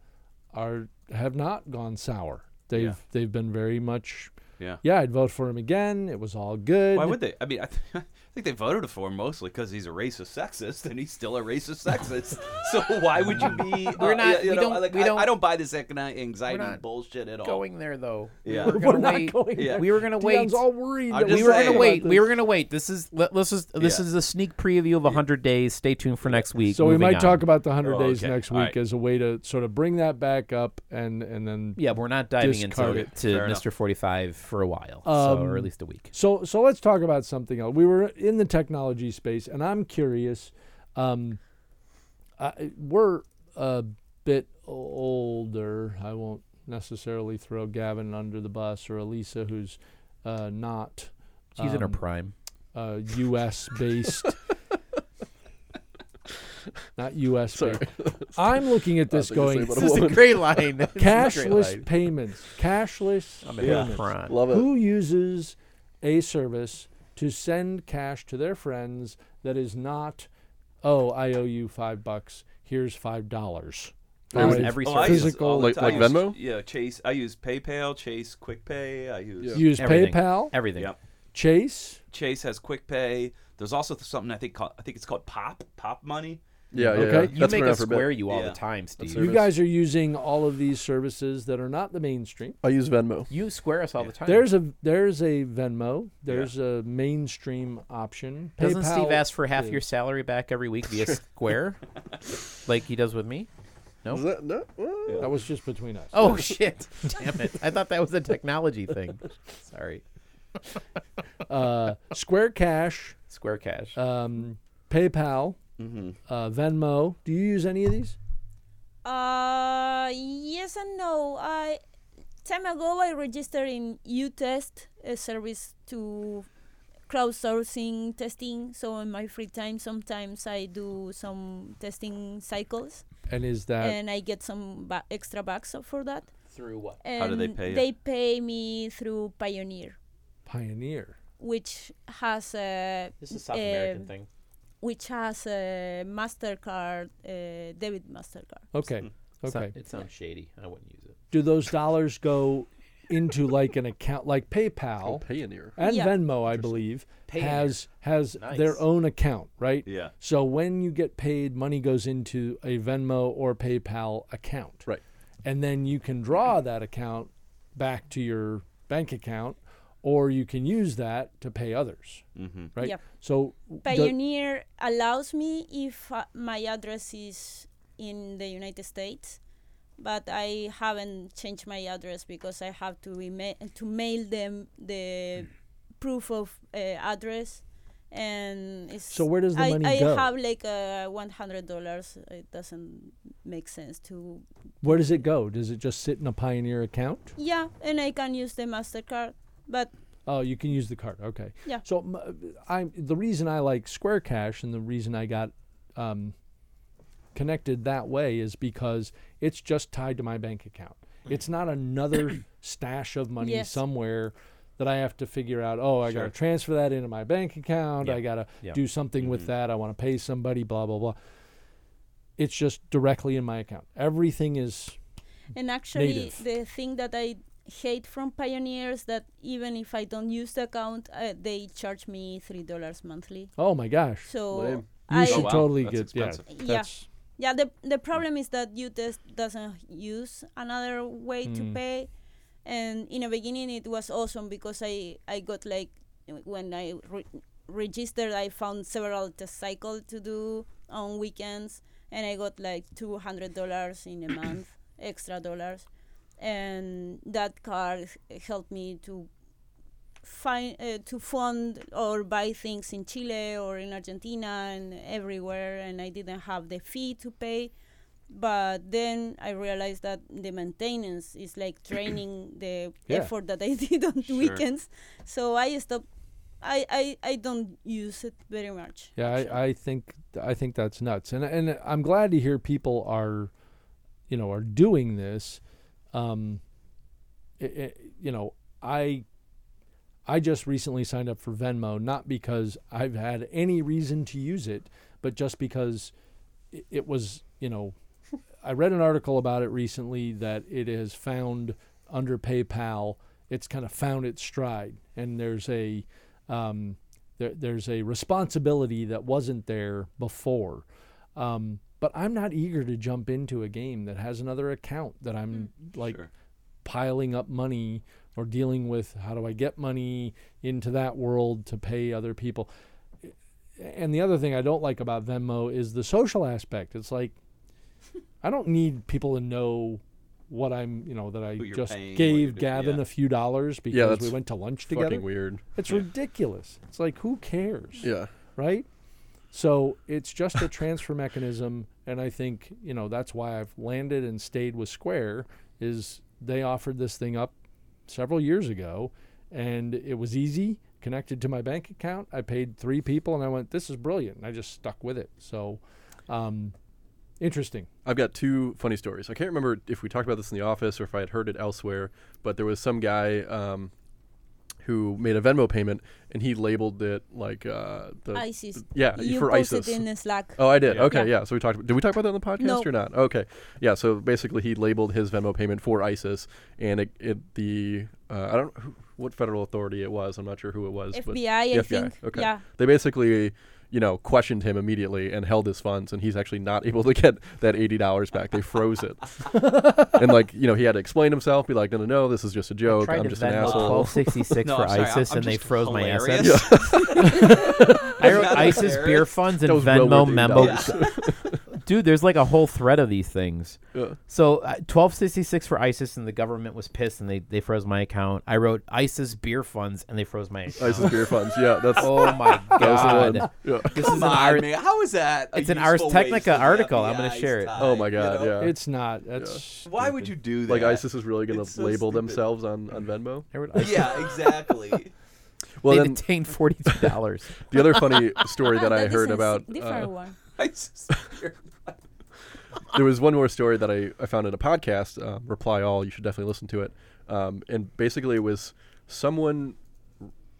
[SPEAKER 6] are have not gone sour. They've they've been very much
[SPEAKER 7] Yeah.
[SPEAKER 6] yeah, I'd vote for him again. It was all good.
[SPEAKER 7] Why would they? I mean, (laughs) I, th- I think they voted for him mostly because he's a racist sexist, and he's still a racist sexist. (laughs) so why would you be?
[SPEAKER 3] We're
[SPEAKER 7] uh, You,
[SPEAKER 3] not-
[SPEAKER 7] you
[SPEAKER 3] we
[SPEAKER 7] know,
[SPEAKER 3] don't-
[SPEAKER 7] like,
[SPEAKER 3] we
[SPEAKER 7] I-
[SPEAKER 3] don't-
[SPEAKER 7] I, don't buy this economic anxiety
[SPEAKER 3] not
[SPEAKER 7] bullshit at all.
[SPEAKER 3] going there though.
[SPEAKER 7] Yeah.
[SPEAKER 3] we were,
[SPEAKER 6] We're
[SPEAKER 3] gonna
[SPEAKER 6] not
[SPEAKER 3] wait.
[SPEAKER 6] going
[SPEAKER 7] there.
[SPEAKER 3] We were gonna
[SPEAKER 6] Dion's
[SPEAKER 3] wait.
[SPEAKER 6] all worried.
[SPEAKER 7] I'm
[SPEAKER 6] that
[SPEAKER 7] just
[SPEAKER 3] we were
[SPEAKER 7] saying.
[SPEAKER 3] gonna wait.
[SPEAKER 6] about
[SPEAKER 3] We were
[SPEAKER 6] this.
[SPEAKER 3] gonna wait. This is let, let's just this
[SPEAKER 7] Yeah.
[SPEAKER 3] is a sneak preview of 100 days. Stay tuned for next week.
[SPEAKER 6] So we
[SPEAKER 3] Moving
[SPEAKER 6] might
[SPEAKER 3] on.
[SPEAKER 6] talk about the 100
[SPEAKER 7] Oh,
[SPEAKER 6] days
[SPEAKER 7] okay.
[SPEAKER 6] next
[SPEAKER 7] All
[SPEAKER 6] week
[SPEAKER 7] right.
[SPEAKER 6] as a way to sort of bring that back up and and then
[SPEAKER 3] Yeah, we're not diving into
[SPEAKER 6] Discard it.
[SPEAKER 3] it Um, to
[SPEAKER 7] Fair enough.
[SPEAKER 3] Mr. 45 for a while, so, or at least a week.
[SPEAKER 6] So so let's talk about something else. We were in the technology space, and I'm curious. Um, I, we're a bit older. I won't necessarily throw Gavin under the bus or Elisa, who's uh, not
[SPEAKER 3] She's in her
[SPEAKER 6] um,
[SPEAKER 3] prime.
[SPEAKER 6] uh, U.S. based. Not U.S. based. I'm looking at this
[SPEAKER 1] Nothing to say
[SPEAKER 6] going
[SPEAKER 1] about a
[SPEAKER 3] (laughs) This is a (laughs)
[SPEAKER 1] woman.
[SPEAKER 3] great line. This is a great
[SPEAKER 6] cashless
[SPEAKER 3] line.
[SPEAKER 6] payments. Cashless
[SPEAKER 3] I'm in
[SPEAKER 6] payments.
[SPEAKER 3] her prime.
[SPEAKER 1] Love it.
[SPEAKER 6] Who uses a service to send cash to their friends that is not, oh, I owe you five bucks. Here's five dollars.
[SPEAKER 3] That was
[SPEAKER 6] Five-
[SPEAKER 3] every
[SPEAKER 7] Oh, I use
[SPEAKER 6] Physical-
[SPEAKER 7] all the
[SPEAKER 1] Like-
[SPEAKER 7] time.
[SPEAKER 1] like
[SPEAKER 7] I use-
[SPEAKER 1] Venmo?
[SPEAKER 7] Yeah, Chase. I use PayPal, Chase, QuickPay. I use.
[SPEAKER 1] Yeah.
[SPEAKER 6] Use
[SPEAKER 3] Everything.
[SPEAKER 6] PayPal,
[SPEAKER 3] Everything.
[SPEAKER 7] Yep.
[SPEAKER 6] Chase.
[SPEAKER 7] Chase has QuickPay. There's also th- something I think called, I think it's called Pop Pop Money.
[SPEAKER 1] Yeah, yeah.
[SPEAKER 6] Okay.
[SPEAKER 1] yeah.
[SPEAKER 3] You
[SPEAKER 1] That's
[SPEAKER 3] make
[SPEAKER 1] been around
[SPEAKER 3] us
[SPEAKER 1] for a bit.
[SPEAKER 3] square you all
[SPEAKER 7] Yeah.
[SPEAKER 3] the time, Steve.
[SPEAKER 1] Service.
[SPEAKER 6] You guys are using all of these services that are not the mainstream.
[SPEAKER 1] I use Venmo.
[SPEAKER 3] You square us all the time.
[SPEAKER 6] There's a there's a Venmo. There's a mainstream option.
[SPEAKER 3] Doesn't Steve
[SPEAKER 6] PayPal
[SPEAKER 3] ask for half
[SPEAKER 6] is-
[SPEAKER 3] your salary back every week via (laughs) Square, like he does with me?
[SPEAKER 1] Is that no? Well,
[SPEAKER 6] That was just between us.
[SPEAKER 3] Oh shit! Damn it! I thought that was a technology thing. Sorry.
[SPEAKER 6] Uh, Square Cash,
[SPEAKER 3] Square Cash.
[SPEAKER 6] um, PayPal,
[SPEAKER 7] Mm-hmm.
[SPEAKER 6] uh, Venmo. Do you use any of these?
[SPEAKER 8] Uh, yes and no. I time ago I registered in UTest, a service to crowdsourcing testing. So in my free time, sometimes I do some testing cycles,
[SPEAKER 6] And is that
[SPEAKER 8] and I get some ba- extra bucks for that.
[SPEAKER 3] Through what?
[SPEAKER 8] And
[SPEAKER 7] do they pay you?
[SPEAKER 8] They pay me through Pioneer,
[SPEAKER 6] Pioneer?
[SPEAKER 8] which has a
[SPEAKER 3] This is a South
[SPEAKER 8] Um,
[SPEAKER 3] American thing.
[SPEAKER 8] which has a Mastercard, uh, debit Mastercard.
[SPEAKER 6] Okay,
[SPEAKER 3] It sou-
[SPEAKER 6] okay.
[SPEAKER 3] It sounds shady. I wouldn't use it.
[SPEAKER 6] Do those dollars go into like an account like PayPal?
[SPEAKER 1] Payoneer.
[SPEAKER 6] and
[SPEAKER 8] Yeah.
[SPEAKER 6] Venmo, I believe,
[SPEAKER 3] Payoneer.
[SPEAKER 6] has has
[SPEAKER 3] Nice.
[SPEAKER 6] their own account, right?
[SPEAKER 7] Yeah.
[SPEAKER 6] So when you get paid, money goes into a Venmo or PayPal account.
[SPEAKER 1] Right.
[SPEAKER 6] And then you can draw that account back to your bank account or you can use that to pay others.
[SPEAKER 7] Mhm.
[SPEAKER 6] Right.
[SPEAKER 8] Yep.
[SPEAKER 6] So the-
[SPEAKER 8] Pioneer allows me if uh, my address is in the United States, but I haven't changed my address because I have to ema- to mail them the proof of uh, address, and it's
[SPEAKER 6] So where does the
[SPEAKER 8] I,
[SPEAKER 6] money
[SPEAKER 8] I
[SPEAKER 6] go?
[SPEAKER 8] have like uh, one hundred dollars. It doesn't make sense to
[SPEAKER 6] where does it go? Does it just sit in a Pioneer account?
[SPEAKER 8] yeah, and I can use the Mastercard, but
[SPEAKER 6] Oh, you can use the card. Okay.
[SPEAKER 8] Yeah.
[SPEAKER 6] So m- I the reason I like Square Cash and the reason I got um, connected that way is because it's just tied to my bank account. It's not
[SPEAKER 8] (coughs)
[SPEAKER 6] another stash of money
[SPEAKER 11] Yes.
[SPEAKER 6] somewhere that I have to figure out. Oh, I got
[SPEAKER 11] Sure.
[SPEAKER 6] to transfer that into my bank account. I
[SPEAKER 11] Yep.
[SPEAKER 6] got to
[SPEAKER 11] Yep.
[SPEAKER 6] do something with that. I want to pay somebody. Blah blah blah. It's just directly in my account. Everything is
[SPEAKER 8] And actually,
[SPEAKER 6] Native.
[SPEAKER 8] the thing that I hate from Pioneers that even if I don't use the account, uh, they charge me three dollars monthly.
[SPEAKER 6] Oh my gosh.
[SPEAKER 8] So
[SPEAKER 6] Lame. You
[SPEAKER 8] I-
[SPEAKER 6] should Oh, wow. totally That's get-
[SPEAKER 7] expensive.
[SPEAKER 6] yeah,
[SPEAKER 8] Yeah.
[SPEAKER 6] that's-
[SPEAKER 8] Yeah, the, the problem is that UTES doesn't use another way to
[SPEAKER 6] Mm.
[SPEAKER 8] pay. And in the beginning, it was awesome because I, I got like, when I re- registered, I found several test cycle to do on weekends. And I got like $200 in a month, (coughs) extra dollars. And that card helped me to find uh, to fund or buy things in Chile or in Argentina and everywhere, and I didn't have the fee to pay. But then I realized that the maintenance is like (coughs) training the
[SPEAKER 11] Yeah.
[SPEAKER 8] effort that I (laughs) did on
[SPEAKER 11] Sure.
[SPEAKER 8] weekends. So I stopped. I, I, I don't use it very much.
[SPEAKER 6] Yeah, I, I think I think that's nuts, and and I'm glad to hear people are, you know, are doing this. Um, i i you know, I I just recently signed up for Venmo, not because I've had any reason to use it, but just because it, it was, you know, I read an article about it recently that it has found under PayPal, it's kind of found its stride, and there's a um, there, there's a responsibility that wasn't there before. Um, but I'm not eager to jump into a game that has another account that I'm like piling up money or dealing with how do I get money into that world to pay other people. And the other thing I don't like about Venmo is the social aspect. It's like I don't need people to know what I'm, you know, that I
[SPEAKER 7] you're
[SPEAKER 6] just
[SPEAKER 7] paying, what you're
[SPEAKER 6] gave
[SPEAKER 7] doing,
[SPEAKER 6] Gavin
[SPEAKER 7] yeah.
[SPEAKER 6] a few dollars because we
[SPEAKER 1] that's
[SPEAKER 6] went to lunch
[SPEAKER 1] fucking
[SPEAKER 6] together.
[SPEAKER 1] weird.
[SPEAKER 6] It's ridiculous. It's like who cares?
[SPEAKER 1] Yeah.
[SPEAKER 6] Right? So it's just a transfer mechanism and I think, you know, that's why I've landed and stayed with Square is they offered this thing up several years ago and it was easy, connected to my bank account. I paid 3 people and I went, this is brilliant. And I just stuck with it. So um interesting.
[SPEAKER 1] I've got two funny stories. I can't remember if we talked about this in the office or if I had heard it elsewhere, but there was some guy um, who made a Venmo payment and he labeled it like uh, the
[SPEAKER 8] ISIS.
[SPEAKER 1] Yeah,
[SPEAKER 8] You
[SPEAKER 1] for
[SPEAKER 8] posted
[SPEAKER 1] ISIS.
[SPEAKER 8] in the Slack.
[SPEAKER 1] Oh, I did.
[SPEAKER 8] Yeah.
[SPEAKER 1] Okay,
[SPEAKER 8] Yeah.
[SPEAKER 1] yeah. So we talked. Did we talk about that on the podcast
[SPEAKER 8] No.
[SPEAKER 1] or not? Okay, yeah. So basically, he labeled his Venmo payment for ISIS, and it, it the uh, I don't who, what federal authority it was. I'm not sure who it was. but
[SPEAKER 8] FBI, I
[SPEAKER 1] the
[SPEAKER 8] think.
[SPEAKER 1] Okay.
[SPEAKER 8] Yeah.
[SPEAKER 1] They basically. You know, questioned him immediately and held his funds, and he's actually not (laughs) able to get that eighty dollars back. They froze
[SPEAKER 8] (laughs)
[SPEAKER 1] it, and like you know, he had to explain himself, be like, "No, no, no, this is just a joke.
[SPEAKER 3] tried
[SPEAKER 1] I'm
[SPEAKER 3] to
[SPEAKER 1] just an
[SPEAKER 3] Venmo
[SPEAKER 1] asshole."
[SPEAKER 3] 1266 (laughs) No, for I'm sorry, ISIS, I'm- and I'm they just froze my
[SPEAKER 7] (laughs)
[SPEAKER 3] hilarious. (laughs) assets.
[SPEAKER 1] Yeah.
[SPEAKER 3] I wrote ISIS beer funds and
[SPEAKER 1] (laughs) That was well
[SPEAKER 3] Venmo
[SPEAKER 1] worth
[SPEAKER 3] memos.
[SPEAKER 1] $80.
[SPEAKER 3] (laughs) Dude, there's like a whole thread of these things.
[SPEAKER 1] Yeah.
[SPEAKER 3] So uh, 1266 for ISIS, and the government was pissed, and they, they froze my account. I wrote ISIS beer funds, and they froze my account.
[SPEAKER 1] ISIS beer funds, yeah,
[SPEAKER 3] (laughs)
[SPEAKER 1] that's-
[SPEAKER 3] oh my
[SPEAKER 1] (laughs) that was the one,
[SPEAKER 3] god.
[SPEAKER 1] yeah.
[SPEAKER 3] This
[SPEAKER 7] Come
[SPEAKER 3] is an
[SPEAKER 7] on,
[SPEAKER 3] Ars-
[SPEAKER 7] man. How is that a
[SPEAKER 3] It's an Ars
[SPEAKER 7] useful way to
[SPEAKER 3] Technica
[SPEAKER 7] fill the
[SPEAKER 3] article. I'm gonna
[SPEAKER 7] FBI's
[SPEAKER 3] share it.
[SPEAKER 7] time,
[SPEAKER 1] Oh my god, yeah.
[SPEAKER 7] Uh,
[SPEAKER 6] It's not. That's
[SPEAKER 7] Why would you do that?
[SPEAKER 1] Like ISIS is really going to
[SPEAKER 7] It's so
[SPEAKER 1] label
[SPEAKER 7] stupid.
[SPEAKER 1] themselves on, on Venmo?
[SPEAKER 7] (laughs)
[SPEAKER 1] (laughs)
[SPEAKER 7] Yeah, exactly. (laughs)
[SPEAKER 1] Well,
[SPEAKER 3] they
[SPEAKER 1] then-
[SPEAKER 3] detained forty-two dollars.
[SPEAKER 1] The other funny story that
[SPEAKER 7] (laughs)
[SPEAKER 8] Ah,
[SPEAKER 1] I
[SPEAKER 8] that
[SPEAKER 1] heard
[SPEAKER 8] is a s-
[SPEAKER 1] about.
[SPEAKER 8] different
[SPEAKER 1] uh,
[SPEAKER 8] one.
[SPEAKER 7] ISIS beer
[SPEAKER 1] there was one more story that I, I found in a podcast, um, Reply All. You should definitely listen to it. Um, and basically, it was someone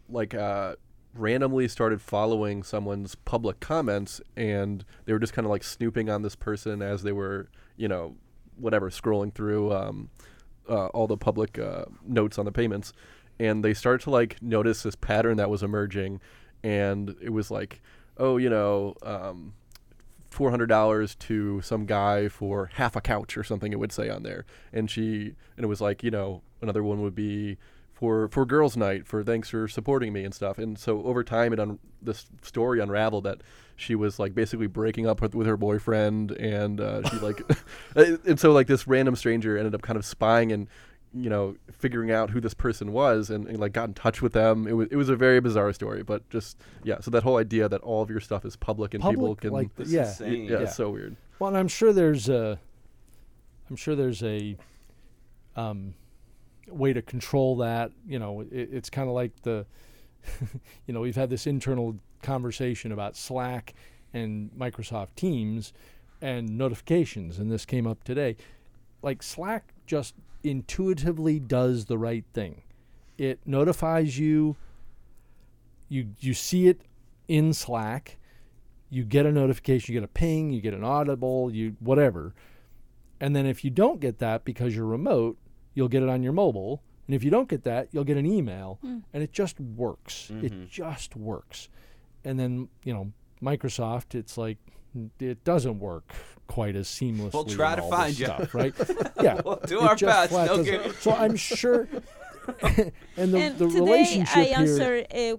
[SPEAKER 1] like uh, randomly started following someone's public comments, and they were just kind of like snooping on this person as they were, you know, whatever, scrolling through um, uh, all the public uh, notes on the payments. And they started to like notice this pattern that was emerging, and it was like, oh, you know, um, four hundred dollars to some guy for half a couch or something. It would say on there, and she and it was like you know another one would be for for girls' night for thanks for supporting me and stuff. And so over time, it un- this story unraveled that she was like basically breaking up with, with her boyfriend, and uh, she like, (laughs) uh, and so like this random stranger ended up kind of spying and you know figuring out who this person was and, and like got in touch with them. It was it was a very bizarre story, but just yeah. So that whole idea that all of your stuff is public and people
[SPEAKER 6] Public
[SPEAKER 1] can
[SPEAKER 6] like th- This
[SPEAKER 1] y-
[SPEAKER 6] is yeah.
[SPEAKER 1] yeah,
[SPEAKER 6] insane. Yeah.
[SPEAKER 1] it's so weird. (laughs)
[SPEAKER 6] Well, and I'm sure there's a, I'm sure there's a, um, way to control that. You know, it, it's kind of like the, (laughs) you know, we've had this internal conversation about Slack and Microsoft Teams, and notifications, and this came up today. Like Slack just intuitively does the right thing. It notifies you. You you see it in Slack you get a notification, you get a ping, you get an audible, you whatever. And then if you don't get that because you're remote, you'll get it on your mobile. And if you don't get that, you'll get an email.
[SPEAKER 8] Hmm.
[SPEAKER 6] And it just works.
[SPEAKER 7] Mm-hmm.
[SPEAKER 6] It just works. And then, you know, Microsoft, it's like it doesn't work quite as seamlessly.
[SPEAKER 7] We'll try
[SPEAKER 6] and
[SPEAKER 7] to
[SPEAKER 6] all this
[SPEAKER 7] find you.
[SPEAKER 6] stuff, right? Yeah.
[SPEAKER 7] (laughs) We'll do
[SPEAKER 6] It
[SPEAKER 7] our
[SPEAKER 6] just
[SPEAKER 7] best,
[SPEAKER 6] flat
[SPEAKER 7] no
[SPEAKER 6] doesn't-
[SPEAKER 7] kidding.
[SPEAKER 6] So I'm
[SPEAKER 7] (laughs)
[SPEAKER 6] sure (laughs) and the,
[SPEAKER 8] and
[SPEAKER 6] the
[SPEAKER 8] today
[SPEAKER 6] relationship
[SPEAKER 8] I
[SPEAKER 6] here
[SPEAKER 8] answered a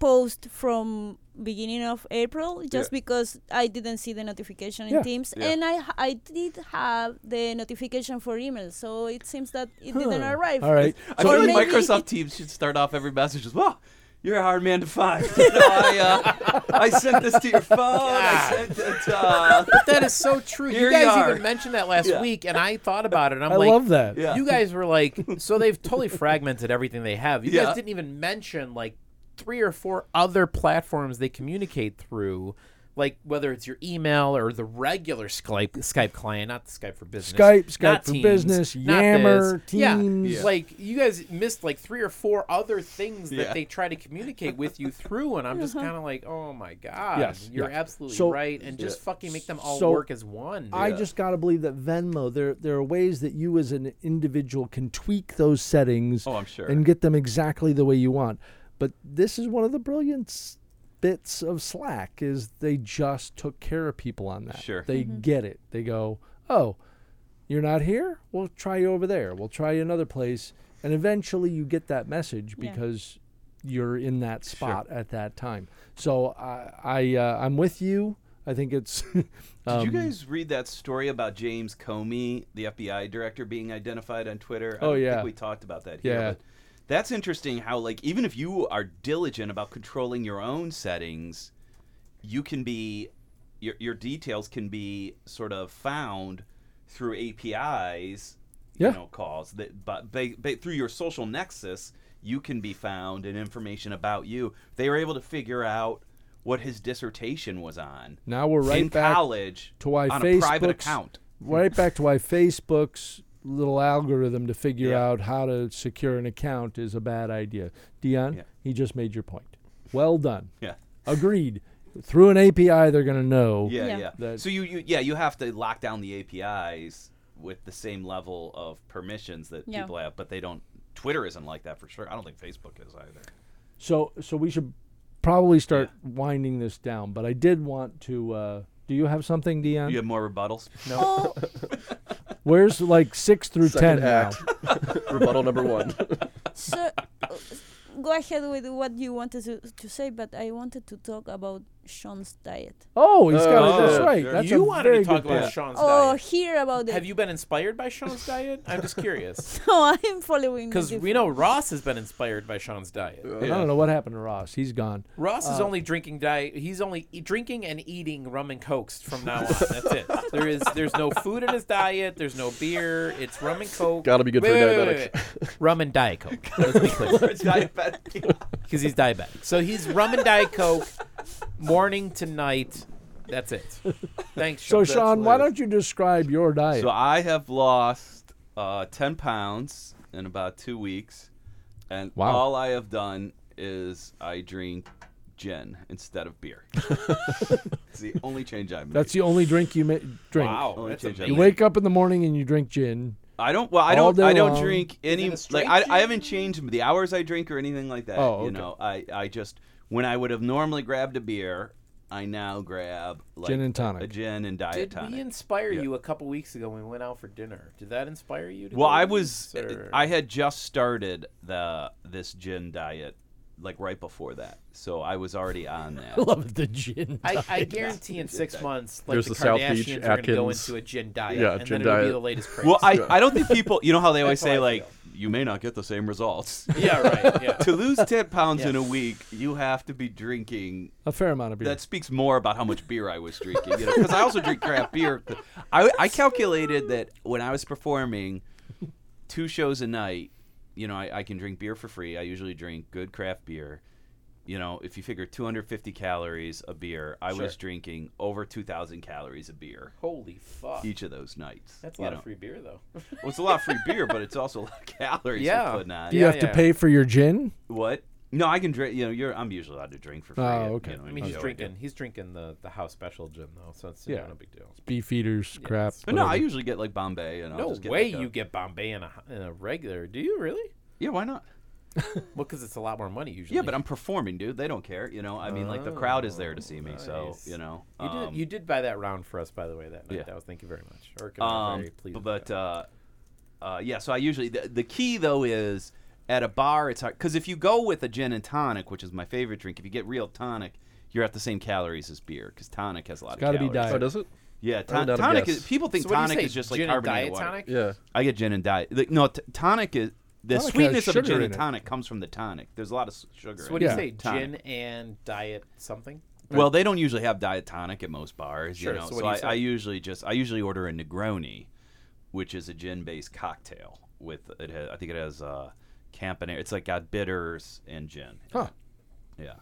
[SPEAKER 8] post from beginning of April just because I didn't see the notification in
[SPEAKER 6] Yeah.
[SPEAKER 8] Teams,
[SPEAKER 7] Yeah.
[SPEAKER 8] and I h- I did have the notification for email, so it seems that it didn't
[SPEAKER 6] Huh.
[SPEAKER 8] arrive.
[SPEAKER 6] All right.
[SPEAKER 7] I
[SPEAKER 8] So
[SPEAKER 7] feel
[SPEAKER 8] maybe-
[SPEAKER 7] like Microsoft Teams should start off every message with, "Well, you're a hard man to find." (laughs) You know, I, uh, I sent this to your phone.
[SPEAKER 3] (laughs)
[SPEAKER 7] I sent it. Uh,
[SPEAKER 3] That is so true.
[SPEAKER 7] Here
[SPEAKER 3] You
[SPEAKER 7] you
[SPEAKER 3] guys
[SPEAKER 7] are.
[SPEAKER 3] even mentioned that last
[SPEAKER 7] Yeah.
[SPEAKER 3] week, and I thought about it. And I'm
[SPEAKER 6] I
[SPEAKER 3] like,
[SPEAKER 6] love that.
[SPEAKER 7] Yeah.
[SPEAKER 3] You guys were like, so they've
[SPEAKER 6] (laughs)
[SPEAKER 3] totally fragmented everything they have. You
[SPEAKER 7] Yeah.
[SPEAKER 3] guys didn't even mention like three or four other platforms they communicate through, like whether it's your email or the regular Skype Skype client, not the Skype for business,
[SPEAKER 6] Skype, Skype
[SPEAKER 3] not
[SPEAKER 6] for
[SPEAKER 3] Teams,
[SPEAKER 6] Business,
[SPEAKER 3] not
[SPEAKER 6] Yammer,
[SPEAKER 3] this. Yeah.
[SPEAKER 6] Teams.
[SPEAKER 7] Yeah.
[SPEAKER 3] Like you guys missed like three or four other things that
[SPEAKER 7] Yeah.
[SPEAKER 3] they try to communicate with you through, and I'm just kind of like, oh my god,
[SPEAKER 6] Uh-huh. Yes,
[SPEAKER 3] you're
[SPEAKER 6] yes.
[SPEAKER 3] absolutely
[SPEAKER 6] So-
[SPEAKER 3] right, and just fucking make them all
[SPEAKER 6] So-
[SPEAKER 3] work as one.
[SPEAKER 6] I just got to believe that Venmo. There, there are ways that you as an individual can tweak those settings.
[SPEAKER 7] Oh, I'm sure.
[SPEAKER 6] And get them exactly the way you want. But this is one of the brilliant s- bits of Slack is they just took care of people on that.
[SPEAKER 7] Sure.
[SPEAKER 6] They get it. They go, oh, you're not here. We'll try you over there. We'll try you another place. And eventually, you get that message
[SPEAKER 8] Yeah.
[SPEAKER 6] because you're in that spot at that time. So I, I, uh, I'm with you. I think it's. (laughs)
[SPEAKER 7] Did
[SPEAKER 6] um,
[SPEAKER 7] you guys read that story about James Comey, the FBI director, being identified on Twitter? I
[SPEAKER 6] Oh,
[SPEAKER 7] don't
[SPEAKER 6] yeah.
[SPEAKER 7] think we talked about that here.
[SPEAKER 6] Yeah.
[SPEAKER 7] but that's interesting. How like even if you are diligent about controlling your own settings, you can be your your details can be sort of found through APIs,
[SPEAKER 6] Yeah.
[SPEAKER 7] you know, calls that but ba- ba- through your social nexus, you can be found and information about you. They were able to figure out what his dissertation was on
[SPEAKER 6] Now we're right
[SPEAKER 7] in
[SPEAKER 6] back
[SPEAKER 7] college
[SPEAKER 6] to why
[SPEAKER 7] on
[SPEAKER 6] Facebook's
[SPEAKER 7] a private account.
[SPEAKER 6] right back to why Facebook's little algorithm to figure
[SPEAKER 7] Yeah.
[SPEAKER 6] out how to secure an account is a bad idea. Dion,
[SPEAKER 7] Yeah.
[SPEAKER 6] he just made your point. Well done.
[SPEAKER 7] Yeah.
[SPEAKER 6] Agreed. Through an API, they're going to know.
[SPEAKER 7] Yeah,
[SPEAKER 8] Yeah.
[SPEAKER 7] yeah.
[SPEAKER 6] That-
[SPEAKER 7] so you, you yeah, you have to lock down the APIs with the same level of permissions that
[SPEAKER 8] Yeah.
[SPEAKER 7] people have, but they don't Twitter isn't like that for sure. I don't think Facebook is either.
[SPEAKER 6] So, so we should probably start winding this down. But I did want to. Uh, do you have something, Dion?
[SPEAKER 7] You have more rebuttals?
[SPEAKER 8] Oh,
[SPEAKER 6] Where's like six through
[SPEAKER 1] Second
[SPEAKER 6] ten
[SPEAKER 1] act,
[SPEAKER 6] now?
[SPEAKER 1] rebuttal number one.
[SPEAKER 8] so uh, go ahead with what you wanted to, to say, but I wanted to talk about Sean's diet.
[SPEAKER 6] (laughs) Oh, he's got.
[SPEAKER 1] Oh,
[SPEAKER 6] it. That's right.
[SPEAKER 1] sure.
[SPEAKER 6] That's
[SPEAKER 3] you
[SPEAKER 6] a
[SPEAKER 3] wanted
[SPEAKER 6] very
[SPEAKER 3] to talk
[SPEAKER 6] good
[SPEAKER 3] about
[SPEAKER 6] point.
[SPEAKER 3] Sean's
[SPEAKER 8] Oh,
[SPEAKER 3] diet.
[SPEAKER 8] hear about it.
[SPEAKER 3] Have you been inspired by Sean's diet? I'm just curious.
[SPEAKER 8] (laughs) No, I'm following. the
[SPEAKER 3] Because we
[SPEAKER 8] different-
[SPEAKER 3] know Ross has been inspired by Sean's diet.
[SPEAKER 6] I don't know what happened to Ross. He's gone.
[SPEAKER 3] Ross
[SPEAKER 6] uh,
[SPEAKER 3] is only drinking diet. He's only e- drinking and eating rum and cokes
[SPEAKER 6] (laughs)
[SPEAKER 3] from now on. That's it. There is there's no food in his diet. There's no beer. It's rum and coke.
[SPEAKER 1] Gotta be good
[SPEAKER 6] (laughs)
[SPEAKER 1] for
[SPEAKER 3] wait. rum and diet coke. Let's be clear. (laughs) because he's diabetic. So he's rum and diet coke, morning to night.
[SPEAKER 6] (laughs)
[SPEAKER 3] That's it. Thanks,
[SPEAKER 6] So,
[SPEAKER 3] Sean.
[SPEAKER 6] Sean, why don't you describe your diet?
[SPEAKER 7] So I have lost uh, ten pounds in about two weeks, and
[SPEAKER 6] Wow.
[SPEAKER 7] all I have done is I drink gin instead
[SPEAKER 6] (laughs)
[SPEAKER 7] of beer. it's the only change I made.
[SPEAKER 6] That's the only drink you ma- drink.
[SPEAKER 3] wow,
[SPEAKER 7] Only
[SPEAKER 3] that's
[SPEAKER 7] change I
[SPEAKER 6] You
[SPEAKER 3] amazing.
[SPEAKER 7] made.
[SPEAKER 6] wake up in the morning and you drink gin.
[SPEAKER 7] I don't. Well, I
[SPEAKER 6] All
[SPEAKER 7] don't.
[SPEAKER 6] day
[SPEAKER 7] I don't
[SPEAKER 6] long.
[SPEAKER 7] drink any. Like I, I haven't changed the hours I drink or anything like that.
[SPEAKER 6] Oh, okay.
[SPEAKER 7] You know, I, I just when I would have normally grabbed a beer, I now grab like,
[SPEAKER 6] Gin and tonic.
[SPEAKER 7] A gin and diet
[SPEAKER 3] Did
[SPEAKER 7] tonic.
[SPEAKER 3] we inspire
[SPEAKER 7] Yeah.
[SPEAKER 3] you a couple weeks ago when we went out for dinner? Did that inspire you? To
[SPEAKER 7] Well,
[SPEAKER 3] go
[SPEAKER 7] I
[SPEAKER 3] to
[SPEAKER 7] was
[SPEAKER 3] this, or-
[SPEAKER 7] I had just started the this gin diet like right before that, so I was already on that.
[SPEAKER 6] I (laughs) love the gin.
[SPEAKER 7] (laughs)
[SPEAKER 3] I, I
[SPEAKER 6] diet.
[SPEAKER 3] guarantee in six months, like
[SPEAKER 1] There's
[SPEAKER 3] the,
[SPEAKER 1] the South Beach,
[SPEAKER 3] Kardashians are going to go
[SPEAKER 1] Atkins.
[SPEAKER 3] into a gin diet,
[SPEAKER 1] Yeah,
[SPEAKER 3] and
[SPEAKER 1] gin
[SPEAKER 3] then it'll be
[SPEAKER 1] diet.
[SPEAKER 3] the latest craze.
[SPEAKER 7] Well, I, I don't think people, you know how they always say like you may not get the same results. (laughs)
[SPEAKER 3] yeah, right. (laughs) Yeah.
[SPEAKER 7] to lose 10 pounds in a
[SPEAKER 3] Yeah.
[SPEAKER 7] week, you have to be drinking.
[SPEAKER 6] a fair amount of beer.
[SPEAKER 7] That speaks more about how much beer I was drinking. Because you know, 'cause I also drink craft beer. I, I calculated that when I was performing two shows a night, you know, I, I can drink beer for free. I usually drink good craft beer. You know, if you figure 250 calories a beer, I was drinking over 2,000 calories a beer
[SPEAKER 3] Holy fuck!
[SPEAKER 7] each of those nights.
[SPEAKER 3] That's a
[SPEAKER 7] you
[SPEAKER 3] lot
[SPEAKER 7] know.
[SPEAKER 3] of free beer,
[SPEAKER 7] (laughs)
[SPEAKER 3] though.
[SPEAKER 7] Well, it's a lot
[SPEAKER 3] (laughs)
[SPEAKER 7] of free beer, but it's also a lot of calories
[SPEAKER 3] Yeah.
[SPEAKER 7] you're putting on.
[SPEAKER 6] Do you
[SPEAKER 3] Yeah,
[SPEAKER 6] have to
[SPEAKER 3] yeah.
[SPEAKER 6] pay for your gin?
[SPEAKER 7] What? No, I can drink. You know, you're. I'm usually allowed to drink for free.
[SPEAKER 6] Oh,
[SPEAKER 7] at, you
[SPEAKER 6] okay.
[SPEAKER 7] know,
[SPEAKER 3] I
[SPEAKER 7] any
[SPEAKER 3] mean, he's
[SPEAKER 7] show do.
[SPEAKER 3] drinking. He's drinking the, the house special gin though, so it's
[SPEAKER 6] Yeah.
[SPEAKER 3] not a big deal.
[SPEAKER 6] Beefeaters, crap.
[SPEAKER 7] But no, I
[SPEAKER 6] whatever.
[SPEAKER 7] usually get like Bombay and. I'll
[SPEAKER 3] No
[SPEAKER 7] just get,
[SPEAKER 3] way
[SPEAKER 7] like, a-
[SPEAKER 3] you get Bombay in a, in a regular. Do you really?
[SPEAKER 7] Yeah, why not?
[SPEAKER 3] Well, because it's a lot more money usually.
[SPEAKER 7] Yeah, but I'm performing, dude. They don't care. You know, I mean, like the crowd is there to see me, so
[SPEAKER 3] nice.
[SPEAKER 7] you know.
[SPEAKER 3] You
[SPEAKER 7] um,
[SPEAKER 3] did you did buy that round for us by the way that night.
[SPEAKER 7] yeah.
[SPEAKER 3] That was thank you very much. Eric and I are
[SPEAKER 7] Um,
[SPEAKER 3] very pleased
[SPEAKER 7] but
[SPEAKER 3] with that.
[SPEAKER 7] uh, uh, yeah, so I usually the, the key though is at a bar it's hard because if you go with a gin and tonic, which is my favorite drink, if you get real tonic, you're at the same calories as beer because tonic has a lot of
[SPEAKER 6] gotta be
[SPEAKER 7] calories.
[SPEAKER 6] diet.
[SPEAKER 1] Oh, does it?
[SPEAKER 7] Yeah,
[SPEAKER 1] would
[SPEAKER 7] ton-
[SPEAKER 1] not have
[SPEAKER 7] tonic is
[SPEAKER 1] guessed.
[SPEAKER 7] people think
[SPEAKER 3] So what do you
[SPEAKER 7] tonic
[SPEAKER 3] say,
[SPEAKER 7] is just like
[SPEAKER 3] gin and
[SPEAKER 7] carbonated
[SPEAKER 3] diet
[SPEAKER 7] water.
[SPEAKER 3] tonic?
[SPEAKER 1] Yeah.
[SPEAKER 7] I get gin and diet. Like, no, t- tonic is the
[SPEAKER 6] Tonic has
[SPEAKER 7] sweetness of a
[SPEAKER 6] sugar
[SPEAKER 7] gin
[SPEAKER 6] in
[SPEAKER 7] and
[SPEAKER 6] it.
[SPEAKER 7] tonic comes from the tonic. There's a lot of s- sugar.
[SPEAKER 3] So
[SPEAKER 7] in
[SPEAKER 3] what do
[SPEAKER 7] it.
[SPEAKER 3] you say?
[SPEAKER 7] Tonic.
[SPEAKER 3] Gin and diet something.
[SPEAKER 7] Well, they don't usually have diet tonic at most bars.
[SPEAKER 3] Sure,
[SPEAKER 7] You know,
[SPEAKER 3] so
[SPEAKER 7] so,
[SPEAKER 3] what do you
[SPEAKER 7] I,
[SPEAKER 3] say?
[SPEAKER 7] I usually just I usually order a Negroni, which is a gin-based cocktail with it. Has, I think it has uh, campanile. It's like got bitters and gin.
[SPEAKER 6] Huh.
[SPEAKER 7] Yeah.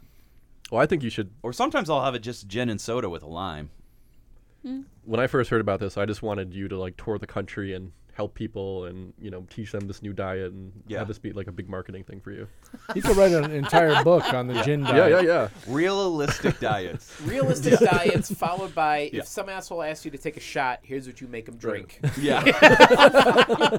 [SPEAKER 1] Well, I think you should.
[SPEAKER 7] Or sometimes I'll have it just gin and soda with a
[SPEAKER 3] (laughs)
[SPEAKER 7] lime.
[SPEAKER 1] When I first heard about this, I just wanted you to like tour the country and help people and you know teach them this new diet and
[SPEAKER 7] Yeah.
[SPEAKER 1] have this be like a big marketing thing for you.
[SPEAKER 6] You could write an entire book on the gin diet.
[SPEAKER 1] Yeah, yeah, yeah.
[SPEAKER 7] Realistic diets. (laughs)
[SPEAKER 3] Realistic diets followed by
[SPEAKER 7] Yeah.
[SPEAKER 3] if some asshole asks you to take a shot, here's what you make
[SPEAKER 7] (laughs)
[SPEAKER 3] him drink.
[SPEAKER 7] Yeah.
[SPEAKER 1] Well,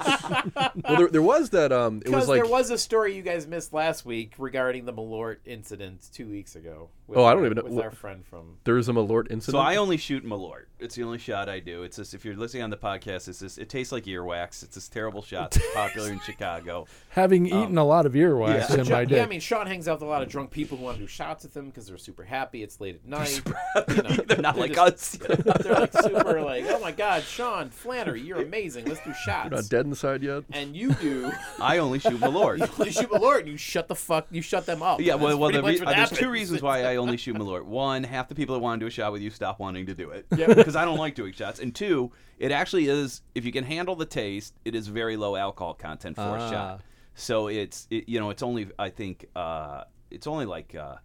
[SPEAKER 1] there, there was that. Um, it
[SPEAKER 3] Because
[SPEAKER 1] was like.
[SPEAKER 3] there was a story you guys missed last week regarding the Malort incident two weeks ago. With
[SPEAKER 1] Oh, I don't
[SPEAKER 3] our-
[SPEAKER 1] even know-
[SPEAKER 3] With
[SPEAKER 1] wha-
[SPEAKER 3] our friend from
[SPEAKER 1] there was a Malort incident.
[SPEAKER 7] So I only shoot Malort. It's the only shot I do. It's this. If you're listening on the podcast, it's this. It tastes like earwax. It's this terrible shot that's popular
[SPEAKER 3] (laughs)
[SPEAKER 7] in Chicago.
[SPEAKER 6] Having eaten a lot of earwax
[SPEAKER 7] yeah.
[SPEAKER 6] in
[SPEAKER 3] Yeah,
[SPEAKER 6] my day.
[SPEAKER 3] I
[SPEAKER 6] (laughs)
[SPEAKER 3] mean, Sean hangs out with a lot of drunk people who want to do shots with him because they're super happy. It's late at night. You know,
[SPEAKER 7] (laughs) They're not like
[SPEAKER 3] just-
[SPEAKER 7] us. (laughs)
[SPEAKER 3] They're like super like, oh my god, Sean Flannery, you're amazing. Let's do shots.
[SPEAKER 1] not dead inside yet.
[SPEAKER 3] And you do.
[SPEAKER 7] I only shoot
[SPEAKER 3] (laughs)
[SPEAKER 7] Malort.
[SPEAKER 3] you shoot Malort and you shut the fuck. You shut them up.
[SPEAKER 7] Yeah, well,
[SPEAKER 3] That's
[SPEAKER 7] well
[SPEAKER 3] pretty
[SPEAKER 7] the
[SPEAKER 3] much
[SPEAKER 7] re-
[SPEAKER 3] what
[SPEAKER 7] uh, there's two
[SPEAKER 3] happened.
[SPEAKER 7] reasons why I only shoot Malort. One, half the people that want to do a shot with you stop wanting to do it (laughs) because I don't like doing shots. And two, it actually is if you can handle the taste, it is very low alcohol content for a
[SPEAKER 3] Ah.
[SPEAKER 7] shot. So it's it, you know it's only I think uh, it's only like uh,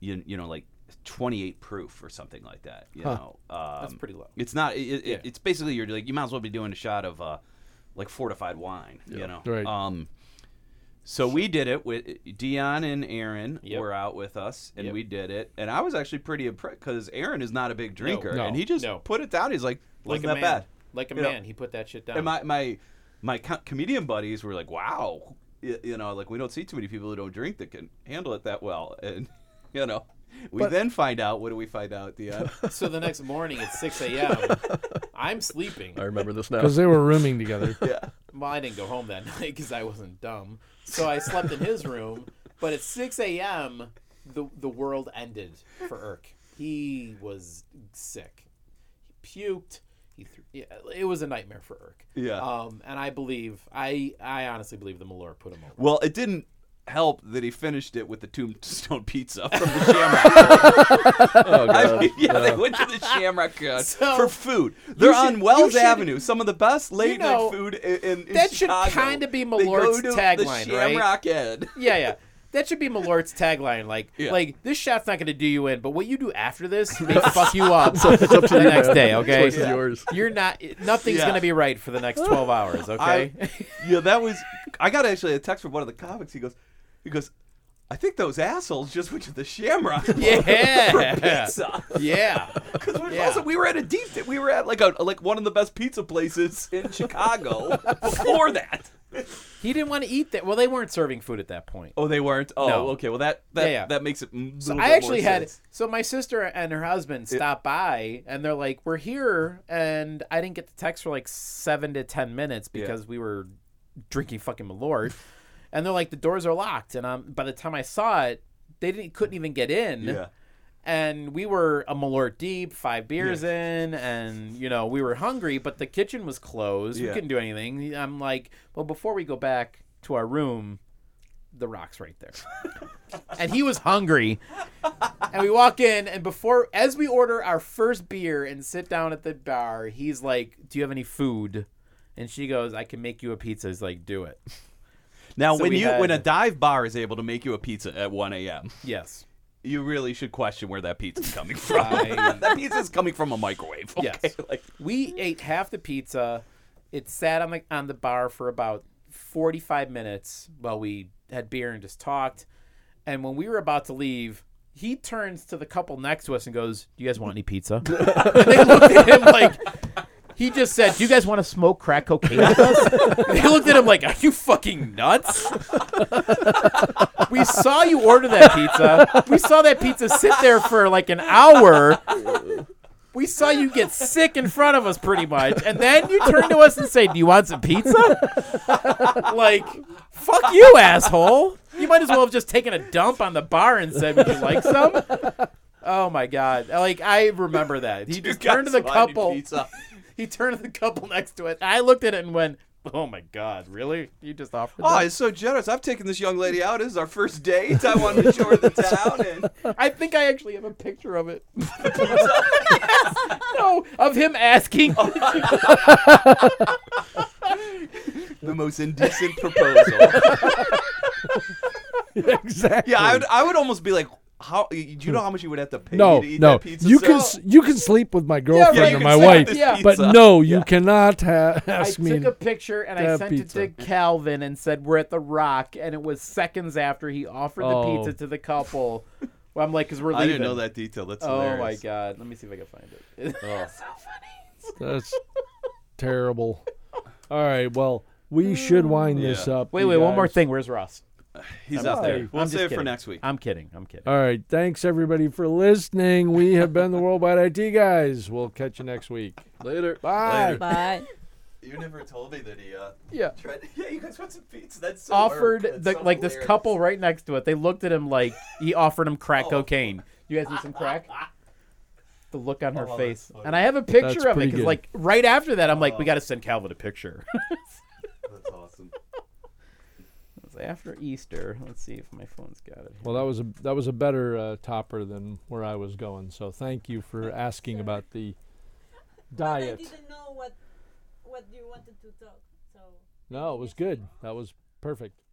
[SPEAKER 7] you, you know like 28 proof or something like that. You know um,
[SPEAKER 3] That's pretty low.
[SPEAKER 7] It's not. It, it, It's basically you're like you might as well be doing a shot of uh, like fortified wine. You know.
[SPEAKER 6] Right.
[SPEAKER 7] Um, so we did it with Dion and Aaron
[SPEAKER 3] Yep.
[SPEAKER 7] were out with us, and
[SPEAKER 3] Yep.
[SPEAKER 7] we did it. And I was actually pretty impressed because Aaron is not a big drinker,
[SPEAKER 6] No.
[SPEAKER 7] and he just
[SPEAKER 3] No.
[SPEAKER 7] put it down. He's like,
[SPEAKER 3] Like
[SPEAKER 7] "Wasn't
[SPEAKER 3] a
[SPEAKER 7] that
[SPEAKER 3] man.
[SPEAKER 7] bad?"
[SPEAKER 3] Like a
[SPEAKER 7] You know,
[SPEAKER 3] man, he put that shit down.
[SPEAKER 7] And my my my co- comedian buddies were like, "Wow, Y- you know, like we don't see too many people who don't drink that can handle it that well." (laughs) And you know, we then find out. What do we find out,
[SPEAKER 3] (laughs)
[SPEAKER 7] Dion?
[SPEAKER 3] so the next morning at
[SPEAKER 7] (laughs)
[SPEAKER 3] 6 a.m., I'm sleeping.
[SPEAKER 1] I remember
[SPEAKER 3] (laughs)
[SPEAKER 1] this now.
[SPEAKER 6] Because they were rooming together.
[SPEAKER 3] Well, I didn't go home that (laughs) night because I wasn't dumb. So I slept in his room. But at 6 a.m., the, the world ended for Irk. He was sick. He puked. He threw, yeah, it was a nightmare for Irk.
[SPEAKER 7] Yeah.
[SPEAKER 3] Um, and I believe, I, I honestly believe the Malor put him over.
[SPEAKER 7] well, it didn't help that he finished it with the tombstone pizza from
[SPEAKER 3] (laughs)
[SPEAKER 7] the Shamrock. (laughs)
[SPEAKER 1] oh,
[SPEAKER 7] I
[SPEAKER 1] God.
[SPEAKER 7] mean, yeah, they went to the Shamrock uh,
[SPEAKER 3] So,
[SPEAKER 7] for food. They're
[SPEAKER 3] should-
[SPEAKER 7] on Wells
[SPEAKER 3] you should-
[SPEAKER 7] Avenue, some of the best late
[SPEAKER 3] know,
[SPEAKER 7] night food in, in, in
[SPEAKER 3] that should
[SPEAKER 7] Chicago.
[SPEAKER 3] kinda be
[SPEAKER 7] They
[SPEAKER 3] Malort's
[SPEAKER 7] go to
[SPEAKER 3] tagline,
[SPEAKER 7] the
[SPEAKER 3] right?
[SPEAKER 7] Shamrock
[SPEAKER 3] (laughs)
[SPEAKER 7] Ed.
[SPEAKER 3] Yeah, yeah. That should be Malort's tagline. Like,
[SPEAKER 7] Yeah.
[SPEAKER 3] like this shot's not going to do you in, but what you do after this may fuck you up the next day. Okay,
[SPEAKER 1] Choice is yours.
[SPEAKER 3] You're not. Nothing's
[SPEAKER 7] Yeah.
[SPEAKER 3] going to be right for the next twelve hours. Okay.
[SPEAKER 7] I, yeah, that was. I got actually a text from one of the comics. He goes, he goes, I think those assholes just went to the Shamrock.
[SPEAKER 3] (laughs) Yeah.
[SPEAKER 7] for (laughs) pizza.
[SPEAKER 3] yeah.
[SPEAKER 7] Because we,
[SPEAKER 3] Yeah.
[SPEAKER 7] also we were at a deep, di- we were
[SPEAKER 3] (laughs)
[SPEAKER 7] at like a like one of the best pizza places in Chicago before that.
[SPEAKER 3] He didn't want to eat that. Well, they weren't serving food at that point.
[SPEAKER 7] Oh, they weren't. Oh,
[SPEAKER 3] No.
[SPEAKER 7] okay. Well, that that
[SPEAKER 3] Yeah, yeah.
[SPEAKER 7] that makes it. mm,
[SPEAKER 3] So
[SPEAKER 7] little
[SPEAKER 3] I
[SPEAKER 7] bit
[SPEAKER 3] actually
[SPEAKER 7] more
[SPEAKER 3] had
[SPEAKER 7] sense.
[SPEAKER 3] so my sister and her husband stopped by and they're like, "We're here," and I didn't get the text for like seven to ten minutes
[SPEAKER 7] Yeah.
[SPEAKER 3] because we were drinking fucking Malort, and they're like, "The doors are locked," and um, by the time I saw it, they didn't couldn't even get in.
[SPEAKER 7] Yeah.
[SPEAKER 3] And we were a Malort deep, five beers in, and you know we were hungry, but the kitchen was closed.
[SPEAKER 7] Yeah.
[SPEAKER 3] We couldn't do anything. I'm like, well, before we go back to our room, the rock's right
[SPEAKER 7] (laughs)
[SPEAKER 3] there, and he was hungry and we walk in and before as we order our first beer and sit down at the bar he's like do you have any food and she goes i can make you a pizza he's like do it
[SPEAKER 7] Now,
[SPEAKER 3] So
[SPEAKER 7] when
[SPEAKER 3] we
[SPEAKER 7] you when a
[SPEAKER 3] had-
[SPEAKER 7] dive bar is able to make you a pizza at 1 a.m.,
[SPEAKER 3] yes
[SPEAKER 7] you really should question where that pizza's coming
[SPEAKER 3] (laughs)
[SPEAKER 7] from.
[SPEAKER 3] I-
[SPEAKER 7] (laughs) that pizza's coming from a microwave. Okay? (laughs)
[SPEAKER 3] Yes.
[SPEAKER 7] Like,
[SPEAKER 3] we ate half the pizza it sat on the on the bar for about 45 minutes while we had beer and just talked and when we were about to leave he turns to the couple next to us and goes do you guys want any pizza (laughs) and they looked at him like he just said, "Do you guys want to smoke crack cocaine with us?" (laughs) they looked at him like, "Are you fucking nuts?" (laughs) we saw you order that pizza. We saw that pizza sit there for like an hour. We saw you get sick in front of us, pretty much, and then you turn to us and say, "Do you want some pizza?" like, fuck you, asshole! You might as well have just taken a dump on the bar and said, "Would you like some?" Oh my god! Like I remember that. He just turned to the
[SPEAKER 7] "Guys, I need
[SPEAKER 3] couple
[SPEAKER 7] Pizza.
[SPEAKER 3] he turned to the couple next to it. I looked at it and went, "Oh my god, really? You just offered
[SPEAKER 7] Oh,
[SPEAKER 3] that?"
[SPEAKER 7] it's so generous. I've taken this young lady out. This is our first date. I wanted to show her the town. And
[SPEAKER 3] (laughs) I think I actually have a picture
[SPEAKER 7] (laughs)
[SPEAKER 3] of it. no, of him (laughs) asking.
[SPEAKER 7] the most indecent
[SPEAKER 3] (laughs)
[SPEAKER 7] proposal.
[SPEAKER 6] (laughs) exactly.
[SPEAKER 7] Yeah, I would, I would almost be like, how? Do you know how much you would have to pay
[SPEAKER 6] no,
[SPEAKER 7] to eat
[SPEAKER 6] no.
[SPEAKER 7] that pizza?
[SPEAKER 6] You can s-
[SPEAKER 7] Sal?
[SPEAKER 6] you can sleep with my girlfriend
[SPEAKER 7] yeah, you
[SPEAKER 6] or
[SPEAKER 7] can
[SPEAKER 6] my
[SPEAKER 7] sit with
[SPEAKER 6] wife,
[SPEAKER 7] this
[SPEAKER 3] Yeah.
[SPEAKER 6] but
[SPEAKER 7] pizza.
[SPEAKER 6] no, you cannot ha-
[SPEAKER 3] I
[SPEAKER 6] ask me.
[SPEAKER 3] took a picture and I
[SPEAKER 6] that
[SPEAKER 3] sent
[SPEAKER 6] pizza.
[SPEAKER 3] it to Calvin and said, "We're at the Rock," and it was seconds after he offered
[SPEAKER 6] Oh.
[SPEAKER 3] the pizza to the couple. Well, I'm like, "Cause we're leaving."
[SPEAKER 7] I didn't know that detail. That's
[SPEAKER 3] Oh
[SPEAKER 7] hilarious. Oh.
[SPEAKER 3] my god! Let me see if I can find it.
[SPEAKER 6] That's terrible. All right, well, we should wind this
[SPEAKER 7] Yeah.
[SPEAKER 6] up.
[SPEAKER 3] (laughs) wait,
[SPEAKER 6] you
[SPEAKER 3] wait, one more
[SPEAKER 6] guys.
[SPEAKER 3] thing. Where's Ross?
[SPEAKER 7] He's
[SPEAKER 3] I'm
[SPEAKER 7] out there.
[SPEAKER 3] kidding.
[SPEAKER 7] We'll
[SPEAKER 3] I'm just
[SPEAKER 7] save it for
[SPEAKER 3] kidding.
[SPEAKER 7] next week.
[SPEAKER 3] I'm kidding. I'm kidding.
[SPEAKER 6] All right, thanks everybody for listening. We have been the Worldwide IT guys. We'll catch you next week.
[SPEAKER 1] Later.
[SPEAKER 6] Bye.
[SPEAKER 8] But
[SPEAKER 7] You never told me that he uh,
[SPEAKER 3] Yeah.
[SPEAKER 7] tried. (laughs) Yeah, you guys want some pizza? That's so
[SPEAKER 3] offered the, like this couple right next to it. They looked at him like he offered him crack cocaine. You guys need some crack? The look on her face, and I have a picture
[SPEAKER 6] That's
[SPEAKER 3] of it
[SPEAKER 6] pretty
[SPEAKER 3] because
[SPEAKER 6] good.
[SPEAKER 3] like right after that, I'm like, we got to send Calvin a picture. (laughs)
[SPEAKER 7] That's awesome.
[SPEAKER 3] It's after Easter, let's see if my phone's got it. here.
[SPEAKER 6] Well, that was a that was a better uh, topper than where I was going. So thank you for asking about the
[SPEAKER 8] I
[SPEAKER 6] diet.
[SPEAKER 8] didn't know what what you wanted to talk, so.
[SPEAKER 6] No, it was good. That was perfect.